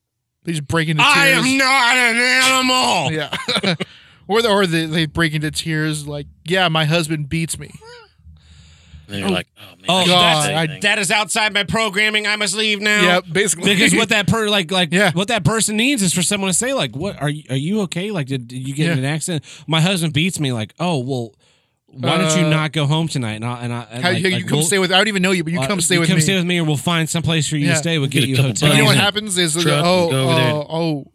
Speaker 2: they just break into tears.
Speaker 1: I am not an animal.
Speaker 2: Yeah. or the, or the, they break into tears like, yeah, my husband beats me.
Speaker 3: And they're like, oh man,
Speaker 1: Oh,
Speaker 3: I
Speaker 2: God,
Speaker 3: can't say
Speaker 2: I-
Speaker 3: anything.
Speaker 1: That is outside my programming. I must leave now.
Speaker 2: Yeah, basically.
Speaker 1: because what that per like like
Speaker 2: Yeah.
Speaker 1: what that person needs is for someone to say like what are you are you okay like did, did you get in
Speaker 2: Yeah.
Speaker 1: an accident my husband beats me like oh well why don't you
Speaker 2: Uh,
Speaker 1: not go home tonight and I, and I and
Speaker 2: How,
Speaker 1: like,
Speaker 2: you
Speaker 1: like,
Speaker 2: you come
Speaker 1: we'll-
Speaker 2: stay with? I don't even know you, but you
Speaker 1: uh,
Speaker 2: come stay with
Speaker 1: come
Speaker 2: me.
Speaker 1: stay with me or we'll find some place for you
Speaker 2: Yeah.
Speaker 1: to stay we'll
Speaker 3: Get
Speaker 1: get,
Speaker 3: a
Speaker 1: you a
Speaker 3: couple
Speaker 1: hotel
Speaker 2: you know what
Speaker 3: Amazing.
Speaker 2: happens is oh
Speaker 3: Truck,
Speaker 2: oh
Speaker 3: go over there.
Speaker 2: oh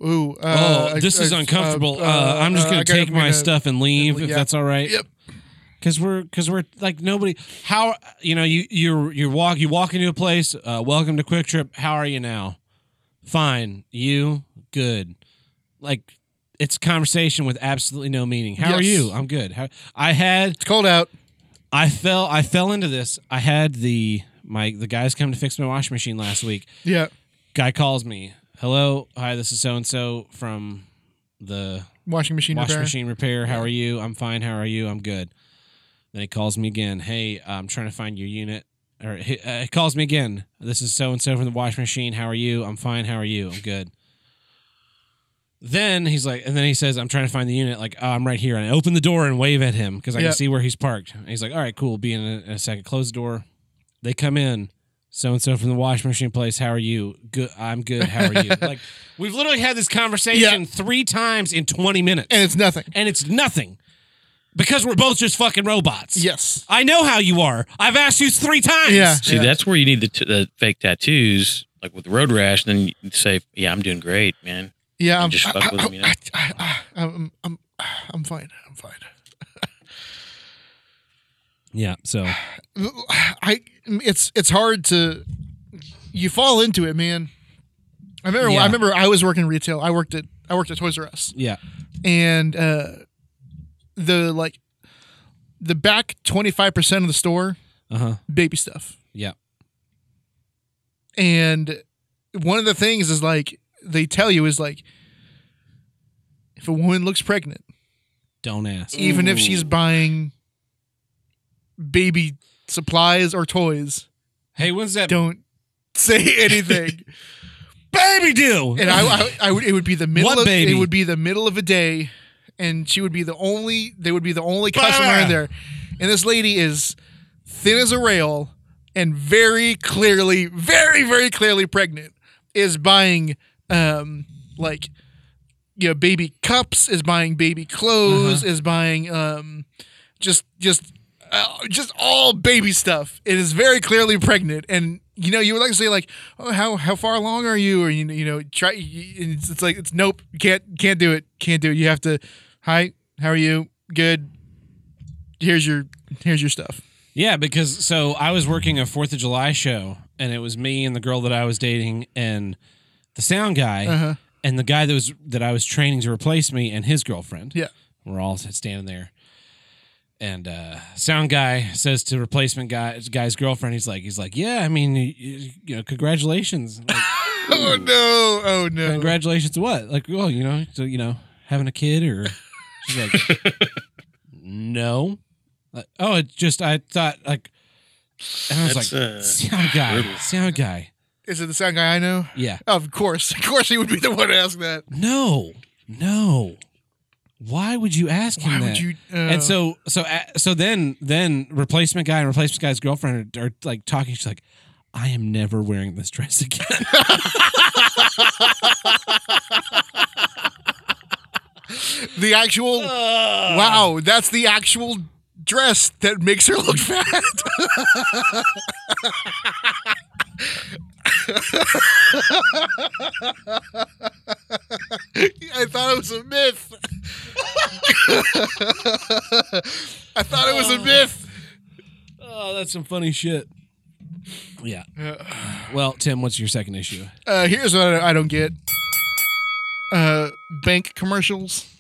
Speaker 2: oh
Speaker 1: oh
Speaker 2: uh,
Speaker 1: this
Speaker 2: uh,
Speaker 1: is
Speaker 2: uh,
Speaker 1: uncomfortable uh,
Speaker 2: uh,
Speaker 1: I'm just
Speaker 2: uh,
Speaker 1: gonna
Speaker 2: I gotta-
Speaker 1: take
Speaker 2: I'm
Speaker 1: my
Speaker 2: gonna-
Speaker 1: stuff and leave if
Speaker 2: yeah.
Speaker 1: that's all right
Speaker 2: Yep.
Speaker 1: Cause we're, cause we're like nobody. How you know you you you walk you walk into a place. Uh, welcome to Quick Trip. How are you now? Fine. You good? Like it's a conversation with absolutely no meaning. How are
Speaker 2: Yes.
Speaker 1: you? I'm good. How, I had
Speaker 2: It's cold out.
Speaker 1: I fell I fell into this. I had the my the guys come to fix my washing machine last week.
Speaker 2: Yeah.
Speaker 1: Guy calls me. Hello, hi. This is so and so from the
Speaker 2: Washing machine
Speaker 1: Wash
Speaker 2: repair.
Speaker 1: machine repair. How are you? I'm fine. How are you? I'm good. Then he calls me again. Hey, I'm trying to find your unit. Or he, uh, he calls me again. This is so and so from the wash machine. How are you? I'm fine. How are you? I'm good. Then he's like, and then he says, I'm trying to find the unit. Like, oh, I'm right here. And I open the door and wave at him because I
Speaker 2: Yeah.
Speaker 1: can see where he's parked. And he's like, all right, cool. Be in a, in a second. Close the door. They come in. so and so from the washing machine place. How are you? Good. I'm good. How are you? like we've literally had this conversation three times in 20 minutes,
Speaker 2: and it's nothing.
Speaker 1: and it's nothing because we're both just fucking robots.
Speaker 2: Yes.
Speaker 1: I know how you are. I've asked you three times.
Speaker 2: Yeah.
Speaker 3: See, that's where you need the, t- the fake tattoos, like with the road rash. Then you say, "Yeah, I'm doing great, man."
Speaker 2: Yeah, I'm,
Speaker 3: just
Speaker 2: I,
Speaker 3: fuck with
Speaker 2: I,
Speaker 3: them, you know?
Speaker 2: I, I, I, I'm, I'm, I'm fine. I'm fine.
Speaker 1: Yeah. So
Speaker 2: I it's it's hard to you fall into it, man. I remember
Speaker 1: Yeah.
Speaker 2: I remember I was working retail. I worked at I worked at Toys R Us,
Speaker 1: yeah.
Speaker 2: and uh, the like the back twenty five percent of the store
Speaker 1: Uh huh.
Speaker 2: baby stuff.
Speaker 1: Yeah.
Speaker 2: And one of the things is like they tell you is like if a woman looks pregnant,
Speaker 1: Don't ask.
Speaker 2: even if she's buying baby supplies or toys,
Speaker 1: Hey, when's that
Speaker 2: don't say anything.
Speaker 1: baby do?
Speaker 2: and I, I, I would, it would be the middle.
Speaker 1: What
Speaker 2: of,
Speaker 1: baby?
Speaker 2: It would be the middle of a day, and she would be the only. They would be the only
Speaker 1: Bah!
Speaker 2: customer in there, and this lady is thin as a rail and very clearly, very very clearly pregnant. Is buying um like you know baby cups. Is buying baby clothes.
Speaker 1: Uh-huh.
Speaker 2: Is buying um just just. Uh, just all baby stuff. It is very clearly pregnant, and you know you would like to say like, oh, how how far along are you? Or you you know try. and It's, it's like it's nope. you Can't can't do it. Can't do it. You have to. Hi, how are you? Good. Here's your here's your stuff.
Speaker 1: Yeah, because so I was working a Fourth of July show, and it was me and the girl that I was dating, and the sound guy,
Speaker 2: Uh-huh.
Speaker 1: and the guy that was that I was training to replace me, and his girlfriend.
Speaker 2: Yeah.
Speaker 1: we're all standing there, and uh, sound guy says to replacement guy guy's girlfriend, he's like, he's like, yeah, I mean, you, you know, congratulations, Like,
Speaker 2: Oh no! Oh no!
Speaker 1: congratulations to what? Like, well, you know, so you know, having a kid or she's like No. Like, oh, it just I thought like and I was
Speaker 3: That's,
Speaker 1: like
Speaker 3: uh,
Speaker 1: sound guy.
Speaker 3: brutal.
Speaker 1: Sound guy.
Speaker 2: Is it the sound guy I know?
Speaker 1: Yeah.
Speaker 2: Of course, of course, he would be the one to ask that.
Speaker 1: No. No. Why would you ask him
Speaker 2: Why
Speaker 1: that?
Speaker 2: would you? Uh,
Speaker 1: and so so uh, so then then replacement guy and replacement guy's girlfriend are, are like talking she's like I am never wearing this dress again.
Speaker 2: the actual wow, that's the actual dress that makes her look fat. I thought it was a myth. I thought it was a myth.
Speaker 1: oh, that's some funny shit. Yeah. Well, Tim, what's your second issue?
Speaker 2: Uh, here's what I I don't get. Uh, bank commercials.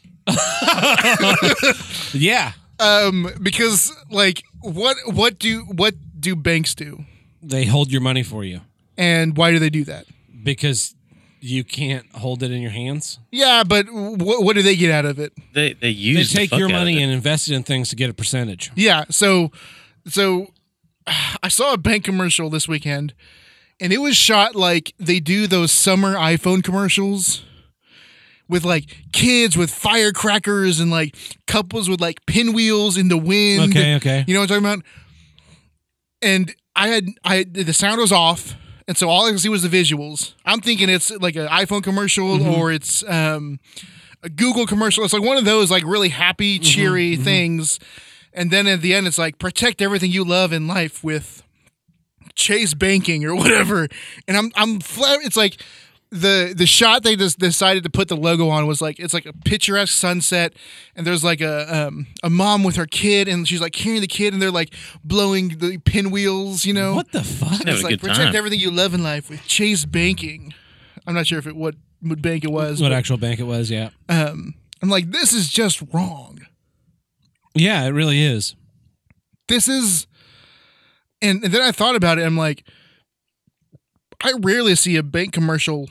Speaker 1: Yeah.
Speaker 2: Um, because like what what do what do banks do?
Speaker 1: they hold your money for you
Speaker 2: And why do they do that?
Speaker 1: because you can't hold it in your hands.
Speaker 2: Yeah, but what what do they get out of it?
Speaker 3: They they
Speaker 1: They
Speaker 3: use the
Speaker 1: take
Speaker 3: fuck
Speaker 1: your
Speaker 3: out of
Speaker 1: money
Speaker 3: it.
Speaker 1: and invest it in things to get a percentage.
Speaker 2: Yeah, so so I saw a bank commercial this weekend and it was shot like they do those summer iPhone commercials with like kids with firecrackers and like couples with like pinwheels in the wind.
Speaker 1: Okay, okay.
Speaker 2: You know what I'm talking about? And I had I the sound was off, and so all I could see was the visuals. I'm thinking it's like an iPhone commercial or it's um, a Google commercial. It's like one of those like really happy, cheery things. And then at the end, it's like protect everything you love in life with Chase banking or whatever. And I'm I'm flat. It's like the the shot they just decided to put the logo on was like it's like a picturesque sunset, and there's like a um, a mom with her kid, and she's like carrying the kid, and they're like blowing the pinwheels, you know.
Speaker 1: What the fuck?
Speaker 3: Yeah.
Speaker 2: It's
Speaker 3: Have a
Speaker 2: like
Speaker 3: good
Speaker 2: protect
Speaker 3: time.
Speaker 2: everything you love in life with Chase banking. I'm not sure if it what what bank it was.
Speaker 1: What
Speaker 2: but,
Speaker 1: actual bank it was? Yeah.
Speaker 2: um, I'm like this is just wrong.
Speaker 1: Yeah, it really is.
Speaker 2: this is and, and then I thought about it, I'm like I rarely see a bank commercial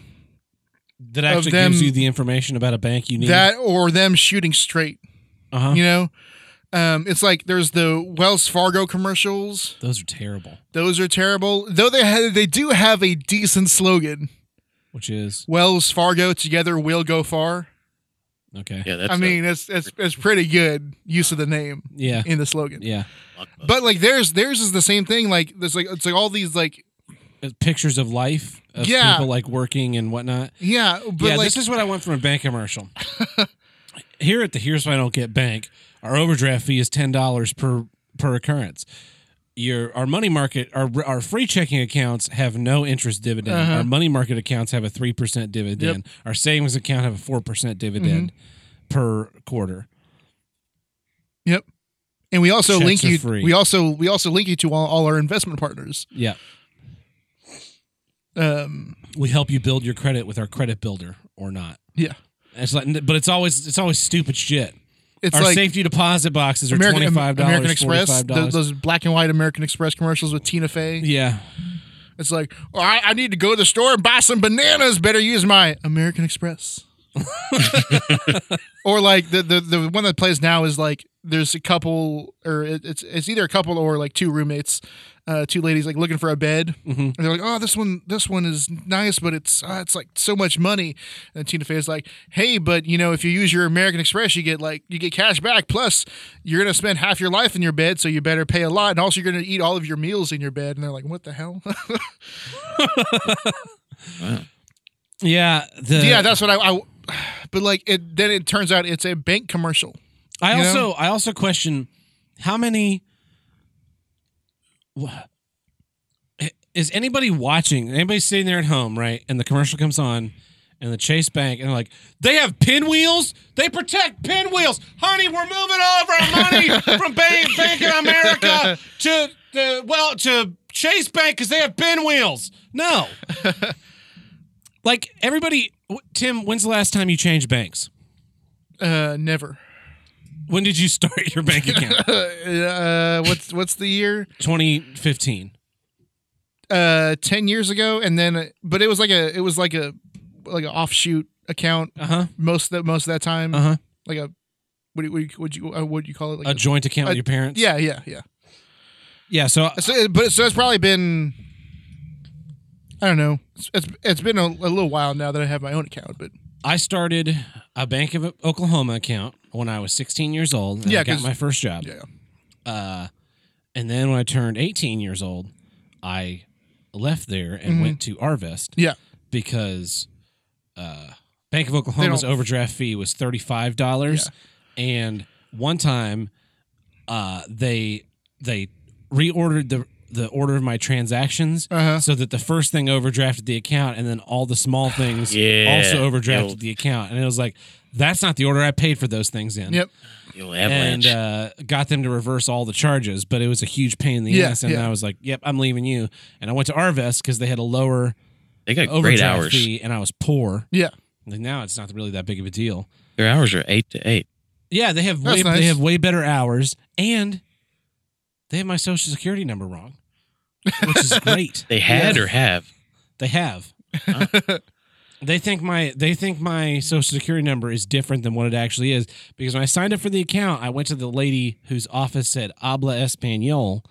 Speaker 1: That actually
Speaker 2: them-
Speaker 1: gives you the information about a bank you need.
Speaker 2: that or them shooting straight,
Speaker 1: uh-huh.
Speaker 2: you know? Um, it's like there's the Wells Fargo commercials.
Speaker 1: Those are terrible.
Speaker 2: Those are terrible. Though they ha- they do have a decent slogan.
Speaker 1: Which is
Speaker 2: Wells Fargo together will go far.
Speaker 1: okay.
Speaker 3: Yeah, that's
Speaker 2: I
Speaker 3: a
Speaker 2: mean, that's that's that's pretty good use of the name
Speaker 1: Yeah.
Speaker 2: in the slogan.
Speaker 1: Yeah.
Speaker 3: blockbuster.
Speaker 2: But like theirs, theirs is the same thing. Like there's like it's like all these like
Speaker 1: pictures of life of
Speaker 2: Yeah.
Speaker 1: people like working and whatnot.
Speaker 2: Yeah, but
Speaker 1: yeah,
Speaker 2: like,
Speaker 1: this is what I want from a bank commercial. Here at the Here's Why I Don't Get Bank, our overdraft fee is ten dollars per per occurrence. Your our money market our our free checking accounts have no interest dividend.
Speaker 2: Uh-huh.
Speaker 1: Our money market accounts have a three percent dividend. Our savings account have a four percent dividend
Speaker 2: Mm-hmm.
Speaker 1: per quarter.
Speaker 2: yep. And we also
Speaker 1: Checks
Speaker 2: link
Speaker 1: are
Speaker 2: you.
Speaker 1: free.
Speaker 2: We also we also link you to all, all our investment partners.
Speaker 1: Yeah,
Speaker 2: Um,
Speaker 1: we help you build your credit with our credit builder or not.
Speaker 2: yeah,
Speaker 1: It's like, but it's always it's always stupid shit.
Speaker 2: it's
Speaker 1: our
Speaker 2: like
Speaker 1: safety deposit boxes are
Speaker 2: American,
Speaker 1: twenty five dollars.
Speaker 2: American Express.
Speaker 1: $45.
Speaker 2: Those, those black and white American Express commercials with Tina Fey.
Speaker 1: yeah,
Speaker 2: It's like, all right, I need to go to the store and buy some bananas. Better use my American Express. or like the, the the one that plays now is like there's a couple or it, it's it's either a couple or like two roommates, uh, two ladies like looking for a bed. And they're like, oh, this one this one is nice, but it's uh, it's like so much money. And Tina Fey is like, hey, but you know if you use your American Express, you get like you get cash back. Plus, you're gonna spend half your life in your bed, so you better pay a lot. And also, you're gonna eat all of your meals in your bed. And they're like, what the hell?
Speaker 1: yeah. The,
Speaker 2: yeah, that's what I, I. But like, it then it turns out it's a bank commercial.
Speaker 1: I
Speaker 2: You
Speaker 1: also
Speaker 2: know?
Speaker 1: I also question how many wha- is anybody watching? Anybody sitting there at home, right? And the commercial comes on and the Chase Bank and they're like, "They have pinwheels? They protect pinwheels. Honey, we're moving all of our money from Bank, bank of America to the well to Chase Bank cuz they have pinwheels." No. like everybody w- Tim, when's the last time you changed banks?
Speaker 2: Uh, never.
Speaker 1: When did you start your bank account?
Speaker 2: Uh, what's what's the year?
Speaker 1: 2015.
Speaker 2: Uh, ten years ago, and then but it was like a it was like a like an offshoot account
Speaker 1: Uh huh.
Speaker 2: most of that most of that time.
Speaker 1: Uh huh.
Speaker 2: Like a what do you- what do you what do you uh, what do you call it? Like
Speaker 1: A joint account with your parents.
Speaker 2: yeah, yeah, yeah.
Speaker 1: Yeah. So
Speaker 2: So, but so it's probably been. I don't know. It's it's, it's been a, a little while now that I have my own account, but
Speaker 1: I started a Bank of Oklahoma account when I was 16 years old. And
Speaker 2: Yeah,
Speaker 1: I got
Speaker 2: 'cause-
Speaker 1: my first job.
Speaker 2: yeah.
Speaker 1: Uh, and then when I turned 18 years old, I left there and went to Arvest
Speaker 2: Mm-hmm. Yeah.
Speaker 1: because uh, Bank of Oklahoma's
Speaker 2: don't-
Speaker 1: overdraft fee was $35. And one time uh, they they reordered the the order of my transactions
Speaker 2: Uh-huh.
Speaker 1: so that the first thing overdrafted the account and then all the small things
Speaker 3: Yeah.
Speaker 1: also overdrafted
Speaker 3: It'll-
Speaker 1: the account and it was like that's not the order i paid for those things in
Speaker 2: Yep.
Speaker 3: You'll
Speaker 1: and
Speaker 3: avalanche.
Speaker 1: uh, got them to reverse all the charges but it was a huge pain in the
Speaker 2: Yeah,
Speaker 1: ass and
Speaker 2: yeah.
Speaker 1: i was like yep i'm leaving you and i went to arvest because they had a lower
Speaker 3: they got great
Speaker 1: overdraft
Speaker 3: hours.
Speaker 1: fee and i was poor
Speaker 2: Yeah.
Speaker 1: Like, now it's not really that big of a deal
Speaker 3: Their hours are eight to eight.
Speaker 1: yeah they have
Speaker 2: That's
Speaker 1: way,
Speaker 2: nice.
Speaker 1: they have way better hours and they have my social security number wrong which is great
Speaker 3: They had or have.
Speaker 1: They have. they think my they think my social security number is different than what it actually is because when I signed up for the account, I went to the lady whose office said "habla español,"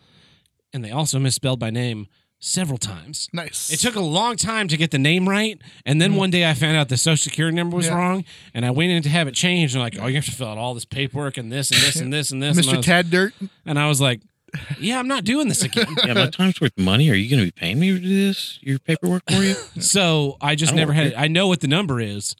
Speaker 1: and they also misspelled my name several times.
Speaker 2: Nice.
Speaker 1: It took a long time to get the name right, and then one day I found out the social security number was
Speaker 2: Yeah.
Speaker 1: wrong, and I went in to have it changed. And like, oh, you have to fill out all this paperwork and this and this and this and this. And I,
Speaker 2: Mr.
Speaker 1: was,
Speaker 2: Tad Dirt.
Speaker 1: and I was like, yeah, I'm not doing this again.
Speaker 3: Yeah, my time's worth of money. Are you going to be paying me to do this? Your paperwork for you?
Speaker 1: So I just
Speaker 3: I don't
Speaker 1: never
Speaker 3: want
Speaker 1: had it. I know what the number is,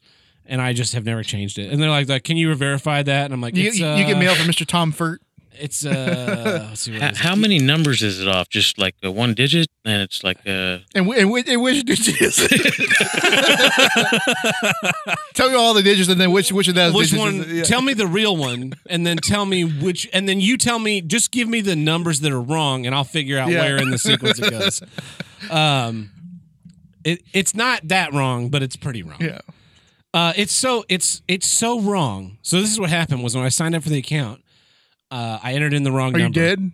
Speaker 1: and I just have never changed it. And they're like, like, can you verify that? And I'm like,
Speaker 2: You,
Speaker 1: it's,
Speaker 2: you,
Speaker 1: uh,
Speaker 2: you get mail from Mr. Tom Furt.
Speaker 1: It's uh, let's see what it
Speaker 3: How,
Speaker 1: is.
Speaker 3: how many numbers is it off? Just like a one digit, and it's like uh
Speaker 2: And, wh- and, wh- and which digit is it? Tell me all the digits and then which which of those
Speaker 1: Which
Speaker 2: digits
Speaker 1: one?
Speaker 2: Is it? Yeah.
Speaker 1: Tell me the real one, and then tell me which, and then you tell me. Just give me the numbers that are wrong, and I'll figure out
Speaker 2: Yeah.
Speaker 1: where in the sequence it goes. Um, it it's not that wrong, but it's pretty wrong.
Speaker 2: yeah.
Speaker 1: Uh, it's so it's it's so wrong. So this is what happened was when I signed up for the account, uh, I entered in the wrong
Speaker 2: Are Oh, you
Speaker 1: number.
Speaker 2: dead?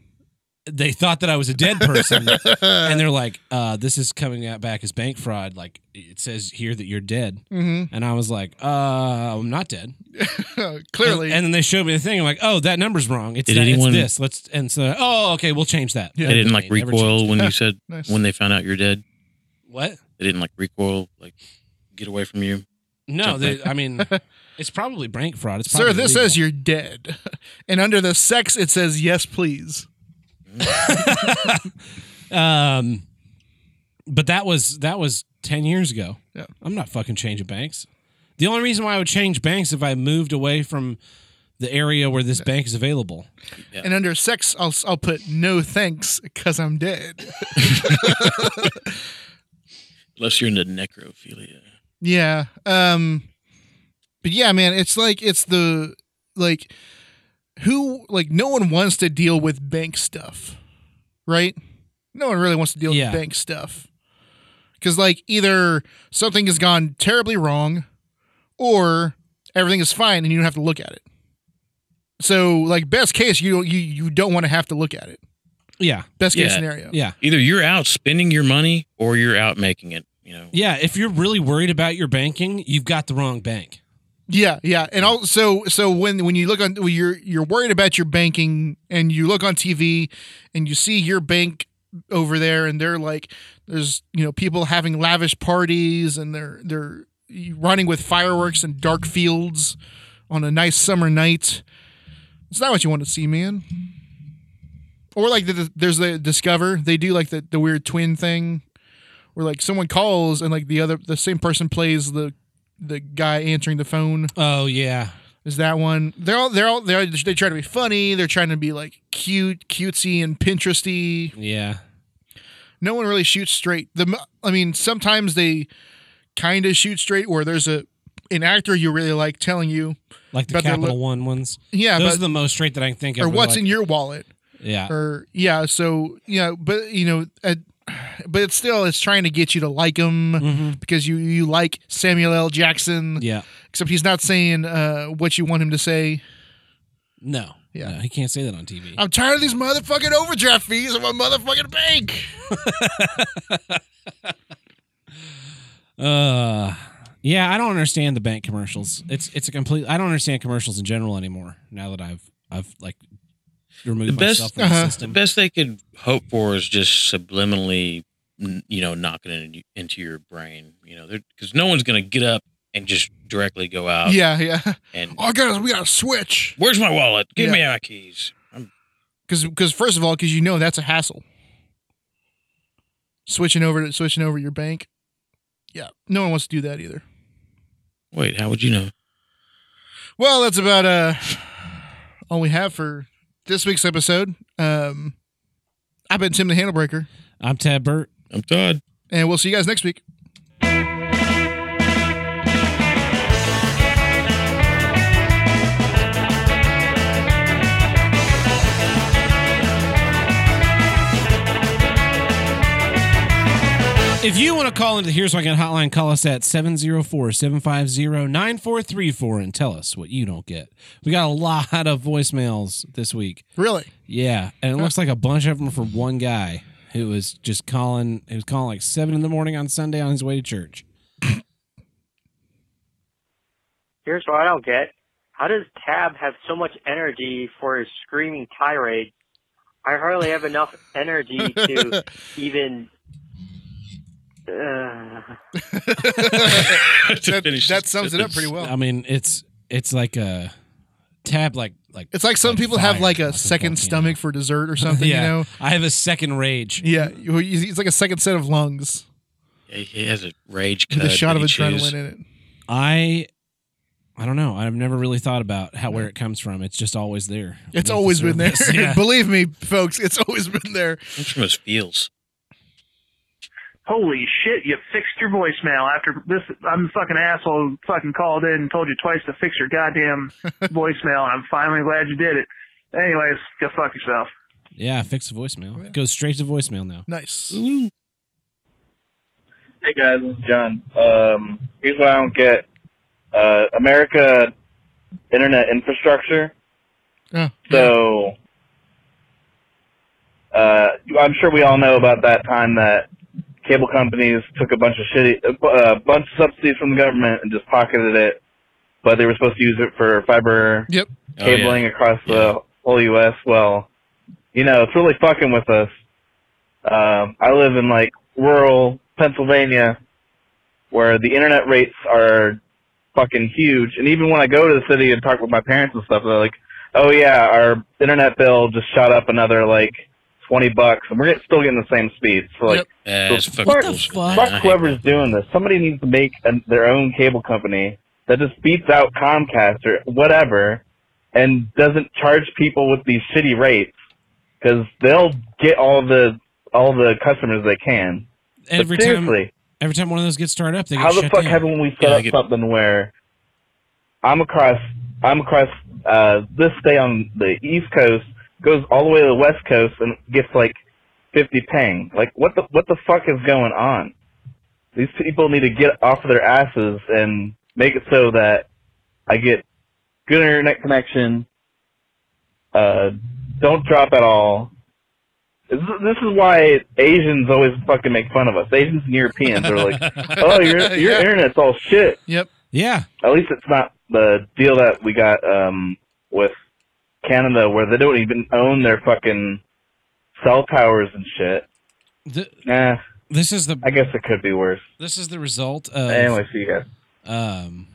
Speaker 1: they thought that I was a dead person, and they're like, uh, "This is coming out back as bank fraud." Like it says here that you're dead,
Speaker 2: Mm-hmm.
Speaker 1: and I was like, uh, "I'm not dead."
Speaker 2: Clearly.
Speaker 1: and, and then they showed me the thing. I'm like, "Oh, that number's wrong. It's,
Speaker 3: Did
Speaker 1: that,
Speaker 3: anyone-
Speaker 1: it's this." Let's and so, oh, okay, we'll change that.
Speaker 2: Yeah.
Speaker 3: they didn't like
Speaker 1: Never
Speaker 3: recoil when you said
Speaker 2: Nice.
Speaker 3: when they found out you're dead.
Speaker 1: What?
Speaker 3: They didn't like recoil, like get away from you.
Speaker 1: No,
Speaker 3: Jump
Speaker 1: they, I mean, it's probably bank fraud. It's
Speaker 2: Sir,
Speaker 1: probably
Speaker 2: this
Speaker 1: legal.
Speaker 2: says you're dead. And under the sex, it says yes, please.
Speaker 1: Um, but that was that was 10 years ago
Speaker 2: Yeah.
Speaker 1: i'm not fucking changing banks the only reason why i would change banks if i moved away from the area where this bank is available
Speaker 2: And under sex, I'll I'll put no thanks because I'm dead.
Speaker 3: Unless you're into necrophilia.
Speaker 2: Yeah. Um but yeah, man, it's like it's the like who like no one wants to deal with bank stuff. Right? No one really wants to deal
Speaker 1: Yeah.
Speaker 2: with bank stuff. Cuz like either something has gone terribly wrong or everything is fine and you don't have to look at it. So like best case you you you don't want to have to look at it.
Speaker 1: yeah
Speaker 2: Best case
Speaker 3: Yeah.
Speaker 2: scenario.
Speaker 1: yeah
Speaker 3: Either you're out spending your money or you're out making it. You know,
Speaker 1: yeah if you're really worried about your banking you've got the wrong bank
Speaker 2: Yeah, yeah, and also so when when you look on when you're you're worried about your banking and you look on TV and you see your bank over there and they're like there's you know people having lavish parties and they're they're running with fireworks and dark fields on a nice summer night. It's not what you want to see, man. Or like the, there's the Discover they do like the the weird twin thing where like someone calls and like the other the same person plays the the guy answering the phone
Speaker 1: oh yeah
Speaker 2: is that one. They're all they're all they're they try to be funny. They're trying to be like cute, cutesy, and Pinteresty.
Speaker 1: yeah
Speaker 2: No one really shoots straight. The mo- I mean, sometimes they kind of shoot straight, where there's a an actor you really like telling you,
Speaker 1: like the
Speaker 2: But they're
Speaker 1: capital
Speaker 2: lo-
Speaker 1: one ones
Speaker 2: yeah,
Speaker 1: those
Speaker 2: but-
Speaker 1: are the most straight that i can think of
Speaker 2: or
Speaker 1: where
Speaker 2: what's
Speaker 1: like-
Speaker 2: in your wallet,
Speaker 1: yeah
Speaker 2: or yeah. So yeah, but you know, uh, but it's still it's trying to get you to like him
Speaker 1: hmm
Speaker 2: because you you like Samuel L. Jackson,
Speaker 1: yeah
Speaker 2: except he's not saying uh, what you want him to say.
Speaker 1: no
Speaker 2: Yeah.
Speaker 1: no, he can't say that on tv
Speaker 2: I'm tired of these motherfucking overdraft fees at my motherfucking bank.
Speaker 1: Uh, yeah, I don't understand the bank commercials. It's it's a complete. I don't understand commercials in general anymore. Now that I've I've like removed
Speaker 3: The best-
Speaker 1: myself from the
Speaker 2: uh-huh.
Speaker 3: the
Speaker 1: system.
Speaker 3: best they could hope for is just subliminally, n- you know, knocking it in- into your brain. You know, because no one's gonna get up and just directly go out.
Speaker 2: Yeah, yeah.
Speaker 3: And
Speaker 2: Oh, I gotta, we gotta switch.
Speaker 3: where's my wallet? Give
Speaker 2: Yeah.
Speaker 3: me my keys. I'm,
Speaker 2: Because, because first of all, because you know that's a hassle. Switching over to switching over your bank. Yeah, no one wants to do that either.
Speaker 3: wait, how would you know?
Speaker 2: Well, that's about uh all we have for this week's episode. Um, I've been Tim the Handlebreaker,
Speaker 1: I'm Tad Burt.
Speaker 3: I'm Todd.
Speaker 2: and we'll see you guys next week.
Speaker 1: If you want to call into the Here's What I Got hotline, call us at 704-750-9434 and tell us what you don't get. We got a lot of voicemails this week.
Speaker 2: Really?
Speaker 1: Yeah, and it looks like a bunch of them are from one guy who was just calling. He was calling like seven in the morning on Sunday on his way to church.
Speaker 8: Here's what I don't get. How does Tab have so much energy for his screaming tirade? I hardly have enough energy to even. Uh,
Speaker 3: To
Speaker 2: That,
Speaker 3: finish
Speaker 2: that
Speaker 3: this
Speaker 2: sums it up
Speaker 3: sentence.
Speaker 2: pretty well.
Speaker 1: I mean, it's it's like a tab like like
Speaker 2: it's like some
Speaker 1: like
Speaker 2: people have
Speaker 1: fire,
Speaker 2: like a
Speaker 1: like a volcano.
Speaker 2: second stomach for dessert or something. You know?
Speaker 1: I have a second rage.
Speaker 2: Yeah, you- you- it's like a second set of lungs
Speaker 3: He- He has a rage cut.
Speaker 2: with a shot of
Speaker 3: that he
Speaker 2: adrenaline
Speaker 3: chews.
Speaker 2: in it.
Speaker 1: I I don't know. I've never really thought about how where it comes from. It's just always there.
Speaker 2: It's always been there.
Speaker 1: Yeah.
Speaker 2: Believe me, folks, it's always been there.
Speaker 3: Comes from his feels.
Speaker 9: holy shit, you fixed your voicemail after this. I'm the fucking asshole who fucking called in and told you twice to fix your goddamn voicemail. and I'm finally glad you did it. Anyways, go fuck yourself.
Speaker 1: Yeah, fix the voicemail.
Speaker 2: Oh,
Speaker 1: It goes straight to voicemail now.
Speaker 2: Nice.
Speaker 10: Hey guys, this is John. Um, here's what I don't get: uh, America internet infrastructure.
Speaker 2: Oh,
Speaker 10: So, uh, I'm sure we all know about that time that cable companies took a bunch of shitty, a bu- a bunch of subsidies from the government and just pocketed it, but they were supposed to use it for fiber
Speaker 2: Yep.
Speaker 3: Oh, yeah.
Speaker 10: cabling across
Speaker 3: Yeah.
Speaker 10: the whole U.S. Well, you know, it's really fucking with us. Um, I live in like rural Pennsylvania, where the internet rates are fucking huge. And even when I go to the city and talk with my parents and stuff, they're like, "Oh yeah, our internet bill just shot up another like twenty bucks, and we're get, still getting the same speeds. So like,
Speaker 3: Yeah, Uh,
Speaker 10: so
Speaker 3: it's fucking
Speaker 10: fuck,
Speaker 3: bullshit,
Speaker 10: fuck
Speaker 3: man. I hate
Speaker 10: whoever's doing this. Somebody needs to make an their own cable company that just beats out Comcast or whatever, and doesn't charge people with these shitty rates because they'll get all the all the customers they can. But
Speaker 1: Every
Speaker 10: seriously,
Speaker 1: time, every time one of those gets started up, they get
Speaker 10: how the
Speaker 1: shut
Speaker 10: fuck
Speaker 1: down.
Speaker 10: haven't we set
Speaker 1: Yeah, I
Speaker 10: up
Speaker 1: get-
Speaker 10: something where I'm across I'm across uh, this day on the East Coast goes all the way to the West Coast and gets like 50 ping. Like what the what the fuck is going on? These people need to get off of their asses and make it so that I get good internet connection. Uh, don't drop at all. This is this is why Asians always fucking make fun of us. Asians and Europeans are like, "Oh, your your
Speaker 2: Yeah.
Speaker 10: internet's all shit."
Speaker 2: Yep.
Speaker 1: Yeah.
Speaker 10: At least it's not the deal that we got um, with Canada, where they don't even own their fucking cell towers and shit.
Speaker 1: The-
Speaker 10: Nah,
Speaker 1: this is the
Speaker 10: I guess it could be worse.
Speaker 1: this is the result of
Speaker 10: anyway, see you guys.
Speaker 1: um,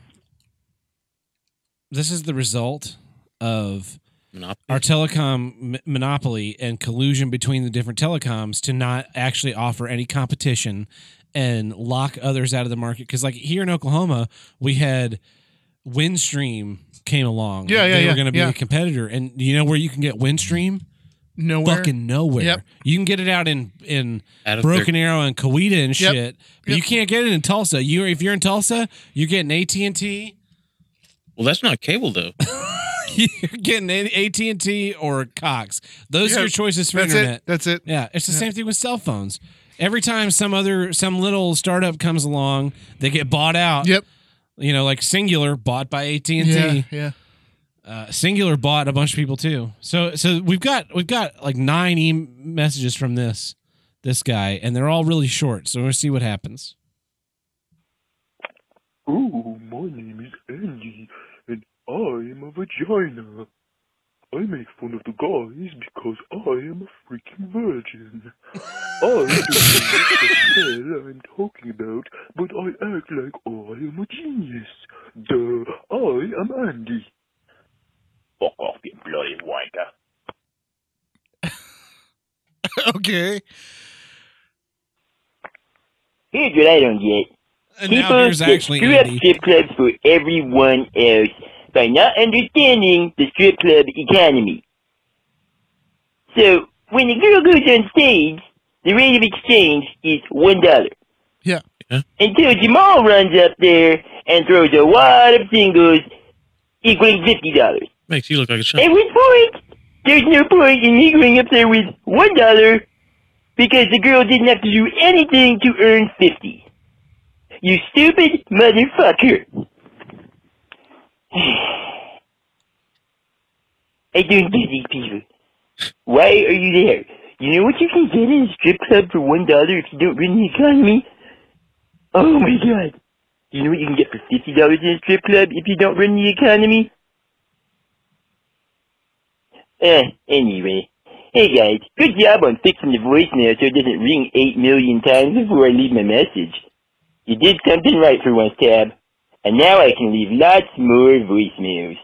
Speaker 1: this is the result of
Speaker 3: Monopoly.
Speaker 1: our telecom m- monopoly and collusion between the different telecoms to not actually offer any competition and lock others out of the market because like here in oklahoma we had windstream came along
Speaker 2: Yeah, yeah,
Speaker 1: they
Speaker 2: yeah,
Speaker 1: were going to be
Speaker 2: yeah.
Speaker 1: a competitor and you know where you can get windstream
Speaker 2: Nowhere.
Speaker 1: fucking nowhere
Speaker 2: Yep.
Speaker 1: you can get it out in in
Speaker 3: Out of
Speaker 1: broken arrow and Coweta and
Speaker 2: Yep.
Speaker 1: shit but
Speaker 2: Yep.
Speaker 1: you can't get it in tulsa you if you're in tulsa you're getting at&t
Speaker 3: Well, that's not cable though.
Speaker 1: you're getting AT and T or Cox. Those
Speaker 2: Yeah,
Speaker 1: are your choices for
Speaker 2: That's
Speaker 1: internet.
Speaker 2: it. That's it.
Speaker 1: Yeah, it's the same thing with cell phones. Every time some other some little startup comes along, they get bought out.
Speaker 2: Yep.
Speaker 1: You know, like Singular bought by AT and
Speaker 2: Yeah.
Speaker 1: T.
Speaker 2: Yeah.
Speaker 1: Uh, Singular bought a bunch of people too. So so we've got we've got like nine e messages from this this guy, and they're all really short. So we're gonna see what happens.
Speaker 11: Oh, my name is Andy, and I'm a vagina. I make fun of the guys because I am a freaking virgin. I don't know what the hell I'm talking about, but I act like I am a genius. Duh, I am Andy. Fuck off, you bloody wanker.
Speaker 2: okay.
Speaker 12: Here's what I don't get.
Speaker 1: And now
Speaker 12: People
Speaker 1: here's
Speaker 12: that
Speaker 1: actually
Speaker 12: screw up
Speaker 1: Andy.
Speaker 12: strip clubs for everyone else by not understanding the strip club economy. So, when a girl goes on stage, the rate of exchange is one dollar.
Speaker 2: Yeah.
Speaker 3: Yeah.
Speaker 12: Until Jamal runs up there and throws a wad of singles equaling fifty dollars.
Speaker 3: Makes you look like a chump.
Speaker 12: At which point, there's no point in me going up there with one dollar because the girl didn't have to do anything to earn fifty. You stupid motherfucker. I don't get these people. Why are you there? You know what you can get in a strip club for one dollar if you don't run the economy? Oh my god. You know what you can get for fifty dollars in a strip club if you don't run the economy? Eh, anyway. Hey guys, good job on fixing the voicemail so it doesn't ring 8 million times before I leave my message. You did something right for once, Tab. And now I can leave lots more voicemails.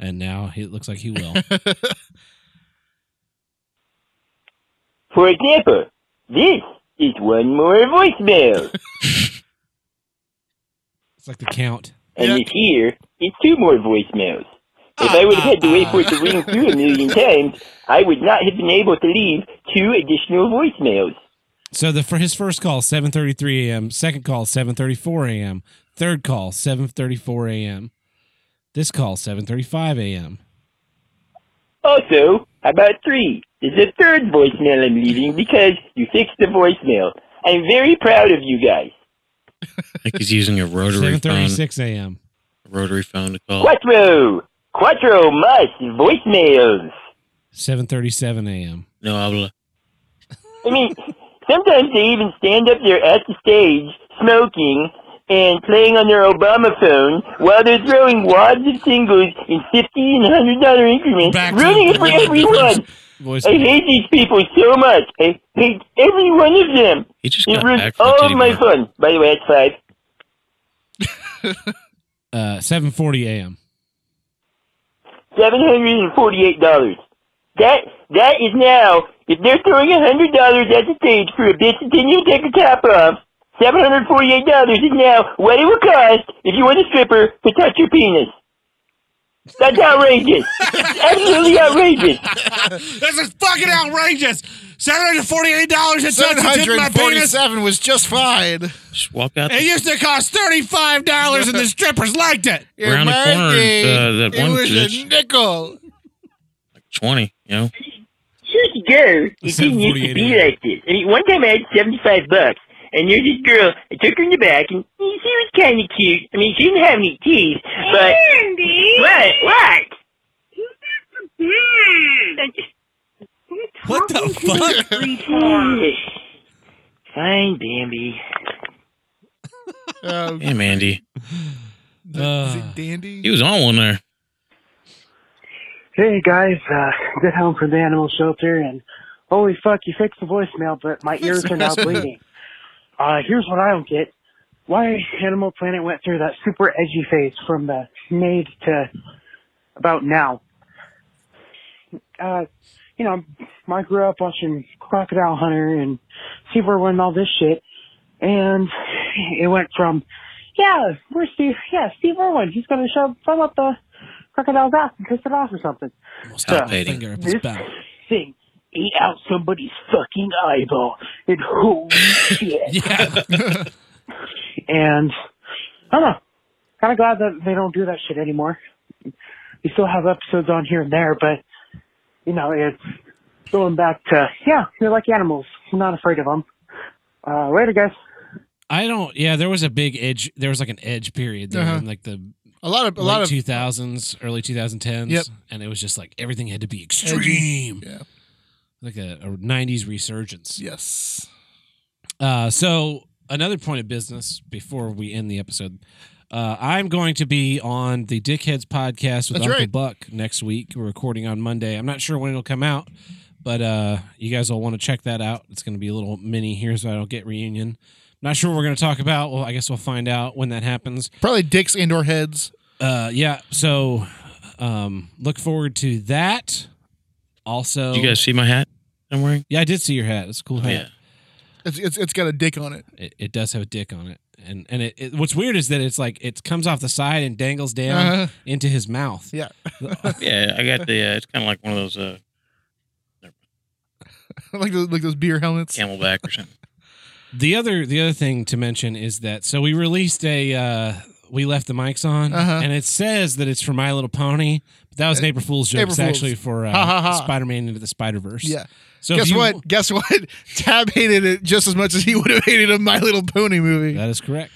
Speaker 1: And now it looks like he will.
Speaker 12: For example, this is one more voicemail.
Speaker 1: it's like the count.
Speaker 12: and this here is two more voicemails. If I would have had to wait for it to ring through a million times, I would not have been able to leave two additional voicemails.
Speaker 1: So the for his first call 7:33 a.m., second call 7:34 a.m., third call 7:34 a.m. This call 7:35 a.m.
Speaker 12: Also, about three is the third voicemail I'm leaving because you fixed the voicemail. I'm very proud of you guys.
Speaker 3: I think he's using a rotary phone.
Speaker 1: 7:36 a.m.
Speaker 3: Rotary phone to call.
Speaker 12: Quattro! Quattro must voicemails!
Speaker 1: 7:37 a.m.
Speaker 3: No uh, habla.
Speaker 12: I mean, sometimes they even stand up there at the stage smoking and playing on their Obama phone while they're throwing wads of singles in fifty and hundred dollar increments,
Speaker 1: Back to
Speaker 12: ruining
Speaker 1: the
Speaker 12: it for
Speaker 1: original
Speaker 12: everyone.
Speaker 1: Voice.
Speaker 12: I hate these people so much. I hate every one of them.
Speaker 3: He just
Speaker 12: It
Speaker 3: got
Speaker 12: ruins
Speaker 3: back from
Speaker 12: all of
Speaker 3: Teddy
Speaker 12: my
Speaker 3: Bear.
Speaker 12: fun. By the way, it's five.
Speaker 1: Uh 7:40 a.m.
Speaker 12: Seven hundred and forty-eight dollars. That that is now If they're throwing hundred dollars at the stage for a bitch, then you take the top off. Seven hundred forty-eight dollars is now what it would cost if you want a stripper to touch your penis. That's outrageous. Absolutely outrageous.
Speaker 1: this is fucking outrageous. Seven hundred forty-eight dollars and
Speaker 2: Seven hundred forty-seven was just fine.
Speaker 3: Just walk out.
Speaker 1: It used to cost thirty-five dollars, and the strippers liked it.
Speaker 2: In
Speaker 3: Around the
Speaker 2: my
Speaker 3: corner,
Speaker 2: day,
Speaker 3: uh, that one
Speaker 2: it was a
Speaker 3: bitch.
Speaker 2: nickel.
Speaker 3: Twenty. You know.
Speaker 12: Years ago, it didn't used to be like this. I mean, one time I had 75 bucks, and there's this girl, I took her in the back, and she was kind of cute. I mean, she didn't have any teeth, but...
Speaker 13: Andy!
Speaker 12: What? What?
Speaker 1: What the
Speaker 12: fuck? Fine, Bambi.
Speaker 2: Um,
Speaker 3: Damn, Andy.
Speaker 2: is
Speaker 3: Uh,
Speaker 1: Uh,
Speaker 2: it dandy?
Speaker 3: He was on one there.
Speaker 14: Hey guys, uh, get home from the animal shelter and holy fuck, you fixed the voicemail, but my ears are now bleeding. Uh, here's what I don't get. Why Animal Planet went through that super edgy phase from the made to about now. Uh, you know, I grew up watching Crocodile Hunter and SeaWorld and all this shit, and it went from, yeah, where's Steve? Yeah, Steve Irwin. He's gonna shove thumb up the crocodile's ass and twist it off or something. This thing ate out somebody's fucking eyeball. And holy shit. and I don't know. Kind of glad that they don't do that shit anymore. We still have episodes on here and there, but you know it's going back to yeah, you're like animals. I'm not afraid of them. Uh, later, guys.
Speaker 1: I don't. Yeah, there was a big edge. There was like an edge period there
Speaker 2: Uh-huh.
Speaker 1: in like the
Speaker 2: A lot of- a lot of-
Speaker 1: two thousands, early two thousand tens.
Speaker 2: Yep.
Speaker 1: and it was just like everything had to be extreme.
Speaker 2: Yeah.
Speaker 1: like a, a '90s resurgence.
Speaker 2: Yes.
Speaker 1: Uh, so another point of business before we end the episode. Uh, I'm going to be on the Dickheads podcast with
Speaker 2: That's
Speaker 1: Uncle
Speaker 2: right.
Speaker 1: Buck next week. We're recording on Monday. I'm not sure when it'll come out, but uh, you guys will want to check that out. It's going to be a little mini Here's What I Don't Get reunion. Not sure what we're going to talk about. Well, I guess we'll find out when that happens.
Speaker 2: Probably dicks and or heads.
Speaker 1: Uh, yeah. So um, look forward to that. Also,
Speaker 3: Did you guys Oh, see my hat I'm wearing?
Speaker 1: Yeah, I did see your hat. It's a cool hat.
Speaker 3: Yeah.
Speaker 2: It's, it's it's got a dick on it.
Speaker 1: It, it does have a dick on it, and and it, it what's weird is that it's like it comes off the side and dangles down
Speaker 2: Uh-huh.
Speaker 1: into his mouth.
Speaker 2: Yeah,
Speaker 3: Yeah, I got the. Uh, it's kind of like one of those uh,
Speaker 2: like those, like those beer helmets.
Speaker 3: Camelback or something.
Speaker 1: The other the other thing to mention is that so we released a uh, we left the mics on,
Speaker 2: Uh-huh. Uh,
Speaker 1: and it says that it's for My Little Pony, but that was an April Fool's joke.
Speaker 2: April
Speaker 1: it's
Speaker 2: Fool's.
Speaker 1: actually for uh,
Speaker 2: Ha, ha, ha.
Speaker 1: Spider Man into the Spider Verse.
Speaker 2: Yeah.
Speaker 1: So if
Speaker 2: guess
Speaker 1: you-
Speaker 2: what? Guess what? Tab hated it just as much as he would have hated a My Little Pony movie.
Speaker 1: That is correct.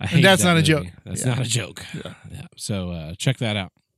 Speaker 1: I
Speaker 2: And
Speaker 1: hate
Speaker 2: that's
Speaker 1: that
Speaker 2: not a
Speaker 1: movie.
Speaker 2: joke.
Speaker 1: That's
Speaker 2: Yeah.
Speaker 1: not a joke. Yeah. So uh, check that out.